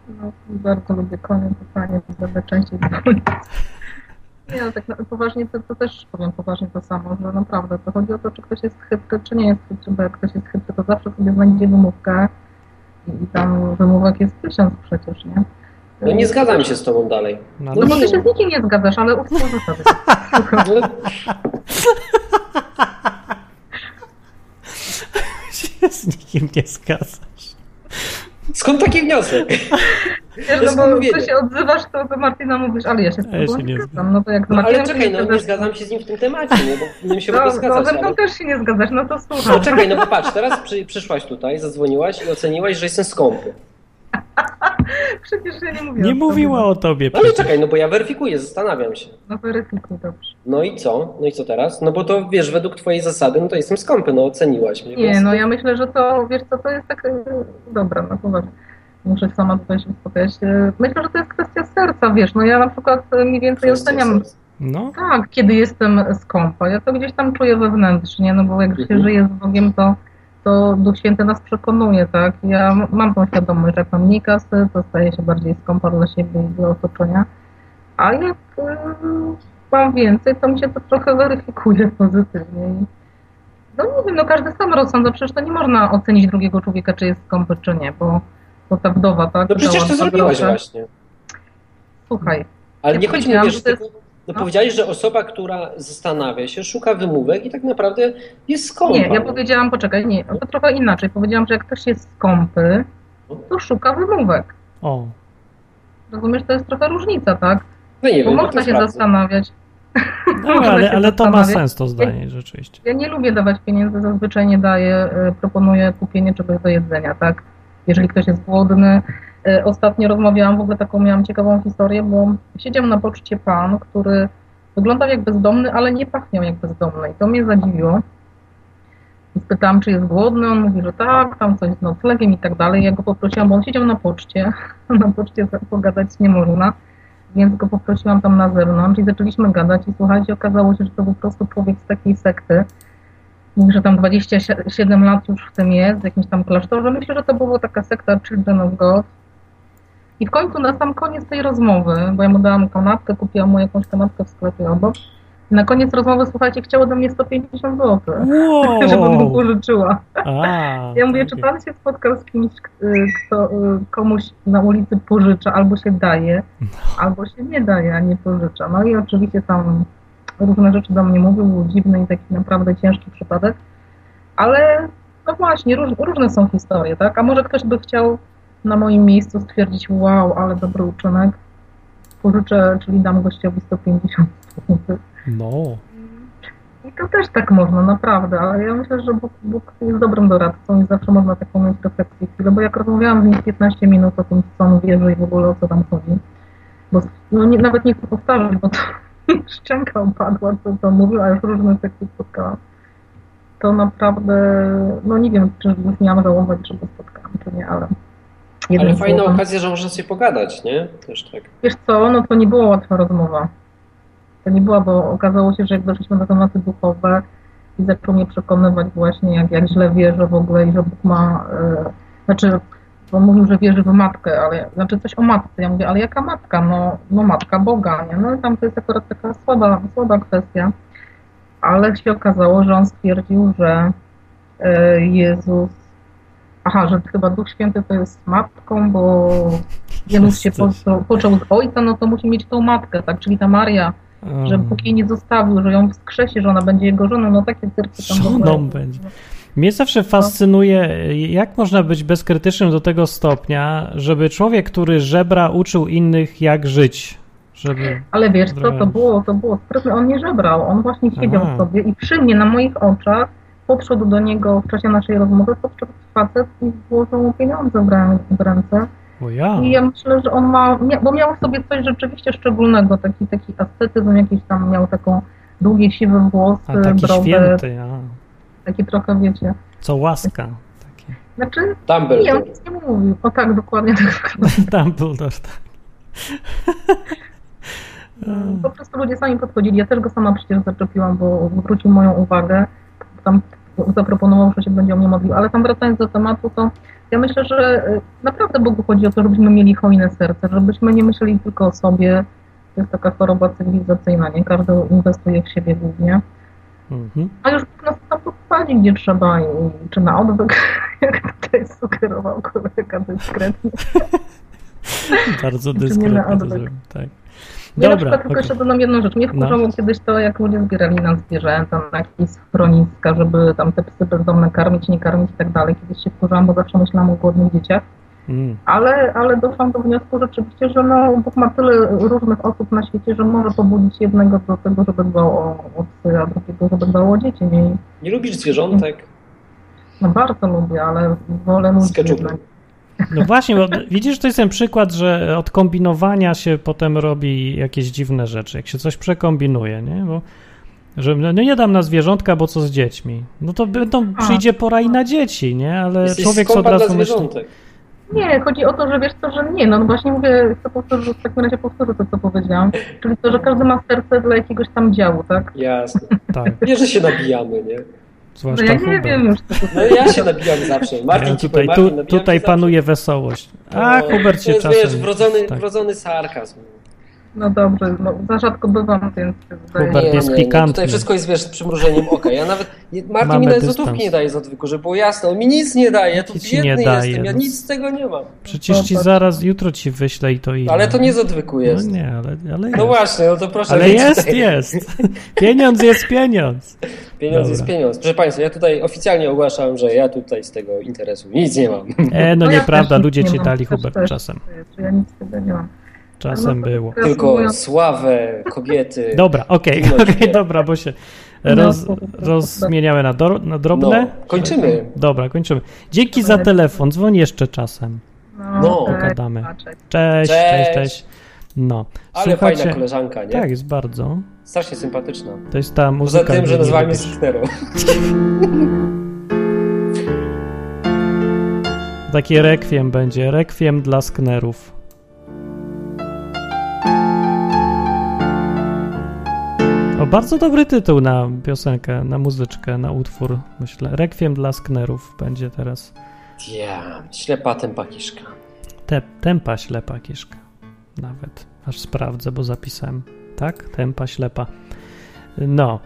[SPEAKER 6] bardzo lubię konie, to panie będę częściej dzwonić. Nie, no tak na- poważnie to, to też powiem poważnie to samo, że naprawdę to chodzi o to, czy ktoś jest chytry, czy nie jest chytry, bo jak ktoś jest chytry, to zawsze sobie znajdzie wymówkę i, i tam wymówek jest tysiąc przecież, nie?
[SPEAKER 2] No nie zgadzam się z tobą dalej.
[SPEAKER 1] No,
[SPEAKER 6] No
[SPEAKER 1] ale...
[SPEAKER 6] bo ty się z nikim nie zgadzasz, ale utworzy sobie.
[SPEAKER 2] No,
[SPEAKER 1] się z nikim nie zgadzasz.
[SPEAKER 2] skąd taki wniosek?
[SPEAKER 6] Wiesz,
[SPEAKER 2] To jest
[SPEAKER 6] no bo
[SPEAKER 2] pomówienie.
[SPEAKER 6] ty się odzywasz, to do Martina mówisz, ale ja się z
[SPEAKER 1] A ja
[SPEAKER 6] tobą
[SPEAKER 1] się nie
[SPEAKER 6] nie
[SPEAKER 1] zgadzam.
[SPEAKER 6] zgadzam. No to jak z
[SPEAKER 2] No, ale
[SPEAKER 6] Martinem się
[SPEAKER 2] czekaj, no nie
[SPEAKER 6] zgadzasz,
[SPEAKER 2] zgadzam się z nim w tym temacie, nie, bo powinienem się w ogóle
[SPEAKER 6] No, no
[SPEAKER 2] zgadzać.
[SPEAKER 6] ze
[SPEAKER 2] Ale...
[SPEAKER 6] mną też się nie zgadzasz, no to
[SPEAKER 2] No
[SPEAKER 6] słucham.
[SPEAKER 2] czekaj, no bo patrz, teraz przy, przyszłaś tutaj, zadzwoniłaś i oceniłaś, że jestem skąpy.
[SPEAKER 6] Przecież ja nie mówiłam.
[SPEAKER 1] Nie
[SPEAKER 6] o tobie.
[SPEAKER 1] mówiła o tobie.
[SPEAKER 2] No ale
[SPEAKER 1] przecież.
[SPEAKER 2] czekaj, no bo ja weryfikuję, zastanawiam się.
[SPEAKER 6] No weryfikuj, dobrze.
[SPEAKER 2] No i co? No i co teraz? No bo to wiesz, według twojej zasady, no to jestem skąpy, no oceniłaś mnie.
[SPEAKER 6] Nie,
[SPEAKER 2] więc-
[SPEAKER 6] no ja myślę, że to, wiesz co, to jest tak, e, dobra, no poważnie. Muszę sama tutaj się uspokajać. E, Myślę, że to jest kwestia serca, wiesz, no ja na przykład e, mniej więcej oceniam,
[SPEAKER 1] No,
[SPEAKER 6] tak, kiedy jestem skąpa, ja to gdzieś tam czuję wewnętrznie, no bo jak się
[SPEAKER 2] Mhm.
[SPEAKER 6] żyje z Bogiem, to, to Duch Święty nas przekonuje, tak? Ja m- mam tą świadomość, że jak mam mniej kasy, to staję się bardziej skąpa dla siebie i dla otoczenia, a jak y, mam więcej, to mi się to trochę weryfikuje pozytywnie i no nie wiem, no każdy sam rozsądza, przecież to nie można ocenić drugiego człowieka, czy jest skąpy, czy nie, bo, bo ta wdowa, tak?
[SPEAKER 2] No przecież
[SPEAKER 6] dała
[SPEAKER 2] to
[SPEAKER 6] dwa
[SPEAKER 2] zrobiłaś
[SPEAKER 6] grosze.
[SPEAKER 2] właśnie.
[SPEAKER 6] Słuchaj,
[SPEAKER 2] Ale
[SPEAKER 6] Ja
[SPEAKER 2] nie chodzi mi
[SPEAKER 6] powiedziałam,
[SPEAKER 2] wiesz,
[SPEAKER 6] że to jest-
[SPEAKER 2] tylko, no
[SPEAKER 6] no.
[SPEAKER 2] powiedziałeś, że osoba, która zastanawia się, szuka wymówek i tak naprawdę jest skąpa.
[SPEAKER 6] Nie, ja
[SPEAKER 2] no.
[SPEAKER 6] powiedziałam, poczekaj, nie, to trochę inaczej. Powiedziałam, że jak ktoś jest skąpy, to szuka wymówek.
[SPEAKER 1] o.
[SPEAKER 6] Rozumiesz, to jest trochę różnica, tak?
[SPEAKER 2] No nie
[SPEAKER 6] Bo
[SPEAKER 2] wiem, no
[SPEAKER 6] można
[SPEAKER 2] to
[SPEAKER 6] się
[SPEAKER 2] sprawdzę.
[SPEAKER 6] zastanawiać.
[SPEAKER 1] No,
[SPEAKER 6] Można
[SPEAKER 1] ale,
[SPEAKER 6] się
[SPEAKER 1] ale to ma
[SPEAKER 6] zastanawiać.
[SPEAKER 1] sens to zdanie, rzeczywiście.
[SPEAKER 6] Ja nie lubię dawać pieniędzy, e, zazwyczaj nie daję, y, proponuję kupienie czegoś do jedzenia, tak? Jeżeli ktoś jest głodny, y, E, Ostatnio rozmawiałam, w ogóle taką miałam ciekawą historię, bo siedział na poczcie pan, który wyglądał jak bezdomny, ale nie pachniał jak bezdomny i to mnie zadziwiło. I spytałam, czy jest głodny, on mówi, że tak, tam coś z noclegiem i tak dalej. Ja go poprosiłam, bo on siedział na poczcie, na poczcie pogadać nie można, więc go poprosiłam tam na zewnątrz i zaczęliśmy gadać i słuchajcie, okazało się, że to był po prostu człowiek z takiej sekty, Mówi, że tam 27 lat już w tym jest, w jakimś tam klasztorze. Myślę, że to była taka sekta Children of God. I w końcu na sam koniec tej rozmowy, bo ja mu dałam kanapkę, kupiłam mu jakąś kanapkę w sklepie obok. Na koniec rozmowy, słuchajcie, chciało do mnie 150 zł, żebym mu
[SPEAKER 1] Wow!
[SPEAKER 6] pożyczyła.
[SPEAKER 1] A, tak
[SPEAKER 6] Ja mówię, czy
[SPEAKER 1] takie.
[SPEAKER 6] pan się spotkał z kimś, y, kto y, komuś na ulicy pożycza, albo się daje, albo się nie daje, a nie pożycza. No i oczywiście tam różne rzeczy do mnie mówił, był dziwny i taki naprawdę ciężki przypadek, ale no właśnie, róż, różne są historie, tak? A może ktoś by chciał na moim miejscu stwierdzić, wow, ale dobry uczynek, pożyczę, czyli dam gościowi 150 zł.
[SPEAKER 1] No.
[SPEAKER 6] I to też tak można, naprawdę, ale ja myślę, że Bóg, Bóg jest dobrym doradcą i zawsze można taką mieć refleksję chwilę, bo jak rozmawiałam z nim 15 minut o tym, co on wierzy i w ogóle o co tam chodzi, bo no, nie, nawet nie chcę powtarzać, bo to szczęka opadła, co to mówił, a już różne sekty spotkałam. To naprawdę, no nie wiem, czy już miałam żałować, że go spotkałam, czy nie, ale...
[SPEAKER 2] Ale
[SPEAKER 6] jednym
[SPEAKER 2] fajna
[SPEAKER 6] słowem.
[SPEAKER 2] okazja, że można sobie pogadać, nie? Też tak.
[SPEAKER 6] Wiesz co, no to nie była łatwa rozmowa. To nie była, bo okazało się, że jak doszliśmy na tematy duchowe i zaczął mnie przekonywać właśnie, jak, jak źle wierzę w ogóle i że Bóg ma, y, znaczy, bo mówił, że wierzy w matkę, ale, znaczy coś o matce. Ja mówię, ale jaka matka? No, no matka Boga, nie? No i tam to jest akurat taka słaba, słaba kwestia. Ale się okazało, że on stwierdził, że y, Jezus, aha, że chyba Duch Święty to jest matką, bo Jezus się
[SPEAKER 1] Wszyscy.
[SPEAKER 6] począł, począł z ojca, no to musi mieć tą matkę, tak? Czyli ta Maria, że
[SPEAKER 1] Hmm.
[SPEAKER 6] Bóg jej nie zostawił, że ją wskrzesi, że ona będzie jego żoną, no takie cyrki tam w ogóle.
[SPEAKER 1] Żoną będzie. Mnie zawsze
[SPEAKER 6] No.
[SPEAKER 1] fascynuje, jak można być bezkrytycznym do tego stopnia, żeby człowiek, który żebra, uczył innych, jak żyć. Żeby.
[SPEAKER 6] Ale wiesz co, to
[SPEAKER 1] Dobra.
[SPEAKER 6] było, to było sprytne, on nie żebrał, on właśnie siedział
[SPEAKER 1] Aha.
[SPEAKER 6] sobie i przy mnie, na moich oczach, podszedł do niego w czasie naszej rozmowy, podszedł facet i włożył mu pieniądze w rę- w ręce.
[SPEAKER 1] O ja.
[SPEAKER 6] I ja myślę, że on ma, mia- bo miał w sobie coś rzeczywiście szczególnego, taki, taki ascetyzm jakiś tam, miał taką długie siwe włosy,
[SPEAKER 1] A taki
[SPEAKER 6] brodę,
[SPEAKER 1] święty. A.
[SPEAKER 6] taki trochę, wiecie,
[SPEAKER 1] Co łaska. Taki.
[SPEAKER 6] znaczy nie, on
[SPEAKER 2] Dumbledore.
[SPEAKER 6] nic nie mówił. O tak, dokładnie tak.
[SPEAKER 1] Dumbledore. tak. Mm.
[SPEAKER 6] Po prostu ludzie sami podchodzili. Ja też go sama przecież zaczepiłam, bo zwrócił moją uwagę. Tam zaproponował, że się będzie o mnie modlił. Ale tam wracając do tematu, to ja myślę, że y, naprawdę Bogu chodzi o to, żebyśmy mieli hojne serce, żebyśmy nie myśleli tylko o sobie. To jest taka choroba cywilizacyjna, nie? Każdy inwestuje w siebie głównie.
[SPEAKER 1] Mhm.
[SPEAKER 6] A już nas tam podpali, gdzie trzeba, i, czy na odwyk, jak tutaj sugerował kolega dyskretnie.
[SPEAKER 1] Bardzo
[SPEAKER 6] Czy nie na
[SPEAKER 1] dyskretnie to
[SPEAKER 6] odwyk.
[SPEAKER 1] zrobił. Tak.
[SPEAKER 6] Znaczy, Ja na przykład tylko
[SPEAKER 1] okej.
[SPEAKER 6] jeszcze dodam jedną rzecz. Mnie
[SPEAKER 1] No.
[SPEAKER 6] wkurzało kiedyś to, jak ludzie zbierali nam zwierzęta na jakieś schroniska, żeby tam te psy bezdomne karmić, nie karmić i tak dalej. Kiedyś się wkurzałam, bo zawsze myślałam o głodnych dzieciach.
[SPEAKER 1] Mm.
[SPEAKER 6] Ale, ale doszłam do wniosku rzeczywiście, że no, Bóg ma tyle różnych osób na świecie, że może pobudzić jednego do tego, żeby dbał o, o psy, a drugiego, żeby dbał o dzieci. Nie? I
[SPEAKER 2] Nie lubisz zwierzątek?
[SPEAKER 6] No bardzo lubię, ale wolę ludzi
[SPEAKER 2] Z ketchupem.
[SPEAKER 6] jednak.
[SPEAKER 1] No właśnie, bo widzisz, to jest ten przykład, że od kombinowania się potem robi jakieś dziwne rzeczy, jak się coś przekombinuje, nie? Bo, że no nie dam na zwierzątka, bo co z dziećmi? No to będą,
[SPEAKER 6] A.
[SPEAKER 1] przyjdzie pora i na dzieci, nie? Ale
[SPEAKER 2] Jesteś
[SPEAKER 1] E, człowiek co od
[SPEAKER 2] skąpa dla
[SPEAKER 1] razu myśli,
[SPEAKER 2] zwierzątek.
[SPEAKER 6] Nie, chodzi o to, że wiesz co, że nie, no właśnie mówię, chcę powtórzyć, w takim razie powtórzę to, co powiedziałam, czyli to, że każdy ma serce dla jakiegoś tam działu, tak?
[SPEAKER 2] Jasne.
[SPEAKER 1] tak,
[SPEAKER 2] Nie, że się nabijamy, nie?
[SPEAKER 6] No
[SPEAKER 1] zwłaszcza
[SPEAKER 6] ja nie
[SPEAKER 1] Hubert.
[SPEAKER 6] wiem już, co to
[SPEAKER 2] No ja się nabijam zawsze. Martin
[SPEAKER 1] Ja
[SPEAKER 2] ci
[SPEAKER 1] tutaj,
[SPEAKER 2] powie, Martin,
[SPEAKER 1] tu,
[SPEAKER 2] nabijam
[SPEAKER 1] tutaj
[SPEAKER 2] się zawsze.
[SPEAKER 1] panuje wesołość. A,
[SPEAKER 2] No,
[SPEAKER 1] Tak, Hubert się
[SPEAKER 2] to jest,
[SPEAKER 1] czasem...
[SPEAKER 2] Wiesz, wrodzony,
[SPEAKER 1] tak.
[SPEAKER 2] wrodzony sarkazm.
[SPEAKER 6] No dobrze, no za rzadko bywam, więc zdaje
[SPEAKER 1] Hubert
[SPEAKER 6] się.
[SPEAKER 2] Nie,
[SPEAKER 1] jest
[SPEAKER 2] nie, nie.
[SPEAKER 1] pikantny.
[SPEAKER 2] Tutaj wszystko jest, wiesz, z przymrużeniem oka. Ja nawet, nie- Martin
[SPEAKER 1] Mamy
[SPEAKER 2] mi nawet
[SPEAKER 1] dystans.
[SPEAKER 2] złotówki nie daje z odwyku, żeby było jasne. On mi nic nie daje, ja tu
[SPEAKER 1] Nic ci nie
[SPEAKER 2] biedny
[SPEAKER 1] daje,
[SPEAKER 2] jestem, ja
[SPEAKER 1] no.
[SPEAKER 2] nic z tego nie mam.
[SPEAKER 1] Przecież ci
[SPEAKER 6] Hubert.
[SPEAKER 1] zaraz, jutro ci wyślę i to ile.
[SPEAKER 2] No, Ale to nie z odwyku
[SPEAKER 1] No
[SPEAKER 2] jest.
[SPEAKER 1] nie, ale, ale
[SPEAKER 2] No
[SPEAKER 1] jest.
[SPEAKER 2] właśnie, no to proszę.
[SPEAKER 1] Ale
[SPEAKER 2] więc
[SPEAKER 1] jest,
[SPEAKER 2] tutaj-
[SPEAKER 1] jest. Pieniądz jest pieniądz.
[SPEAKER 2] Pieniądz jest
[SPEAKER 1] Dobra.
[SPEAKER 2] pieniądz. Proszę Państwa, ja tutaj oficjalnie ogłaszam, że ja tutaj z tego interesu nic nie mam.
[SPEAKER 1] E, no
[SPEAKER 6] No ja
[SPEAKER 1] nieprawda,
[SPEAKER 6] też nic
[SPEAKER 1] ludzie
[SPEAKER 6] nie
[SPEAKER 1] ci
[SPEAKER 6] mam,
[SPEAKER 1] dali
[SPEAKER 6] też
[SPEAKER 1] Hubert
[SPEAKER 6] też.
[SPEAKER 1] czasem.
[SPEAKER 6] Czy ja nic z tego nie mam.
[SPEAKER 1] Czasem
[SPEAKER 6] No to-
[SPEAKER 1] było.
[SPEAKER 2] Tylko sławę, kobiety.
[SPEAKER 1] Dobra, okej,
[SPEAKER 2] No,
[SPEAKER 1] okej,
[SPEAKER 2] dziękuję.
[SPEAKER 1] dobra, bo się
[SPEAKER 6] No,
[SPEAKER 1] roz,
[SPEAKER 6] tak
[SPEAKER 1] rozmieniamy na, dor, na
[SPEAKER 2] No,
[SPEAKER 1] drobne.
[SPEAKER 2] kończymy.
[SPEAKER 1] Dobra, kończymy. Dzięki za telefon, dzwoń jeszcze czasem.
[SPEAKER 2] No.
[SPEAKER 6] tak,
[SPEAKER 1] Pogadamy.
[SPEAKER 6] patrzeć.
[SPEAKER 1] Cześć, cześć,
[SPEAKER 2] Cześć.
[SPEAKER 1] cześć. No,
[SPEAKER 2] Ale fajna koleżanka, nie?
[SPEAKER 1] Tak, jest bardzo.
[SPEAKER 2] Strasznie sympatyczna.
[SPEAKER 1] To jest ta muzyka.
[SPEAKER 2] Poza tym, że
[SPEAKER 1] nie
[SPEAKER 2] nazwałem mnie
[SPEAKER 1] lubisz.
[SPEAKER 2] Sknerą.
[SPEAKER 1] Taki rekwiem będzie, rekwiem dla sknerów. O, bardzo dobry tytuł na piosenkę, na muzyczkę, na utwór, myślę. Rekwiem dla sknerów będzie teraz.
[SPEAKER 2] Ja, ślepa tępakiszka.
[SPEAKER 1] Te, tempa ślepa kiszka. Nawet. Aż sprawdzę, bo zapisałem. Tak? Tempa ślepa. No.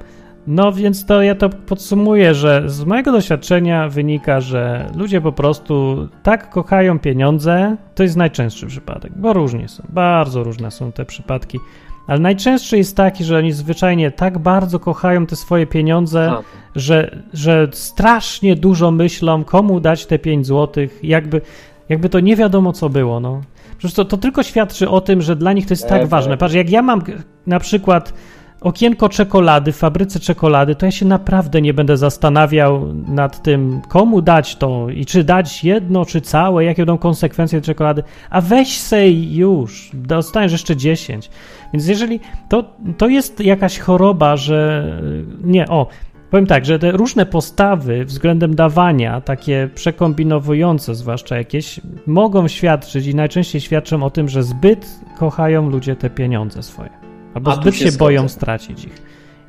[SPEAKER 1] No więc to ja to podsumuję, że z mojego doświadczenia wynika, że ludzie po prostu tak kochają pieniądze. To jest najczęstszy przypadek, bo różnie są. Bardzo różne są te przypadki. Ale najczęstszy jest taki, że oni zwyczajnie tak bardzo kochają te swoje pieniądze,
[SPEAKER 2] A,
[SPEAKER 1] że, że strasznie dużo myślą, komu dać te 5 zł, jakby, jakby to nie wiadomo, co było. No. Przecież to, to tylko świadczy o tym, że dla nich to jest tak
[SPEAKER 2] Ewe.
[SPEAKER 1] ważne. Patrz, jak ja mam g- na przykład okienko czekolady w fabryce czekolady, to ja się naprawdę nie będę zastanawiał nad tym, komu dać to i czy dać jedno, czy całe, jakie będą konsekwencje czekolady. A weź sej już, dostaniesz jeszcze 10. Więc jeżeli to, to jest jakaś choroba, że nie, o, Powiem tak, że te różne postawy względem dawania, takie przekombinowujące zwłaszcza jakieś, mogą świadczyć i najczęściej świadczą o tym, że zbyt kochają ludzie te pieniądze swoje. Albo
[SPEAKER 2] A tu
[SPEAKER 1] zbyt
[SPEAKER 2] się No.
[SPEAKER 1] się, boją
[SPEAKER 2] zgodzę.
[SPEAKER 1] stracić ich.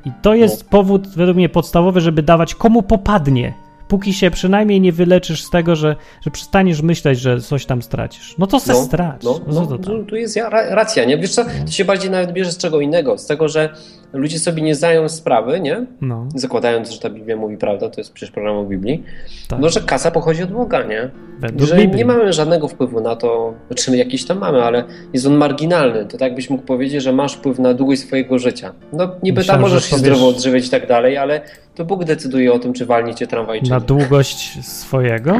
[SPEAKER 1] I to jest powód według mnie podstawowy, żeby dawać komu popadnie. Póki się przynajmniej nie wyleczysz z tego, że, że przestaniesz myśleć, że coś tam stracisz. No to se strać.
[SPEAKER 2] No,
[SPEAKER 1] co
[SPEAKER 2] no,
[SPEAKER 1] to tam?
[SPEAKER 2] tu, tu jest ja- ra- racja, nie? Wiesz co, to się bardziej nawet bierze z czego innego, z tego, że ludzie sobie nie zdają sprawy, nie?
[SPEAKER 1] No,
[SPEAKER 2] Zakładając, że ta Biblia mówi prawdę, to jest przecież program o Biblii,
[SPEAKER 1] tak.
[SPEAKER 2] no, że kasa pochodzi od Boga, nie?
[SPEAKER 1] Według
[SPEAKER 2] że
[SPEAKER 1] Biblii.
[SPEAKER 2] nie mamy żadnego wpływu na to, czy my jakiś tam mamy, ale jest on marginalny. To tak byś mógł powiedzieć, że masz wpływ na długość swojego życia. No niby
[SPEAKER 1] Myślałem,
[SPEAKER 2] tam możesz
[SPEAKER 1] że
[SPEAKER 2] się
[SPEAKER 1] powiesz-
[SPEAKER 2] zdrowo odżywiać i tak dalej, ale to Bóg decyduje o tym, czy walnie cię tramwaj, czy
[SPEAKER 1] Na
[SPEAKER 2] nie.
[SPEAKER 1] długość swojego?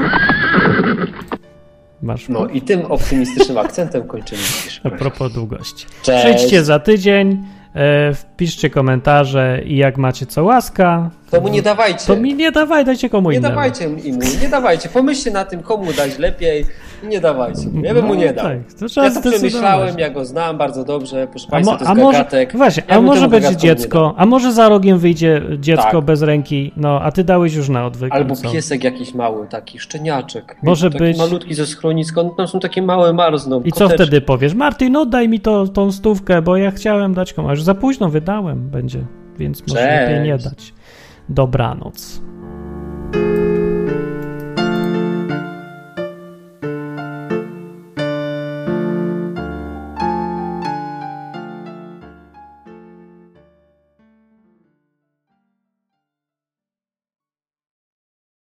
[SPEAKER 1] Masz
[SPEAKER 2] No i tym optymistycznym akcentem kończymy dzisiejszy
[SPEAKER 1] A
[SPEAKER 2] program.
[SPEAKER 1] propos długości.
[SPEAKER 2] Cześć!
[SPEAKER 1] Przyjdźcie za tydzień, e, wpiszcie komentarze i jak macie co łaska,
[SPEAKER 2] To mu nie dawajcie!
[SPEAKER 1] No. to mi nie dawaj, dajcie komu
[SPEAKER 2] nie
[SPEAKER 1] innemu.
[SPEAKER 2] dawajcie mu, nie dawajcie. Pomyślcie na tym, komu dać lepiej i nie dawajcie. mu. Ja bym mu nie dał.
[SPEAKER 1] Tak, to trzeba
[SPEAKER 2] Ja to
[SPEAKER 1] zdecydować.
[SPEAKER 2] przemyślałem, ja go znam bardzo dobrze, proszę
[SPEAKER 1] A,
[SPEAKER 2] Państwa,
[SPEAKER 1] mo-
[SPEAKER 2] to
[SPEAKER 1] a
[SPEAKER 2] jest
[SPEAKER 1] może,
[SPEAKER 2] gagatek.
[SPEAKER 1] właśnie,
[SPEAKER 2] Ja
[SPEAKER 1] a
[SPEAKER 2] bym
[SPEAKER 1] może
[SPEAKER 2] temu
[SPEAKER 1] będzie
[SPEAKER 2] gagatkowi nie dał.
[SPEAKER 1] dziecko, a może za rogiem wyjdzie dziecko
[SPEAKER 2] Tak.
[SPEAKER 1] bez ręki, no a ty dałeś już na odwyk.
[SPEAKER 2] Albo
[SPEAKER 1] co?
[SPEAKER 2] piesek jakiś mały, taki szczeniaczek.
[SPEAKER 1] Może
[SPEAKER 2] taki
[SPEAKER 1] być.
[SPEAKER 2] malutki ze schroniska, no tam są takie małe marzną.
[SPEAKER 1] I co
[SPEAKER 2] koteczki.
[SPEAKER 1] wtedy powiesz? Martin, oddaj mi to, tą stówkę, bo ja chciałem dać komuś. Za późno wydałem będzie, więc może
[SPEAKER 2] Cześć.
[SPEAKER 1] lepiej nie dać. Dobranoc.